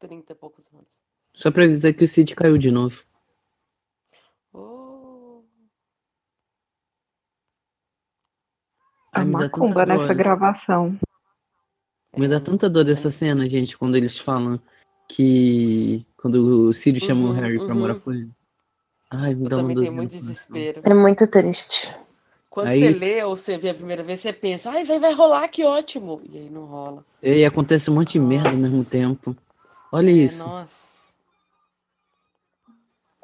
30 e poucos anos.
Só pra avisar que o Cid caiu de novo.
A
Ai, me dá tanta
macumba né?
dor
nessa
essa-
gravação.
Me dá tanta dor dessa cena, gente, quando eles falam que. Quando o Sirius chamou o
Uhum,
Harry pra
uhum.
morar com ele. Ai, me
Eu
dá uma
também
dor.
tenho muito desespero.
É muito triste.
Quando
né? Aí-
você lê ou você vê a primeira vez, você pensa, ai, vai, vai rolar, que ótimo. E aí não rola.
E acontece um monte de merda ao mesmo tempo. Olha
É,
isso.
nossa.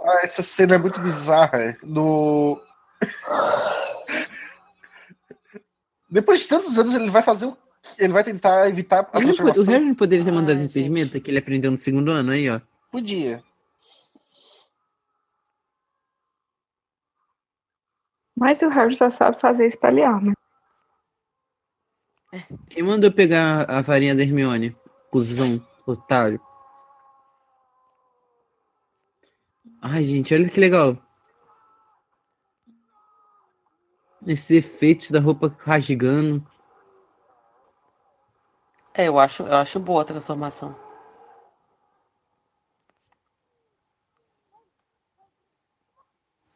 Ah, essa cena é muito bizarra. é. No. Depois de tantos anos, ele vai fazer o. Ele vai tentar evitar a
Ele não pode-
transformação.
o Harry não poderia ter mandado impedimento que ele aprendeu no segundo ano aí, ó.
Podia.
Mas o Harry só sabe fazer espelharma.
Quem mandou pegar a varinha da Hermione? Cusão, otário. Ai, gente, olha que legal. Esses efeitos da roupa rasgando.
É, eu acho, eu acho boa a transformação.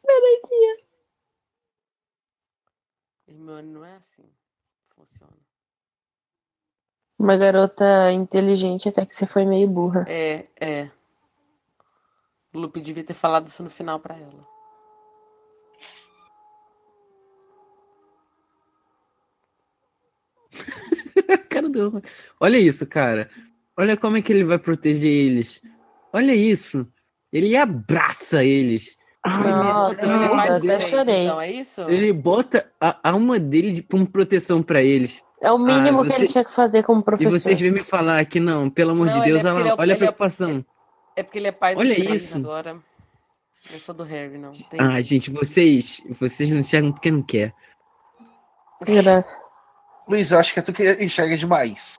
Peraí,
Hermione não é assim. Funciona.
Uma garota inteligente até que você foi meio burra.
É, é. Lupe devia ter falado isso no final pra ela.
Cara do horror. Olha isso, cara. Olha como é que ele vai proteger eles. Olha isso. Ele abraça eles.
Nossa,
Ele bota-
até chorei.
Então é isso?
Ele bota a alma dele de- como proteção pra eles.
É o mínimo que ele tinha que fazer como
E
professor.
vocês vêm me falar que não, pelo amor
Não,
de
ele é
Deus, olha,
porque ele é
lá,
o-
olha a
ele é-
preocupação.
É porque ele é pai do
Olha
Sirius
isso.
agora. Eu sou do Harry, não. Tem-
Ah, gente, vocês, vocês não enxergam porque não quer.
Luiz, eu acho que é tu que enxerga demais.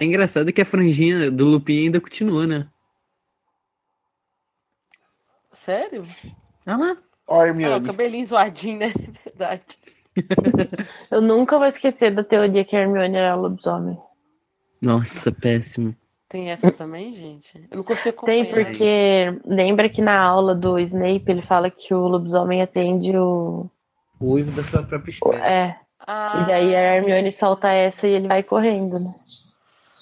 É engraçado que a franjinha do Lupin ainda continua, né?
Sério? Tá
Ah lá.
Olha,
Ah, o cabelinho zoadinho, né? Verdade.
Eu nunca vou esquecer da teoria que a Hermione era lobisomem.
Nossa, péssimo.
Tem essa também, gente? Eu não consigo
Tem
acompanhar.
porque lembra que na aula do Snape ele fala que o lobisomem atende o.
O uivo da sua própria espécie.
É.
Ah,
E é daí a Hermione solta essa e ele vai correndo, né?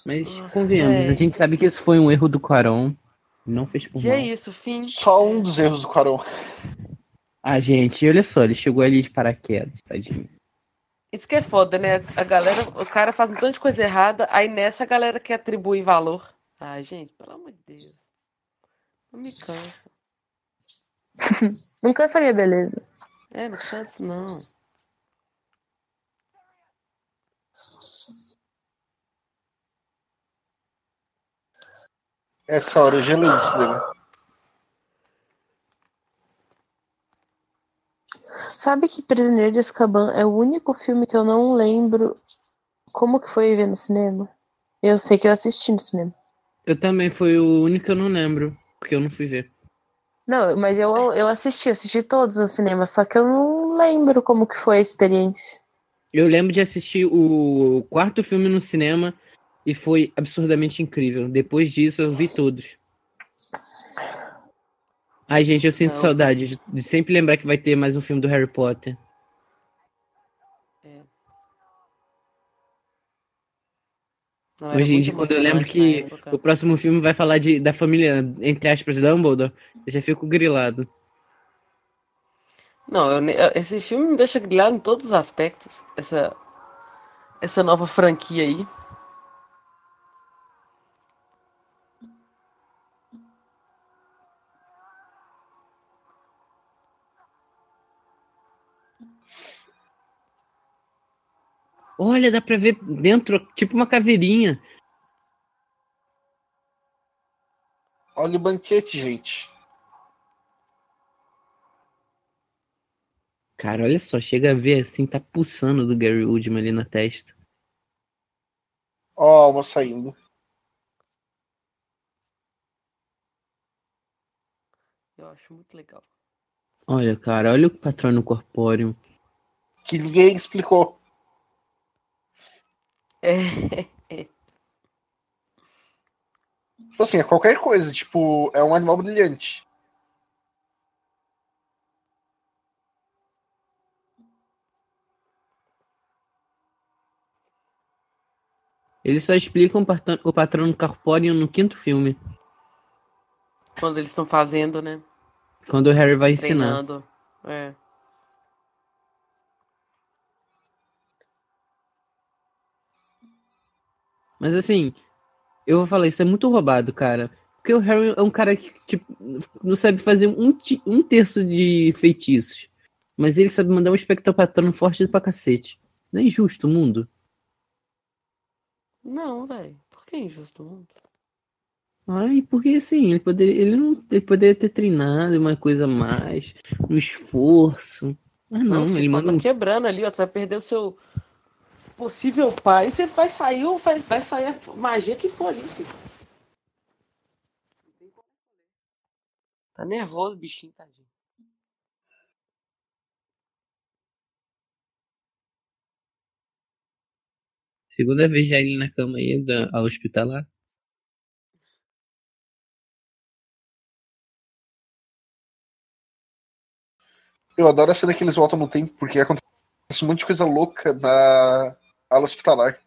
Mas convenhamos,
é.
velho.
a gente sabe que esse foi um erro do Quaron. Não fez por
E é
mal.
isso, fim.
Só um dos erros do Quaron.
Ah, gente, olha só, ele chegou ali de paraquedas, tadinho.
Isso que é foda, né? A galera, o cara faz um tanto de coisa errada, aí nessa a galera quer atribuir valor. Ah, gente, pelo amor de Deus. Não me cansa.
Não cansa minha beleza.
É, não canso, não.
Essa hora eu gelei isso, né?
Sabe que Prisioneiro de Azkaban é o único filme que eu não lembro como que foi ver no cinema? Eu sei que eu assisti no cinema.
Eu também, foi o único que eu não lembro, porque eu não fui ver.
Não, mas eu, eu assisti, eu assisti todos no cinema, só que eu não lembro como que foi a experiência.
Eu lembro de assistir o quarto filme no cinema e foi absurdamente incrível. Depois disso, eu vi todos. Ai, gente, eu sinto
Não.
saudade de sempre lembrar que vai ter mais um filme do Harry Potter.
Não, era
Hoje em
muito
dia, quando eu lembro
emocionante
que
na época.
o próximo filme vai falar de, da família, entre aspas, Dumbledore, eu já fico grilado.
Não, eu ne- eu- esse filme me deixa grilhado em todos os aspectos. Essa, essa nova franquia aí.
Olha, dá pra ver dentro, tipo uma caveirinha.
Olha o banquete, gente.
Cara, olha só, chega a ver assim, tá pulsando do Gary Oldman ali na testa.
Ó, a alma saindo.
Eu acho muito legal.
Olha, cara, olha o patrono corpóreo.
Que ninguém explicou.
É.
Tipo assim, é qualquer coisa. Tipo, é um animal brilhante.
Eles só explicam o patrão- o patrono corpóreo no quinto filme,
Quando eles estão fazendo, né?
quando o Harry vai ensinar.
Treinando. É.
Mas assim, eu vou falar, isso é muito roubado, cara. Porque o Harry é um cara que, tipo, não sabe fazer um, ti- um terço de feitiços. Mas ele sabe mandar um espectropatrano forte pra cacete. Não é injusto o mundo.
Não, velho. Por que é injusto mundo?
Ai, porque assim, ele poderia, ele não, ele poderia ter treinado uma coisa a mais, um esforço. Mas não,
filho,
ele
o pau
manda um
Tá quebrando ali, ó. Você vai perder o seu possível pai. Você vai sair, ou faz, vai sair a magia que for ali, filho. Tá nervoso, bichinho, tadinho.
Segunda vez já ele na cama aí da, ao hospitalar.
Eu adoro a cena que eles voltam no tempo, porque acontece um monte de coisa louca na ala hospitalar.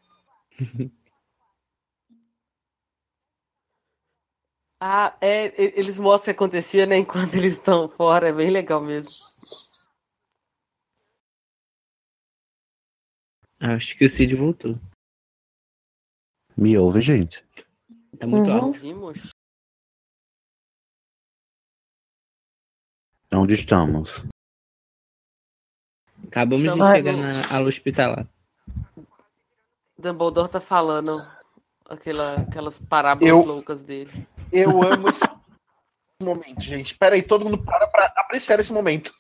Ah, é, e- eles mostram o que acontecia, né? Enquanto eles estão fora, é bem legal mesmo.
Acho que o Cid voltou.
Me ouve, gente.
Tá muito
Uhum.
alto.
Vimos.
Onde estamos?
Acabamos
Estamos
de chegar
no-
na ala hospitalar.
Dumbledore tá falando aquela, aquelas parábolas
Eu-
loucas dele.
Eu amo esse momento, gente. Pera aí, todo mundo para pra apreciar esse momento.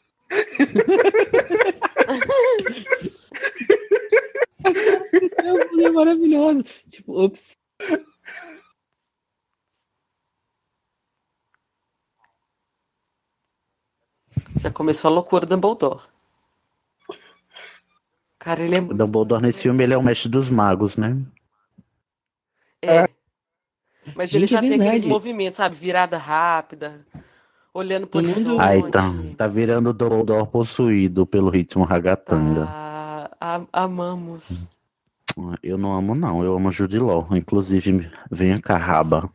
É uma mulher maravilhosa. Tipo, ops.
Já começou a loucura do Dumbledore. Cara, ele é
O Dumbledore nesse filme ele é o mestre dos magos, né?
É. Mas ele
Gente,
já
é
tem aqueles
verdade.
movimentos, sabe? Virada rápida, olhando pro horizonte.
Ah,
Aí tá,
então,
tá virando o Dumbledore possuído pelo ritmo ragatanga.
Ah, a- amamos.
Eu não amo, não. Eu amo Jude Law. Inclusive, venha cá, raba.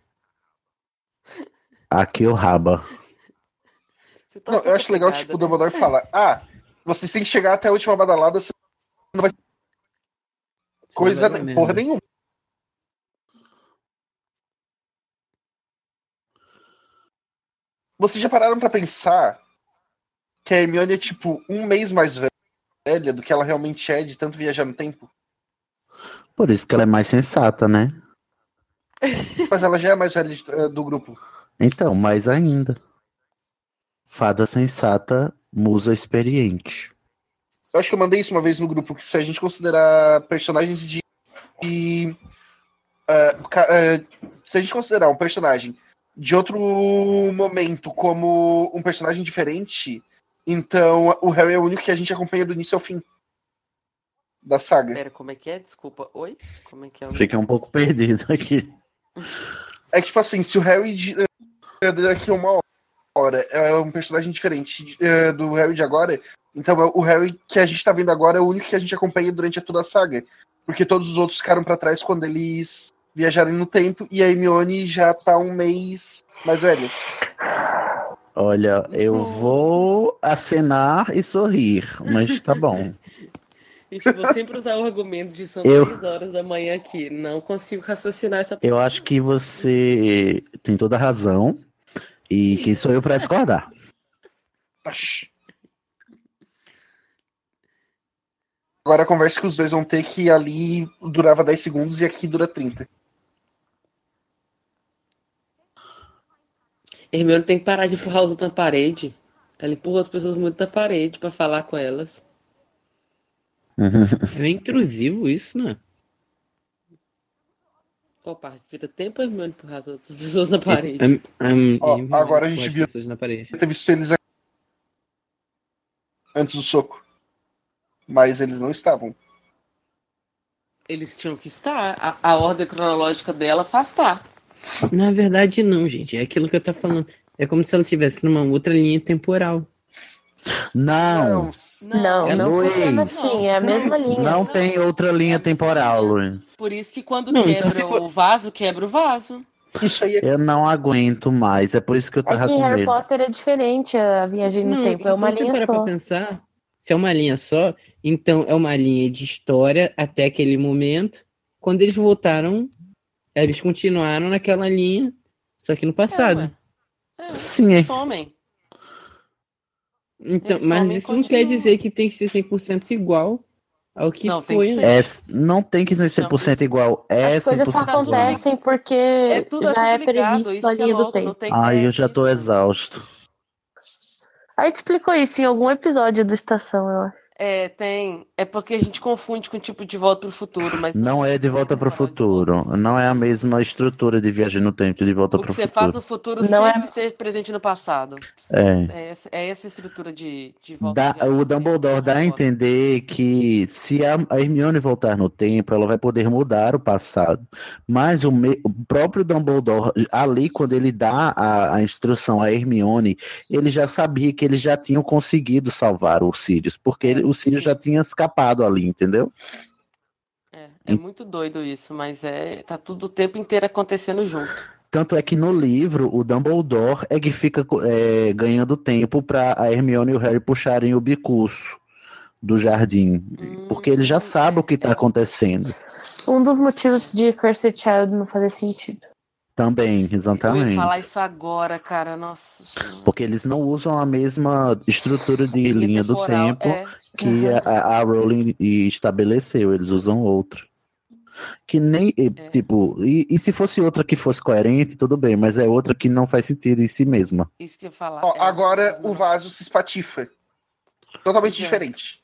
Aqui o raba.
Não, eu acho legal,
né?
tipo, o Dumbledore fala: Ah, vocês têm que chegar até a última badalada, senão não vai. Coisa,
vai dar
nem- porra
merda.
nenhuma. Vocês já pararam pra pensar que a Hermione é, tipo, um mês mais velha do que ela realmente é de tanto viajar no tempo?
Por isso que ela é mais sensata, né?
Mas ela já é a mais velha de- eh, do grupo.
Então, mais ainda. Fada sensata, musa experiente.
Eu acho que eu mandei isso uma vez no grupo, que se a gente considerar personagens de. de ah, ca- ah, se a gente considerar um personagem de outro momento como um personagem diferente, então o Harry é o único que a gente acompanha do início ao fim da saga.
Pera, como é que é? Desculpa. Oi? Como é que é? o-
Fiquei um pouco perdido aqui.
É que, tipo assim, se o Harry de- eh, daqui a uma hora é um personagem diferente de- eh, do Harry de agora, então o Harry que a gente tá vendo agora é o único que a gente acompanha durante toda a saga. Porque todos os outros ficaram pra trás quando eles viajaram no tempo e a Hermione já tá um mês mais velha.
Olha, eu vou acenar e sorrir, mas tá bom.
Gente, eu vou sempre usar o argumento de são
Eu-
3 horas da manhã aqui. Não consigo raciocinar essa
Eu acho que você tem toda a razão e quem sou eu pra discordar.
Agora a conversa que os dois vão ter é que ali durava 10 segundos e aqui dura 30.
Hermione tem que parar de empurrar os outros na parede. Ela empurra as pessoas muito na parede pra falar com elas.
É meio intrusivo isso, né?
Qual parte? Vira tempo a Hermione empurrar as outras pessoas na parede.
Ó, agora a gente viu.
Na parede.
Teve visto eles aqui antes do soco. Mas eles não estavam.
Eles tinham que estar. A, a ordem cronológica dela faz estar.
Na verdade, não, gente. É aquilo que eu tô falando. É como se ela estivesse numa outra linha temporal.
Ah.
Não,
Não, não
Luiz.
funciona assim, é a mesma linha.
não tem outra linha temporal, Luiz.
Por isso que quando
Hum,
Não, então
quebra
se for-
o vaso, quebra o vaso.
Isso aí é
Eu não aguento mais, é por isso que eu
É
tava
que
com
Harry
medo.
Potter é diferente a viagem no
Não,
tempo, é uma
então se
linha
parar
só.
pra pensar, se é uma linha só, então é uma linha de história até aquele momento. Quando eles voltaram, eles continuaram naquela linha, só que no
é.
passado.
É
É,
Sim, é.
Somem.
Então,
Eles
mas
somem e
isso não quer dizer que tem que ser 100% igual ao que
Não, tem
foi.
que ser.
É, não tem que ser 100% igual, é
As coisas só
100% igual.
acontecem porque
tudo- é
já é
tudo ligado,
previsto
isso
na
que é
linha do
louco, não
tempo.
tem- é
Ai, eu já tô exausto.
A gente explicou isso em algum episódio do Estação, eu acho.
É, tem. É porque a gente confunde com o tipo de volta pro futuro, mas
Não é de volta pro futuro. Não é a mesma estrutura de viagem no tempo de volta
o
pro
que você faz
futuro.
no futuro
Não
sempre esteve presente no passado.
É.
É essa, é essa estrutura de, de né? volta.
Dá- o Dumbledore dá a entender que se a, a Hermione voltar no tempo, ela vai poder mudar o passado. Mas o, me- o próprio Dumbledore, ali quando ele dá a, a instrução a Hermione, ele já sabia que eles já tinham conseguido salvar o Sirius, porque ele- o Sirius já tinha escapado ali, entendeu?
É muito doido isso, mas é tá tudo o tempo inteiro acontecendo junto.
Tanto é que no livro, o Dumbledore é que fica co- é, ganhando tempo para a Hermione e o Harry puxarem o bicurso do jardim.
Hum,
porque ele já sabe o
é.
que está acontecendo.
Um dos motivos de Cursed Child não fazer sentido.
Também,
Eu ia
exatamente.
falar isso agora, cara. Nossa.
Porque eles não usam a mesma estrutura de linha do
é temporal,
tempo
é.
que
Uhum.
a- a, a Rowling e- estabeleceu, eles usam outra. Que nem, e, tipo, e, e se fosse outra que fosse coerente, tudo bem, mas é outra que não faz sentido em si mesma.
Isso que eu ia falar. É,
Ó, agora o vaso se espatifa. Totalmente diferente.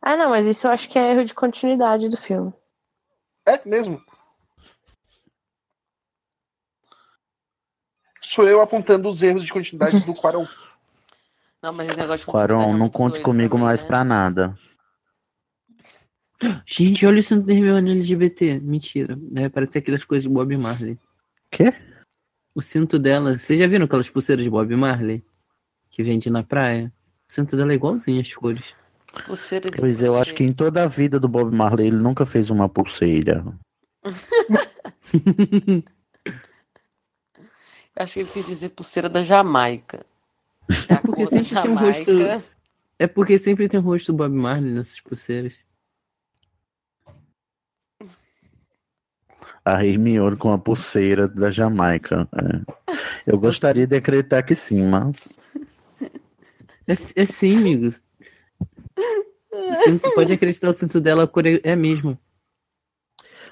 Ah, não, mas isso eu acho que é erro de continuidade do filme.
É mesmo? Sou eu apontando os erros de continuidade do Quarão.
Não, mas é esse negócio de
Quaron, não conte comigo
né?
mais pra nada.
Gente, olha o Santo da Hermione LGBT. Mentira. É, parece aquelas coisas de Bob Marley.
Quê?
O cinto dela. Vocês já viram aquelas pulseiras de Bob Marley? Que vende na praia? O cinto dela é igualzinho as cores.
Pulseira de
Pois é, eu acho que em toda a vida do Bob Marley ele nunca fez uma pulseira.
Eu acho que ele quis dizer pulseira da Jamaica. É a cor da
Tem um rosto-
Jamaica.
É porque sempre tem o rosto do Bob Marley nessas pulseiras.
A Hermione com a pulseira da Jamaica. é. Eu gostaria de acreditar que sim, mas.
É, é sim, amigos. O cinto- pode acreditar, o cinto dela a cor é é a mesma.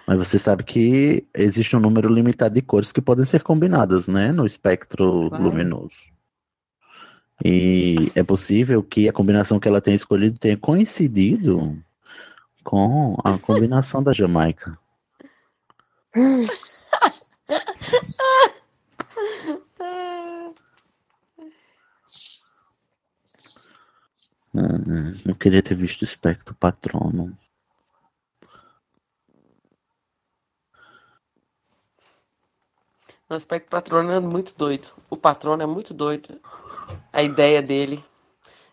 Mas você sabe que existe um número limitado de cores que podem ser combinadas, né? No espectro
Claro.
luminoso. E é possível que a combinação que ela tenha escolhido tenha coincidido com a combinação da Jamaica. Hum, Eu queria ter visto o espectro patrono.
O aspecto patrono é muito doido. O patrono é muito doido. A ideia dele,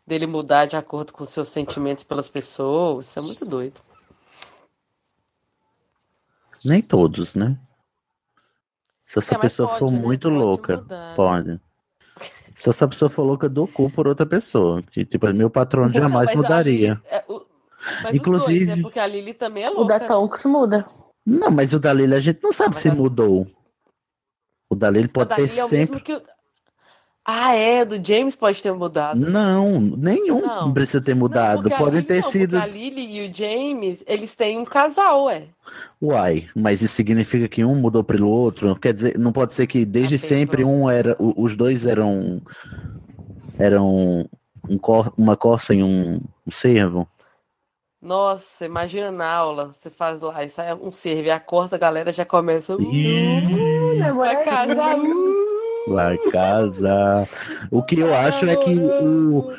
dele mudar de acordo com seus sentimentos pelas pessoas, isso é muito doido.
Nem todos, né? Se essa
É, mas
pessoa for
pode, né?
muito louca,
mudar.
pode. Se essa pessoa for louca, dou cu por outra pessoa. Que, tipo, meu patrono
Não,
jamais
mas a
mudaria.
Lili- é, o- mas os
Inclusive-
dois, né? Porque a Lili também é
O
louca.
da Tonks muda.
Não, mas o da Lili a gente não sabe se Tá, mudou. O da Lili
O
pode
da
ter
Lili é o
sempre.
mesmo que o... Ah, é, do James pode ter mudado.
Não, nenhum
Não.
precisa ter mudado.
Porque a
Podem
Lily
ter
não, porque
sido.
A Lily e o James, eles têm um casal, ué.
Uai, mas isso significa que um mudou pro outro? Quer dizer, não pode ser que
É
desde sempre um era. o- Os dois eram. Eram um cor- uma corça e um, um cervo?
Nossa, imagina na aula, você faz lá e sai um serve, a corta, a galera já começa. Uh, vai casar, uh.
Vai casar. O que eu acho é que o,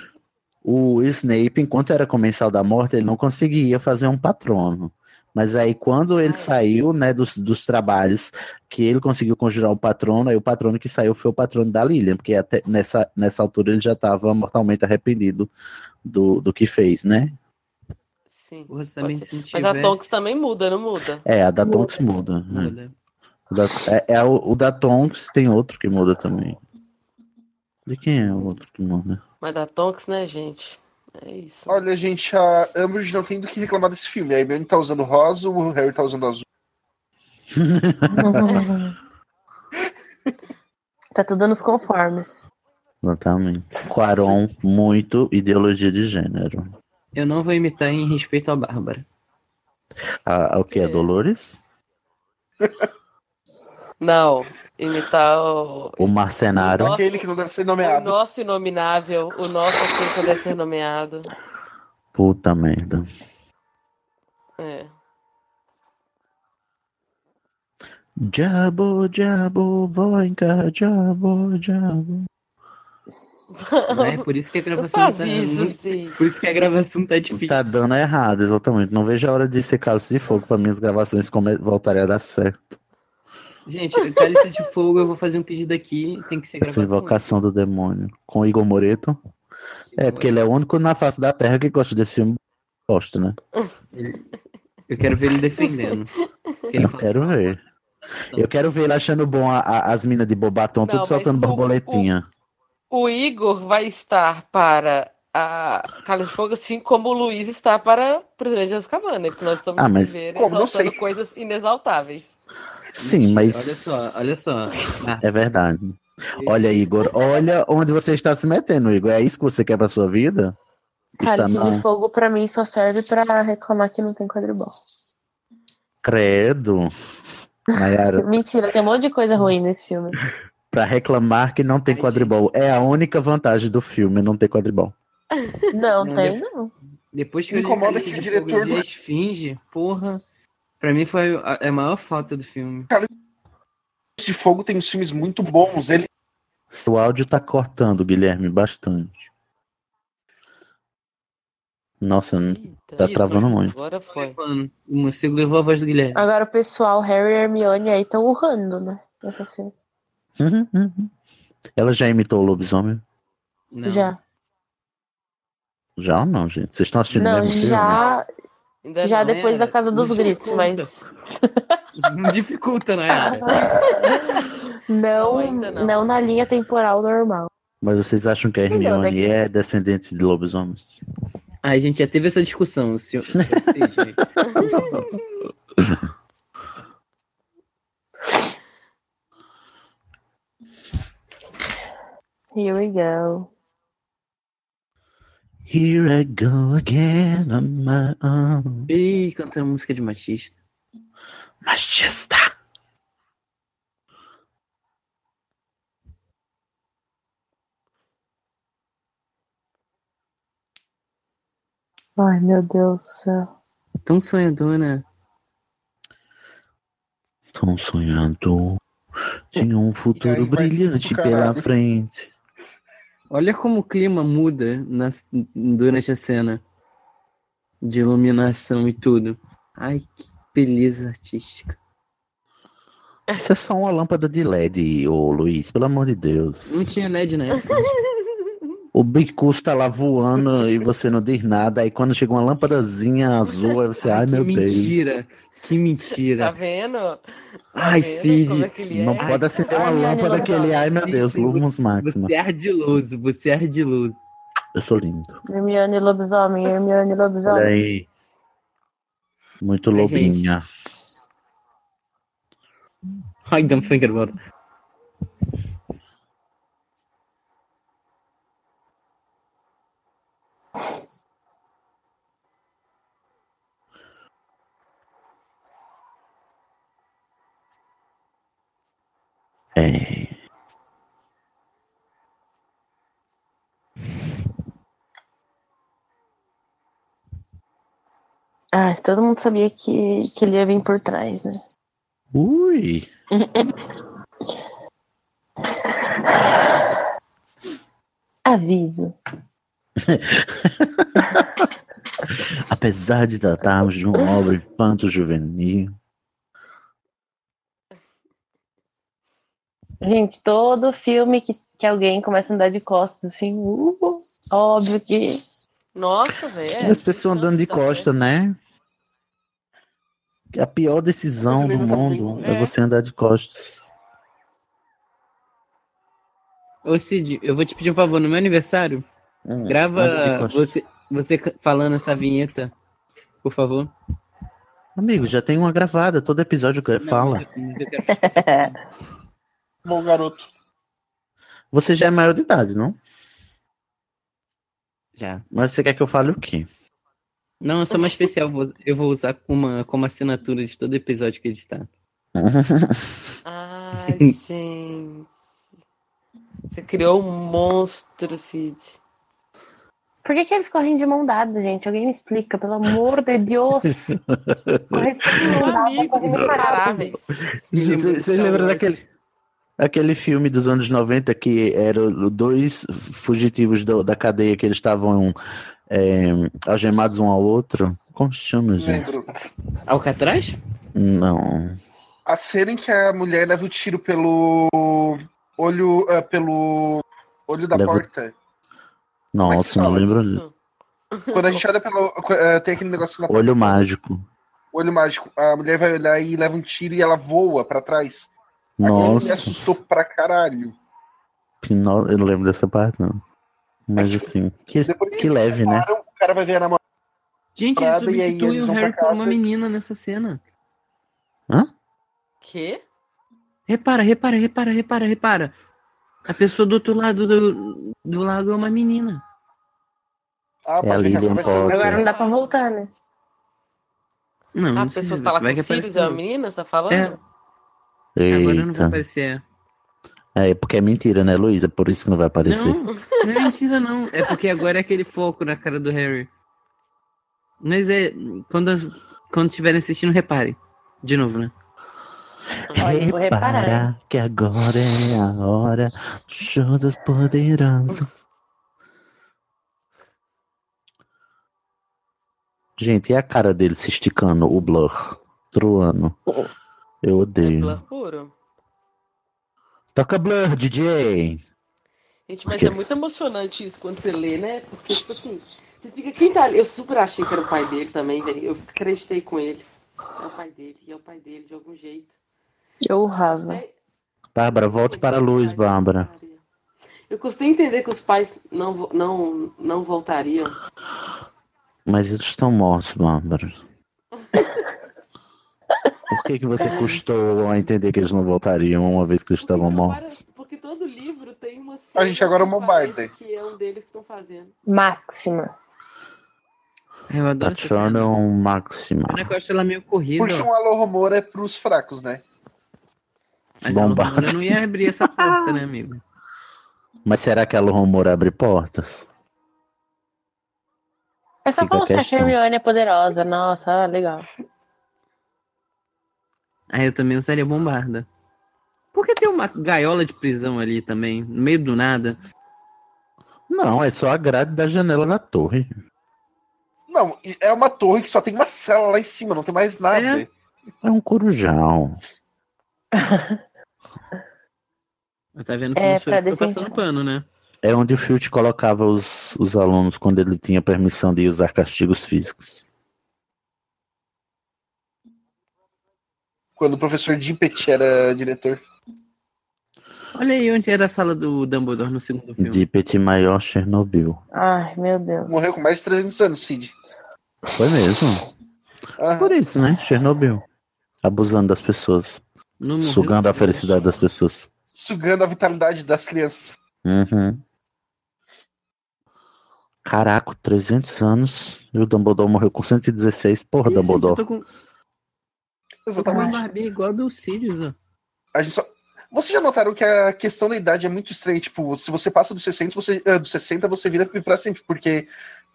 o Snape, enquanto era comensal da morte, ele não conseguia fazer um patrono. Mas aí, quando ele saiu, né, dos, dos trabalhos, que ele conseguiu conjurar o patrono, aí o patrono que saiu foi o patrono da Lilian, porque até nessa, nessa altura ele já estava mortalmente arrependido do, do que fez, né?
Sim.
também
pode ser.
se não
Mas a
tivesse-
Tonks também muda, não muda?
É, a da Tonks muda. né? O da, é, é o, o da Tonks tem outro que muda também. De quem é o outro que muda?
Mas da Tonks, né, gente? É isso.
Olha, gente, a Ambridge não tem do que reclamar desse filme. A Hermione tá usando rosa, o Harry tá usando azul.
Tá tudo nos conformes.
Exatamente. Quaron, muito ideologia de gênero.
Eu não vou imitar em respeito à Bárbara.
A, a- o que é, Dolores?
Não, imitar o,
O Marcenário.
Aquele
que é não deve ser
o nosso inominável, o nosso aquele que não deve ser nomeado.
Puta merda.
É.
Diabo, diabo, vem cá, diabo, diabo.
Não é? Por isso que a gravação
faz
tá
isso,
muito-
sim.
Por isso que a gravação tá difícil.
Tá dando errado, exatamente. Não vejo a hora de ser cálice de fogo pra minhas gravações come... voltarem a dar certo.
Gente, Cálice de Fogo, eu vou fazer um pedido aqui. Tem que ser
Essa
gravado.
invocação do demônio. Com Igor Moreto. É, porque ele é o único na face da Terra que gosta desse filme. Gosta, né?
Eu quero ver ele defendendo. Que ele
Eu
fala-
quero ver. Eu quero ver ele achando bom a- a- as minas de bobatão,
Não,
tudo
mas
soltando
o-
borboletinha.
O Igor vai estar para a Carlos de Fogo, assim como o Luiz está para Prisioneiro de Azkaban, né? Porque nós estamos
Ah, mas-
vivendo
Como? Não
exaltando
sei.
coisas inexaltáveis.
Sim, mas.
Olha só, olha só.
É verdade. Olha, Igor, olha onde você está se metendo, Igor. É isso que você quer pra sua vida? Está
Cálice de
na...
fogo pra mim só serve pra reclamar que não tem quadribol.
Credo. Nayara,
Mentira, tem um monte de coisa ruim nesse filme.
pra reclamar que não tem quadribol. É a única vantagem do filme, não ter quadribol.
Não,
Não,
tem
def-
não.
Depois que eu li
Incomoda
Cálice
que né? o
de
diretor
Fogo, eu vi
não-
a Esfinge, porra. Pra mim foi a, a maior falta do filme.
Cálice de Fogo tem uns filmes muito bons. Ele
Seu áudio tá cortando, Guilherme, bastante. Nossa, tá
Isso,
travando muito.
Agora foi.
Mano, o morcego levou a voz do Guilherme.
Agora o pessoal, Harry e Hermione aí estão urrando, né? Nessa cena.
Uhum, uhum. Ela já imitou o lobisomem?
Já.
Já ou não, gente? Vocês estão assistindo
Não,
mesmo filme?
já. já
não,
depois
era.
da Casa dos
Não
Gritos, mas.
Não dificulta, né? Era?
Não, não, na linha temporal normal.
Mas vocês acham que a
Entendeu, né?
Hermione
daqui-
é descendente de lobisomens?
Ai, gente, já teve essa discussão. Se eu...
Here we go.
Here I go again on my own.
Ih, cantando música de machista.
Machista!
Ai, meu Deus do céu.
Tão sonhadora.
Tão sonhando. Tinha um
E
É,
futuro
aí vai
brilhante
pro
pela
caralho.
frente.
Olha como o clima muda na- durante a cena. De iluminação e tudo. Ai, que beleza artística.
Essa é só uma lâmpada de LED, ô Luiz, pelo amor de Deus.
Não tinha LED na época.
O Bicus tá lá voando e você não diz nada. Aí quando chega uma lâmpadazinha azul, aí você, ai
que
meu Deus.
mentira, que
Tá
mentira.
vendo?
Ai,
vendo
Cid,
como é que ele
não
é?
pode acender uma
Ai, minha
lâmpada que ele, é, ai meu Deus, Lumos Máxima.
Você é ardiloso, você é ardiloso.
Eu sou lindo.
Hermione Lobisomem, Hermione
Olha
Lobisomem.
aí. Muito
Ai, gente.
lobinha.
I don't think about it.
É.
Ai, Ah, todo mundo sabia que, que ele ia vir por trás, né?
Ui.
Aviso.
Apesar de tratarmos de um uma obra infanto-juvenil,
Gente, todo filme que, que alguém começa a andar de costas, assim, uh, óbvio que.
Nossa, velho. é,
as pessoas andando
tá
de costa, né? A pior decisão do mundo é você andar de costas.
Ô Cid, eu vou te pedir um favor, no meu aniversário,
anda Hum, de
grava
costas.
você, você ca- falando essa vinheta, por favor.
Amigo, já tem uma gravada, todo episódio que fala.
Mas eu quero-
um Bom garoto.
Você já é maior de idade, não?
Já.
Mas você quer que eu fale o quê?
Não, eu sou mais especial, vou- eu vou usar como, uma, como assinatura de todo episódio que editar.
É. Ai, gente. Você criou um monstro, Cid.
Por que, que eles correm de mão dada, gente? Alguém me explica, pelo amor de Deus. Corre de mão dada, corre muito rápido.
Você você lembra daquele aquele filme dos anos 90 que eram dois fugitivos do- da cadeia que eles estavam é, algemados um ao outro? Como se chama, Hum, gente?
Lembro.
Ah, Alcatraz?
Não.
A cena em que a mulher leva o tiro pelo olho. ah, pelo olho da
Leva-
porta. é
Nossa, não lembro.
Quando a gente olha pelo. ah, tem aquele negócio na
Olho mágico.
olho mágico. A mulher vai olhar e leva um tiro e ela voa pra trás. Aquilo me
Nossa,
assustou pra caralho.
que no- eu não lembro dessa parte, não.
É
Mas assim, que, que leve, né?
O cara vai ver a namorada.
Gente, eles
Prada, e aí
substituem
eles
o
vão
Harry
pra
por
casa.
uma menina nessa cena.
Hã?
Quê?
Repara, repara, repara, repara, repara. A pessoa do outro lado do, do lago é uma menina.
Ah,
É a Lilian
Agora não
Potter.
dá pra voltar, né?
Não,
a
não sei,
pessoa tá lá
vai
com
que
o Sirius,
apareceu.
é uma menina, você tá falando?
É. Agora não vai
Eita.
aparecer.
É porque é mentira, né, Luísa? Por isso que não vai aparecer.
Não, não é mentira, não. É porque agora é aquele foco na cara do Harry. Mas é. Quando, as- quando estiverem assistindo, reparem. De novo, né?
Olha, eu vou reparar.
Repara que agora é a hora do show das poderosas. Gente, e a cara dele se esticando, o blur, truano. Eu odeio.
É Blur puro.
Toca blur, DJ!
Gente, mas
Porque-
é muito emocionante isso quando você lê, né? Porque, tipo assim, você fica. Quem tá ali? Eu super achei que era o pai dele também, velho. Eu acreditei com ele. É o pai dele, e é o pai dele, de algum jeito.
Eu urrava.
Bárbara, volte para a luz, Bárbara.
Eu custei entender que os pais não, vo- não, não voltariam.
Mas eles estão mortos, Bárbara. Por que, que você custou a entender que eles não voltariam uma vez que eles estavam mortos?
Porque todo livro tem uma
A gente agora é uma Barden.
que é um deles que estão fazendo.
Máxima.
Eu
Tá
adoro essa cena.
Tatiana Máxima.
Ana Costa, ela é meio corrida.
Porque um alô rumor é pros fracos, né?
Mas
Bombada.
ela não ia abrir essa porta, né, amigo?
Mas será que a Lu Rumor abre portas?
É só
Fica a
pra mostrar que a
questão.
Hermione é poderosa. Nossa, ah, legal.
Aí eu também usaria bombarda. Porque tem uma gaiola de prisão ali também, no meio do nada.
Não, é só a grade da janela da torre.
Não, e é uma torre que só tem uma cela lá em cima, não tem mais nada.
É um corujão.
Tá vendo que
É,
não sou
pra
eu que tô
detenção.
passando pano, né?
É onde o Filch colocava os, os alunos quando ele tinha permissão de usar castigos físicos.
Quando o professor Dimpet era diretor.
Olha aí onde era a sala do Dumbledore no segundo filme.
De Petit Maior Chernobyl.
Ai, meu Deus.
Morreu com mais de 300 anos, Cid. Ah,
Foi mesmo. Por isso, né? Chernobyl. Abusando das pessoas.
Não morreu,
Sugando a
sim,
felicidade das pessoas.
Sugando a vitalidade das crianças.
Uhum. Caraca, 300 anos. E o Dumbledore morreu com 116. Porra,
Eu
Dumbledore.
tô com, tô com uma
Exatamente.
barbinha igual a do Sirius, ó.
A gente só- Vocês já notaram que a questão da idade é muito estranha? Tipo, se você passa dos 60, você, ah, dos 60, você vira pra sempre, porque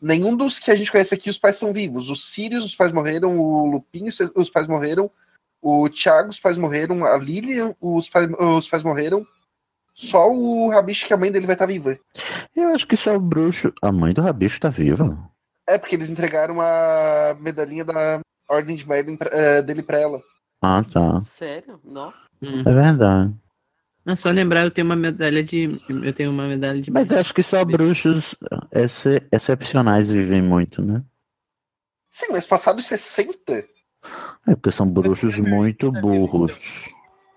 nenhum dos que a gente conhece aqui, os pais estão vivos. O Sirius, os pais morreram, o Lupinho, os- os pais morreram, o Thiago, os pais morreram, a Lilian, os pais, os pais morreram. Só o Rabicho, que é a mãe dele vai estar viva.
Eu acho que só o bruxo. A mãe do Rabicho tá viva.
É, porque eles entregaram a medalhinha da Ordem de Merlin pra- eh, dele pra ela.
Ah, tá.
Sério? Não.
É verdade.
É só lembrar, eu tenho uma medalha de. Eu tenho uma medalha de.
Mas eu acho que só bruxos exce- excepcionais vivem muito, né?
Sim, mas passados 60?
É porque são bruxos muito burros.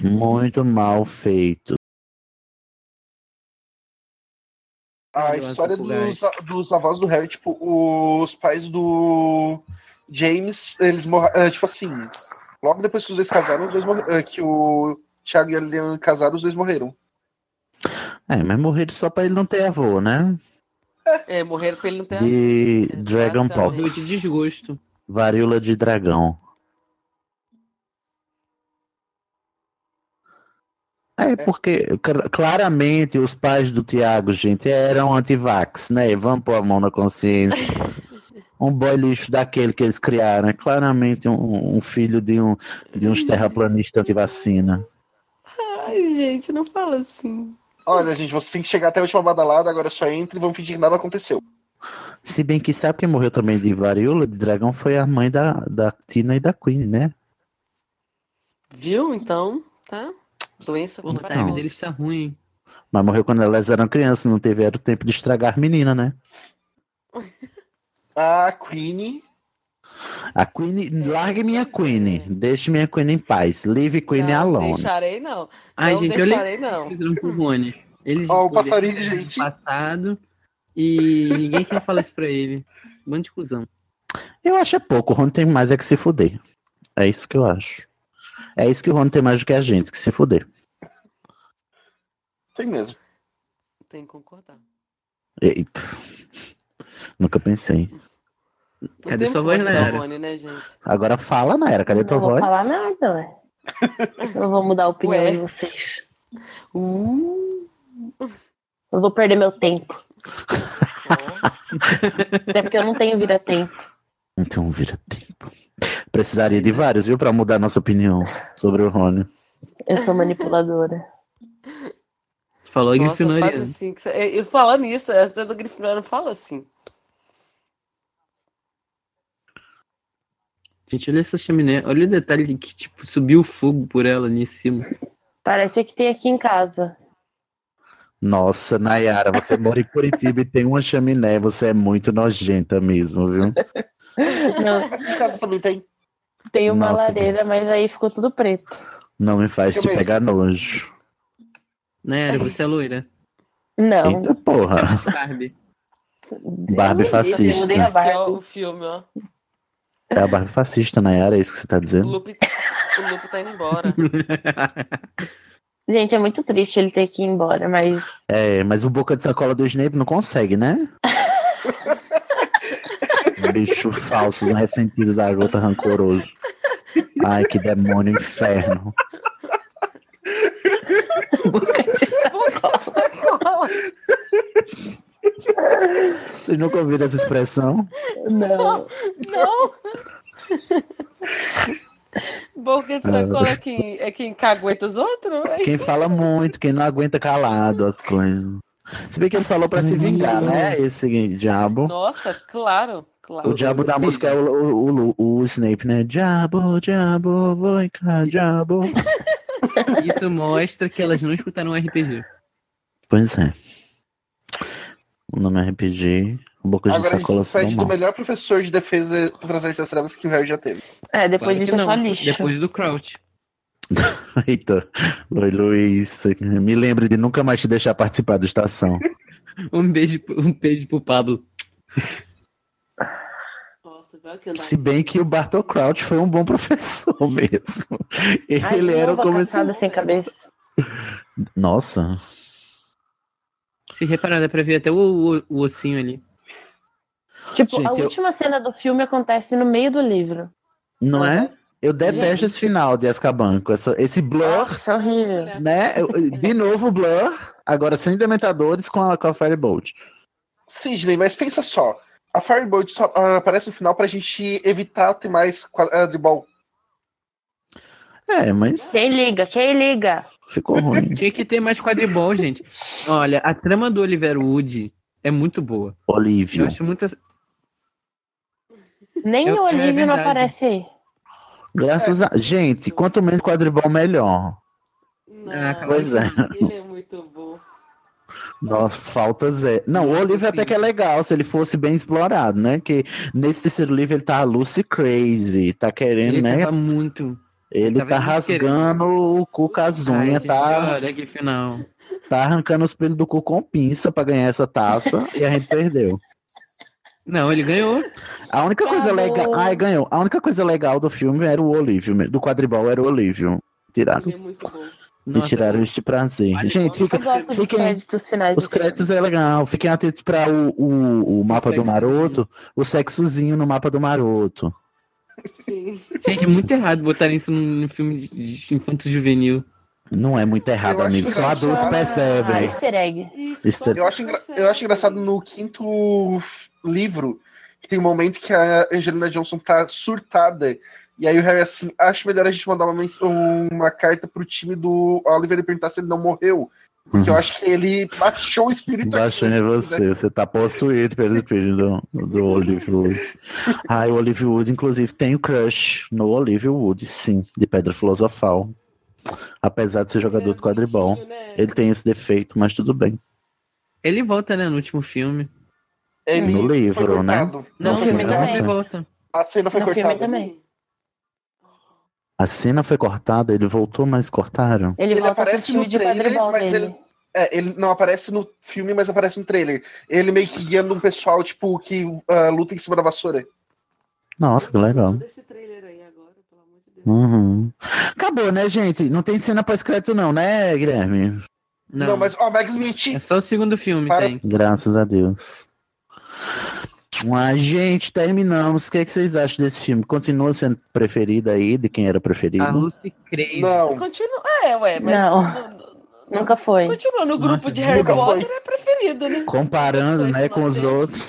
Muito mal feitos.
A
Nossa,
história
fugaz.
dos, dos avós do Harry, tipo, os pais do James, eles morreram. tipo assim, logo depois que os dois casaram, os dois morre- eh, que o Thiago e a Lilian casaram, os dois morreram.
É, mas morreram só pra ele não ter avô, né?
É, morreram pra ele não ter.
De Dragon Pop.
Morreu de desgosto.
Varíola de dragão. É porque cl- claramente os pais do Tiago, gente, eram anti-vax, né? Vamos pôr a mão na consciência. Um boy lixo daquele que eles criaram. É claramente um, um filho de, um, de uns terraplanistas anti-vacina.
Ai, gente, não fala assim.
Olha, gente, você tem que chegar até a última badalada, agora só entra e vão fingir que nada aconteceu.
Se bem que sabe quem morreu também de varíola de dragão foi a mãe da, da Tina e da Queen, né?
Viu? Então, tá? Doença
Porra,
pra
a tá time
todos.
dele está ruim. hein?
Mas morreu quando elas eram crianças, não teve era o tempo de estragar menina, né?
A Queen.
A Queen, largue minha Queen, deixe minha Queen em paz, leave Queen alone.
Deixarei não.
Ai,
não
gente, eu
deixarei
lembro
não.
Fizeram pro Rony. Eles
Ó, o passarinho,
gente. passado e ninguém quer falar isso pra ele. Bando de cuzão.
Eu acho é pouco, o Rony tem mais é que se fuder. É isso que eu acho. É isso que o Rony tem mais do que a gente, que se fuder.
Tem mesmo.
Tem que concordar.
Eita. Nunca pensei.
Não tem como ajudar o Rony, né, gente?
Agora fala, Naira, cadê tua
Não vou
voz?
falar nada, ué. Eu não vou mudar a opinião de vocês.
Uh.
Eu vou perder meu tempo. Até porque eu não tenho vida a tempo.
Então vira tempo. Precisaria de vários, viu, pra mudar nossa opinião sobre o Rony.
Eu sou manipuladora.
Falou
Nossa, faz assim. que cê- Eu, eu falando isso, a é, do Grifinória fala assim.
Gente, olha essa chaminé. Olha o detalhe de que, tipo, subiu fogo por ela ali em cima.
Parece que tem aqui em casa.
Nossa, Nayara, você mora em Curitiba e tem uma chaminé, você é muito nojenta mesmo, viu?
Não.
Em casa também tem.
Tem uma
Nossa,
lareira, mas aí ficou tudo preto.
Não me faz
Eu
te
mesmo.
pegar nojo.
Nayara, você é loira?
Não.
Eita porra.
Barbie.
Barbie
um
Eu odeio a
fascista.
Barbie. Aqui, ó, o filme, ó.
né? É a Barbie fascista, Nayara, é isso que você tá
O
dizendo?
Lupe, o Lupe tá indo embora.
Gente, é muito triste ele ter que ir embora, mas
É, mas o boca de sacola do Snape não consegue, né? Bicho falso, do ressentido da gota rancoroso. Ai, que demônio inferno.
Boca de sacola.
Vocês nunca ouviram essa expressão?
Não.
Não! Porque de sacola é quem, é quem cagueta os outros? né?
Ah. Quem fala muito, quem não aguenta calado as coisas. Se bem que ele falou pra se vingar, né? Esse diabo.
Nossa, claro, claro.
O diabo da música é o, o, o- o Snape, né? Diabo, diabo, vai cá, diabo.
Isso mostra que elas não escutaram RPG.
Pois é. O nome é RPG. Boca de
Agora a
sacola
gente
foram
pede do
mal.
melhor professor de defesa contra as artes das trevas que o Harry já teve.
É, depois
Claro que
disso é só
não.
lixo.
Depois
do Crouch.
Eita, Oi, Luiz. Me lembre de nunca mais te deixar participar do Estação.
Um beijo, pro- um beijo pro Pablo.
Se bem que o Bartol Crouch foi um bom professor mesmo.
Ai,
Ele
de
era o
novo a
começo.
caçada sem cabeça.
Nossa,
Vocês repararam, dá pra ver até o, o- o ossinho ali.
Tipo, a
Gente, eu-
última cena do filme acontece no meio do livro.
não é? Eu detesto esse final de Azkaban, com essa- esse blur,
Tá
Isso é horrível.
né? Eu- eu- De novo o blur, agora sem dementadores com a, com a Firebolt.
Sidney, mas pensa só. A Firebolt só ah, aparece no final pra gente evitar ter mais ah, quadribol.
É, mas
Quem liga? Quem liga?
ficou ruim.
Tinha que ter mais quadribol, gente. Olha, a trama do Oliver Wood é muito boa.
Olívio.
Eu acho muitas.
Nem
Eu-
o
é
Olívio não
verdade.
aparece aí.
Graças a. Gente, quanto menos quadribol, melhor. Pois é.
Ele é muito bom.
Nossa, falta zero. Não, o livro até que é legal, se ele fosse bem explorado, né? Que nesse terceiro livro ele tá Lucy Crazy, tá querendo,
Ele
né?
tava muito.
Ele
tava
tá
muito
rasgando o cu com as
Ai,
unhas,
gente,
tá,
Olha que final.
tá arrancando os pelos do cu com pinça pra ganhar essa taça e a gente perdeu.
Não, ele ganhou.
A única coisa
Acabou.
legal. Ai, ganhou. A única coisa legal do filme era o Olívio, mesmo, do quadribol era o Olívio.
é
Tiraram. E
Nossa,
tiraram este prazer. Gente, fica,
Eu gosto dos
fiquem,
créditos finais.
Os
do filme.
créditos é legal. Fiquem atentos para o, o, o mapa do
sexozinho.
maroto, o sexozinho no mapa do maroto.
Gente, é muito errado botar isso num num filme de- de infanto juvenil.
Não é muito errado, amigo. Só adultos
Ah,
percebem.
easter egg.
Easter-
Eu acho, engra- eu acho engraçado no quinto livro que tem um momento que a Angelina Johnson tá surtada. E aí o Harry assim, acho melhor a gente mandar uma, mens- uma carta pro time do Oliver e perguntar se ele não morreu. Porque eu acho que ele baixou o espírito né?
Baixando é Uhum. você, você tá possuído pelo espírito do, do Olivia Wood. Ai, o Olivia Wood, inclusive, tem o crush no Olivia Wood, sim, de Pedra Filosofal. Apesar de ser jogador de quadribol.
né?
Ele tem esse defeito, mas tudo bem.
Ele volta, né, no último filme.
Ele
No livro, né?
Não,
No
no filme
filme
também.
também.
Ele volta.
A cena foi
No
cortada.
filme também.
A cena foi cortada, ele voltou, mas cortaram.
Ele,
Ele
volta pro
aparece
time
no
de
trailer,
quadribol
mas
dele.
ele. É, ele não aparece no filme, mas aparece no trailer. Ele meio que guiando um pessoal, tipo, que ah, luta em cima da vassoura.
Nossa, que legal. Uhum. Acabou, né, gente? Não tem cena pós-crédito, não, né, Guilherme?
Não,
mas ó, Max Smith.
É só o segundo filme, tem.
Graças a Deus. Ah, gente, terminamos. O que, é que vocês acham desse filme? Continua sendo preferido aí, de quem era preferido?
A Lucy Crazy.
Continua. É, ué, mas.
Não.
Nunca foi.
Continua no grupo
Nossa,
de Harry
nunca foi.
Potter é preferido, né?
Comparando,
Só isso
né, com os
inocente.
outros.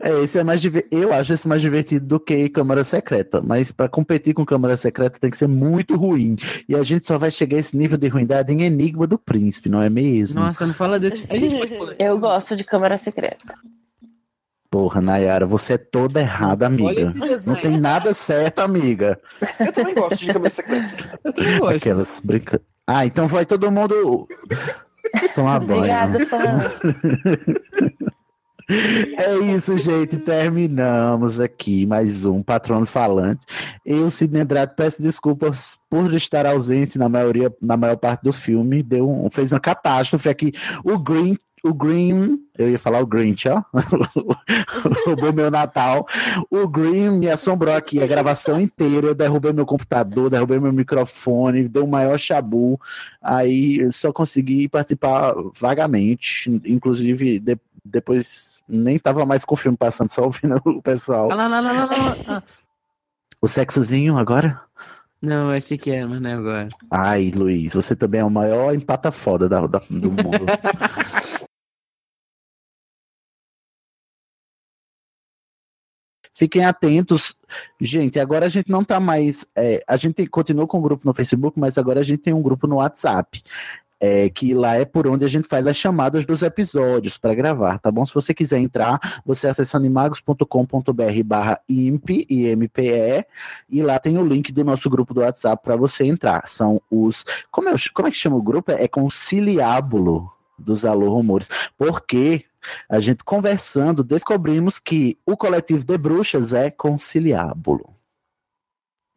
é, esse é mais diver- Eu acho esse mais divertido do que Câmara Secreta. Mas pra competir com Câmara Secreta tem que ser muito ruim. E a gente só vai chegar a esse nível de ruindade em Enigma do Príncipe, não é mesmo?
Nossa, não fala desse filme.
Eu gosto de Câmara Secreta.
Porra, Nayara, você é toda errada, amiga.
esse desenho.
Não tem nada certo, amiga.
Eu também gosto de câmera secreta.
Aquelas brinca... Ah, então vai todo mundo tomar banho.
Obrigada,
então.
fãs.
É isso, gente. Terminamos aqui mais um Patrono Falante. Eu, Sidney Andrade, peço desculpas por estar ausente na maioria, na maior parte do filme. Deu um- fez uma catástrofe aqui. O Green, o Green, eu ia falar o Grinch, ó. Roubou meu Natal. O Green me assombrou aqui a gravação inteira. Eu derrubei meu computador, derrubei meu microfone, deu o maior chabu. Aí eu só consegui participar vagamente. Inclusive, de- depois nem tava mais com o filme passando, só ouvindo o pessoal.
Ah, lá, lá, lá, lá, lá. lá.
O sexozinho agora?
Não, eu achei que era, mas não é agora.
Ai, Luiz, você também é o maior empata foda da, da- do mundo.
Fiquem atentos. Gente, agora a gente não tá mais. é, a gente continua com o grupo no Facebook, mas agora a gente tem um grupo no WhatsApp. é, que lá é por onde a gente faz as chamadas dos episódios para gravar, tá bom? Se você quiser entrar, você acessa animagos.com.br barra imp, IMPE, e lá tem o link do nosso grupo do WhatsApp para você entrar. São os. Como é, o- como é que chama o grupo? É conciliábulo dos Alô Rumores. Porque a gente conversando descobrimos que o coletivo de bruxas é conciliábulo.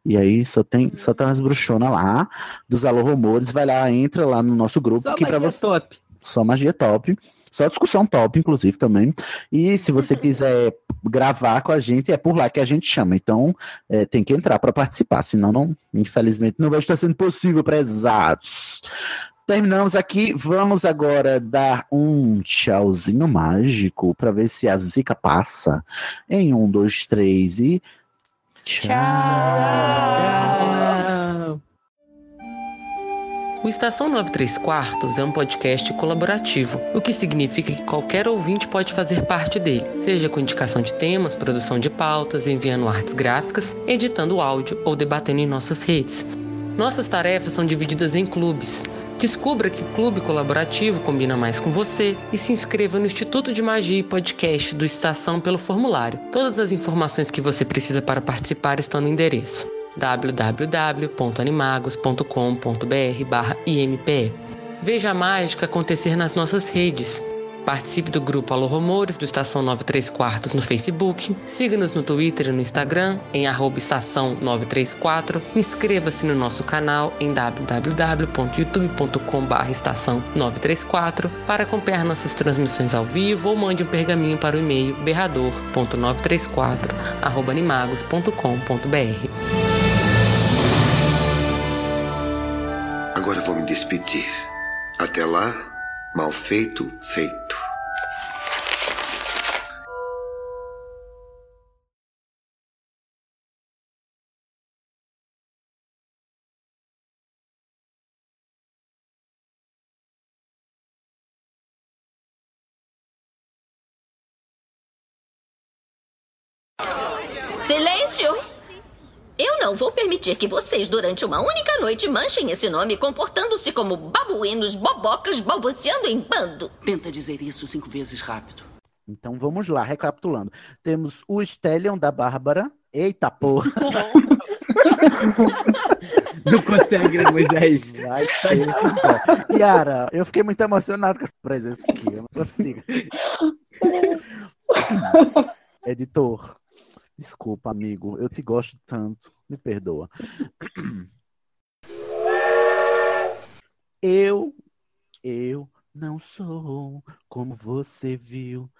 E aí só tem, só tem umas bruxonas lá, dos Alô Rumores, vai lá, entra lá no nosso grupo.
Só
que pra
magia
você... top. Só magia top. Só discussão top, inclusive, também. E se você quiser gravar com a gente, é por lá que a gente chama. Então, é, tem que entrar para participar, senão, não, infelizmente, não vai estar sendo possível, prezados. Terminamos aqui, vamos agora dar um tchauzinho mágico para ver se a zica passa. Em um, dois, três e.
Ah.
Ah.
O Estação 93 Quartos é um podcast colaborativo, o que significa que qualquer ouvinte pode fazer parte dele, seja com indicação de temas, produção de pautas, enviando artes gráficas, editando áudio ou debatendo em nossas redes. Nossas tarefas são divididas em clubes. Descubra que clube colaborativo combina mais com você e se inscreva no Instituto de Magia e Podcast do Estação pelo formulário. Todas as informações que você precisa para participar estão no endereço www.animagos.com.br barra IMPE. Veja a mágica acontecer nas nossas redes. Participe do grupo Alô Rumores do Estação 93 Quartos no Facebook. Siga-nos no Twitter e no Instagram em arroba estação 934. Inscreva-se no nosso canal em www.youtube.com barra estação 934 para acompanhar nossas transmissões ao vivo ou mande um pergaminho para o e-mail berrador.934 arroba animagos.com.br.
Agora vou me despedir. Até lá, mal feito, feito.
Silêncio! Eu não vou permitir que vocês, durante uma única noite, manchem esse nome comportando-se como babuínos, bobocas, balbuciando em bando.
Tenta dizer isso cinco vezes rápido.
Então vamos lá, recapitulando. Temos o Stellion da Bárbara. Eita porra!
Não consegue, né, Moisés?
Vai ter que só. Yara, eu fiquei muito emocionado com essa presença aqui. Eu não consigo. Editor, desculpa, amigo. Eu te gosto tanto. Me perdoa. Eu, eu não sou como você viu.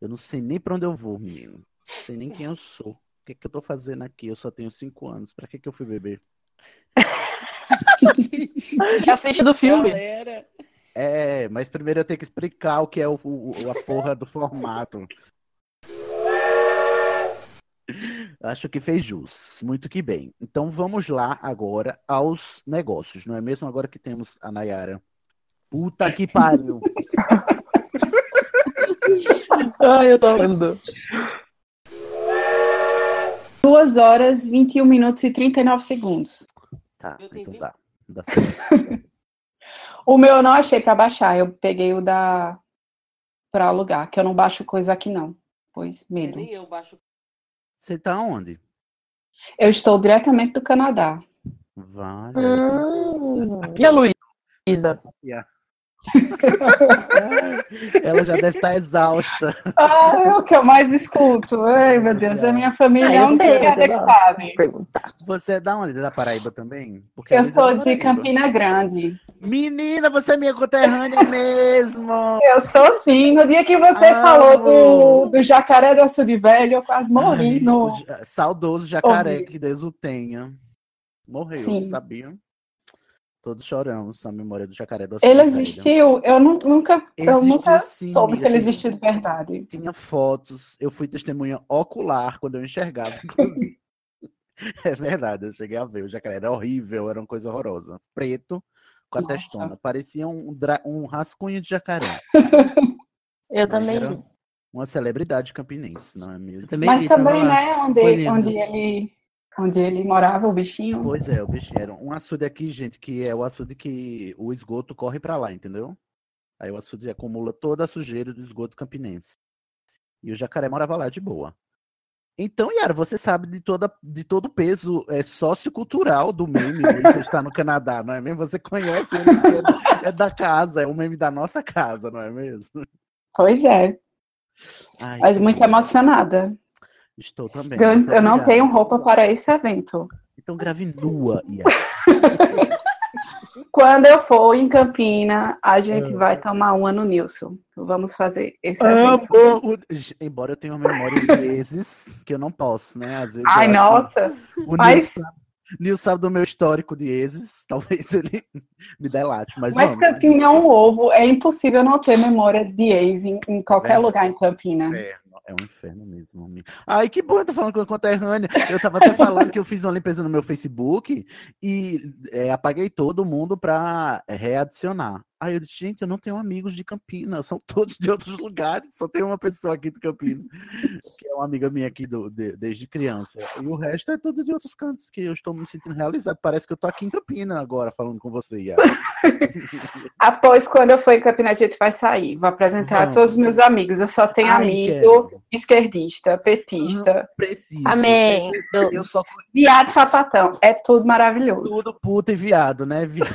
Eu não sei nem pra onde eu vou, menino. Não sei nem quem eu sou. O que, é que eu tô fazendo aqui? Eu só tenho cinco anos. Pra que, que eu fui beber?
É a frente do filme.
É, mas primeiro eu tenho que explicar o que é o, o- o- a porra do formato. Acho que fez jus. Muito que bem. Então vamos lá agora aos negócios, não é mesmo? Agora que temos a Nayara. Puta que pariu.
Ai, eu tô lendo.
2 horas, 21 minutos e 39 segundos.
Tá, então dá. dá
O meu eu não achei pra baixar, eu peguei o da pra alugar, que eu não baixo coisa aqui não, pois medo.
Nem eu baixo.
Você tá onde?
Eu estou diretamente do Canadá.
Vale.
e a Luísa?
Ela já deve estar exausta.
Ah, é o que eu mais escuto. Ai, meu Deus, a minha família é um cara que sabe.
Você é da onde? Da Paraíba também? Porque a
Eu
Luísa é da
sou de
Paraíba.
Campina Grande.
Menina, você é minha conterrânea mesmo.
Eu sou sim. No dia que você
Amo.
falou do, do jacaré do açude velho, eu quase morri. no...
Ja- Saudoso jacaré,
Horrível.
que Deus o tenha. Morreu,
Sim.
sabia? Todos choramos a memória do jacaré do
Ele
açude velho.
existiu, eu nu- nunca, eu
Existiu,
nunca
sim,
soube se ele
ele-
existiu de verdade.
Tinha fotos, eu fui testemunha ocular quando eu enxergava, inclusive. É verdade, eu cheguei a ver. O jacaré era horrível, era uma coisa horrorosa. Preto, com a
Nossa.
testona. Parecia um, dra- um rascunho de jacaré.
Eu
Mas
também
era-
vi.
Uma celebridade campinense, não é mesmo?
Mas
tá
também, né, onde, onde, ele, onde ele morava, o bichinho.
Pois é, o bichinho. Era um açude aqui, gente, que é o açude que o esgoto corre pra lá, entendeu? Aí o açude acumula toda a sujeira do esgoto campinense. E o jacaré morava lá de boa. Então, Yara, você sabe de, toda, de todo o peso é, sociocultural do meme. né? Você está no Canadá, não é mesmo? Você conhece ele, porque é, da- é da casa, é um meme da nossa casa, não é mesmo?
Pois é.
Ai,
Mas muito emocionada.
Estou também.
Eu,
muito
eu não
obrigado.
tenho roupa para esse evento.
Então grave nua, Yara.
Quando eu for em Campina, a gente vai tomar uma no Nilson. Vamos fazer esse
Ah. Amo
evento.
o- J- Embora eu tenha uma memória de meses que eu não posso, né? Às vezes eu
Ai,
acho que
nossa.
O é Nil,
Mas,
sabe, Nil sabe do meu histórico de exes, talvez ele me delate, mas,
mas
vamos.
Campina é um ovo. É impossível não ter memória de ex em, em qualquer
Verdade.
lugar em Campina.
É um inferno mesmo, amigo. Ai, que bom, eu tô falando com a conterrânea. Eu tava até falando que eu fiz uma limpeza no meu Facebook e é, apaguei todo mundo pra eh, readicionar. Aí eu disse, gente, eu não tenho amigos de Campina, são todos de outros lugares, só tem uma pessoa aqui de Campina, que é uma amiga minha aqui do- de- desde criança. E o resto é tudo de outros cantos, que eu estou me sentindo realizado. Parece que eu tô aqui em Campina agora falando com você, Yara.
Após, quando eu for em Campina, a gente vai sair. Vou apresentar
Vamos.
todos os meus amigos. Eu só tenho
Ai,
amigo esquerdista, petista.
Preciso.
Amém.
Eu só
Viado sapatão. É tudo maravilhoso.
Tudo puta e viado, né? Vi-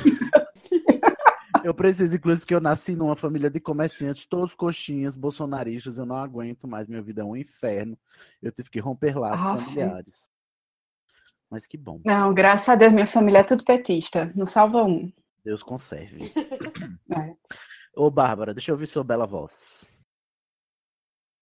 Eu preciso, inclusive, que eu nasci numa família de comerciantes, todos coxinhas, bolsonaristas, eu não aguento mais, minha vida é um inferno. Eu tive que romper laços
Aff.
familiares. Mas que bom,
Não, graças a Deus, minha família é tudo petista. Não salva um.
Deus conserve.
É.
Ô, Bárbara, deixa eu ouvir sua bela voz.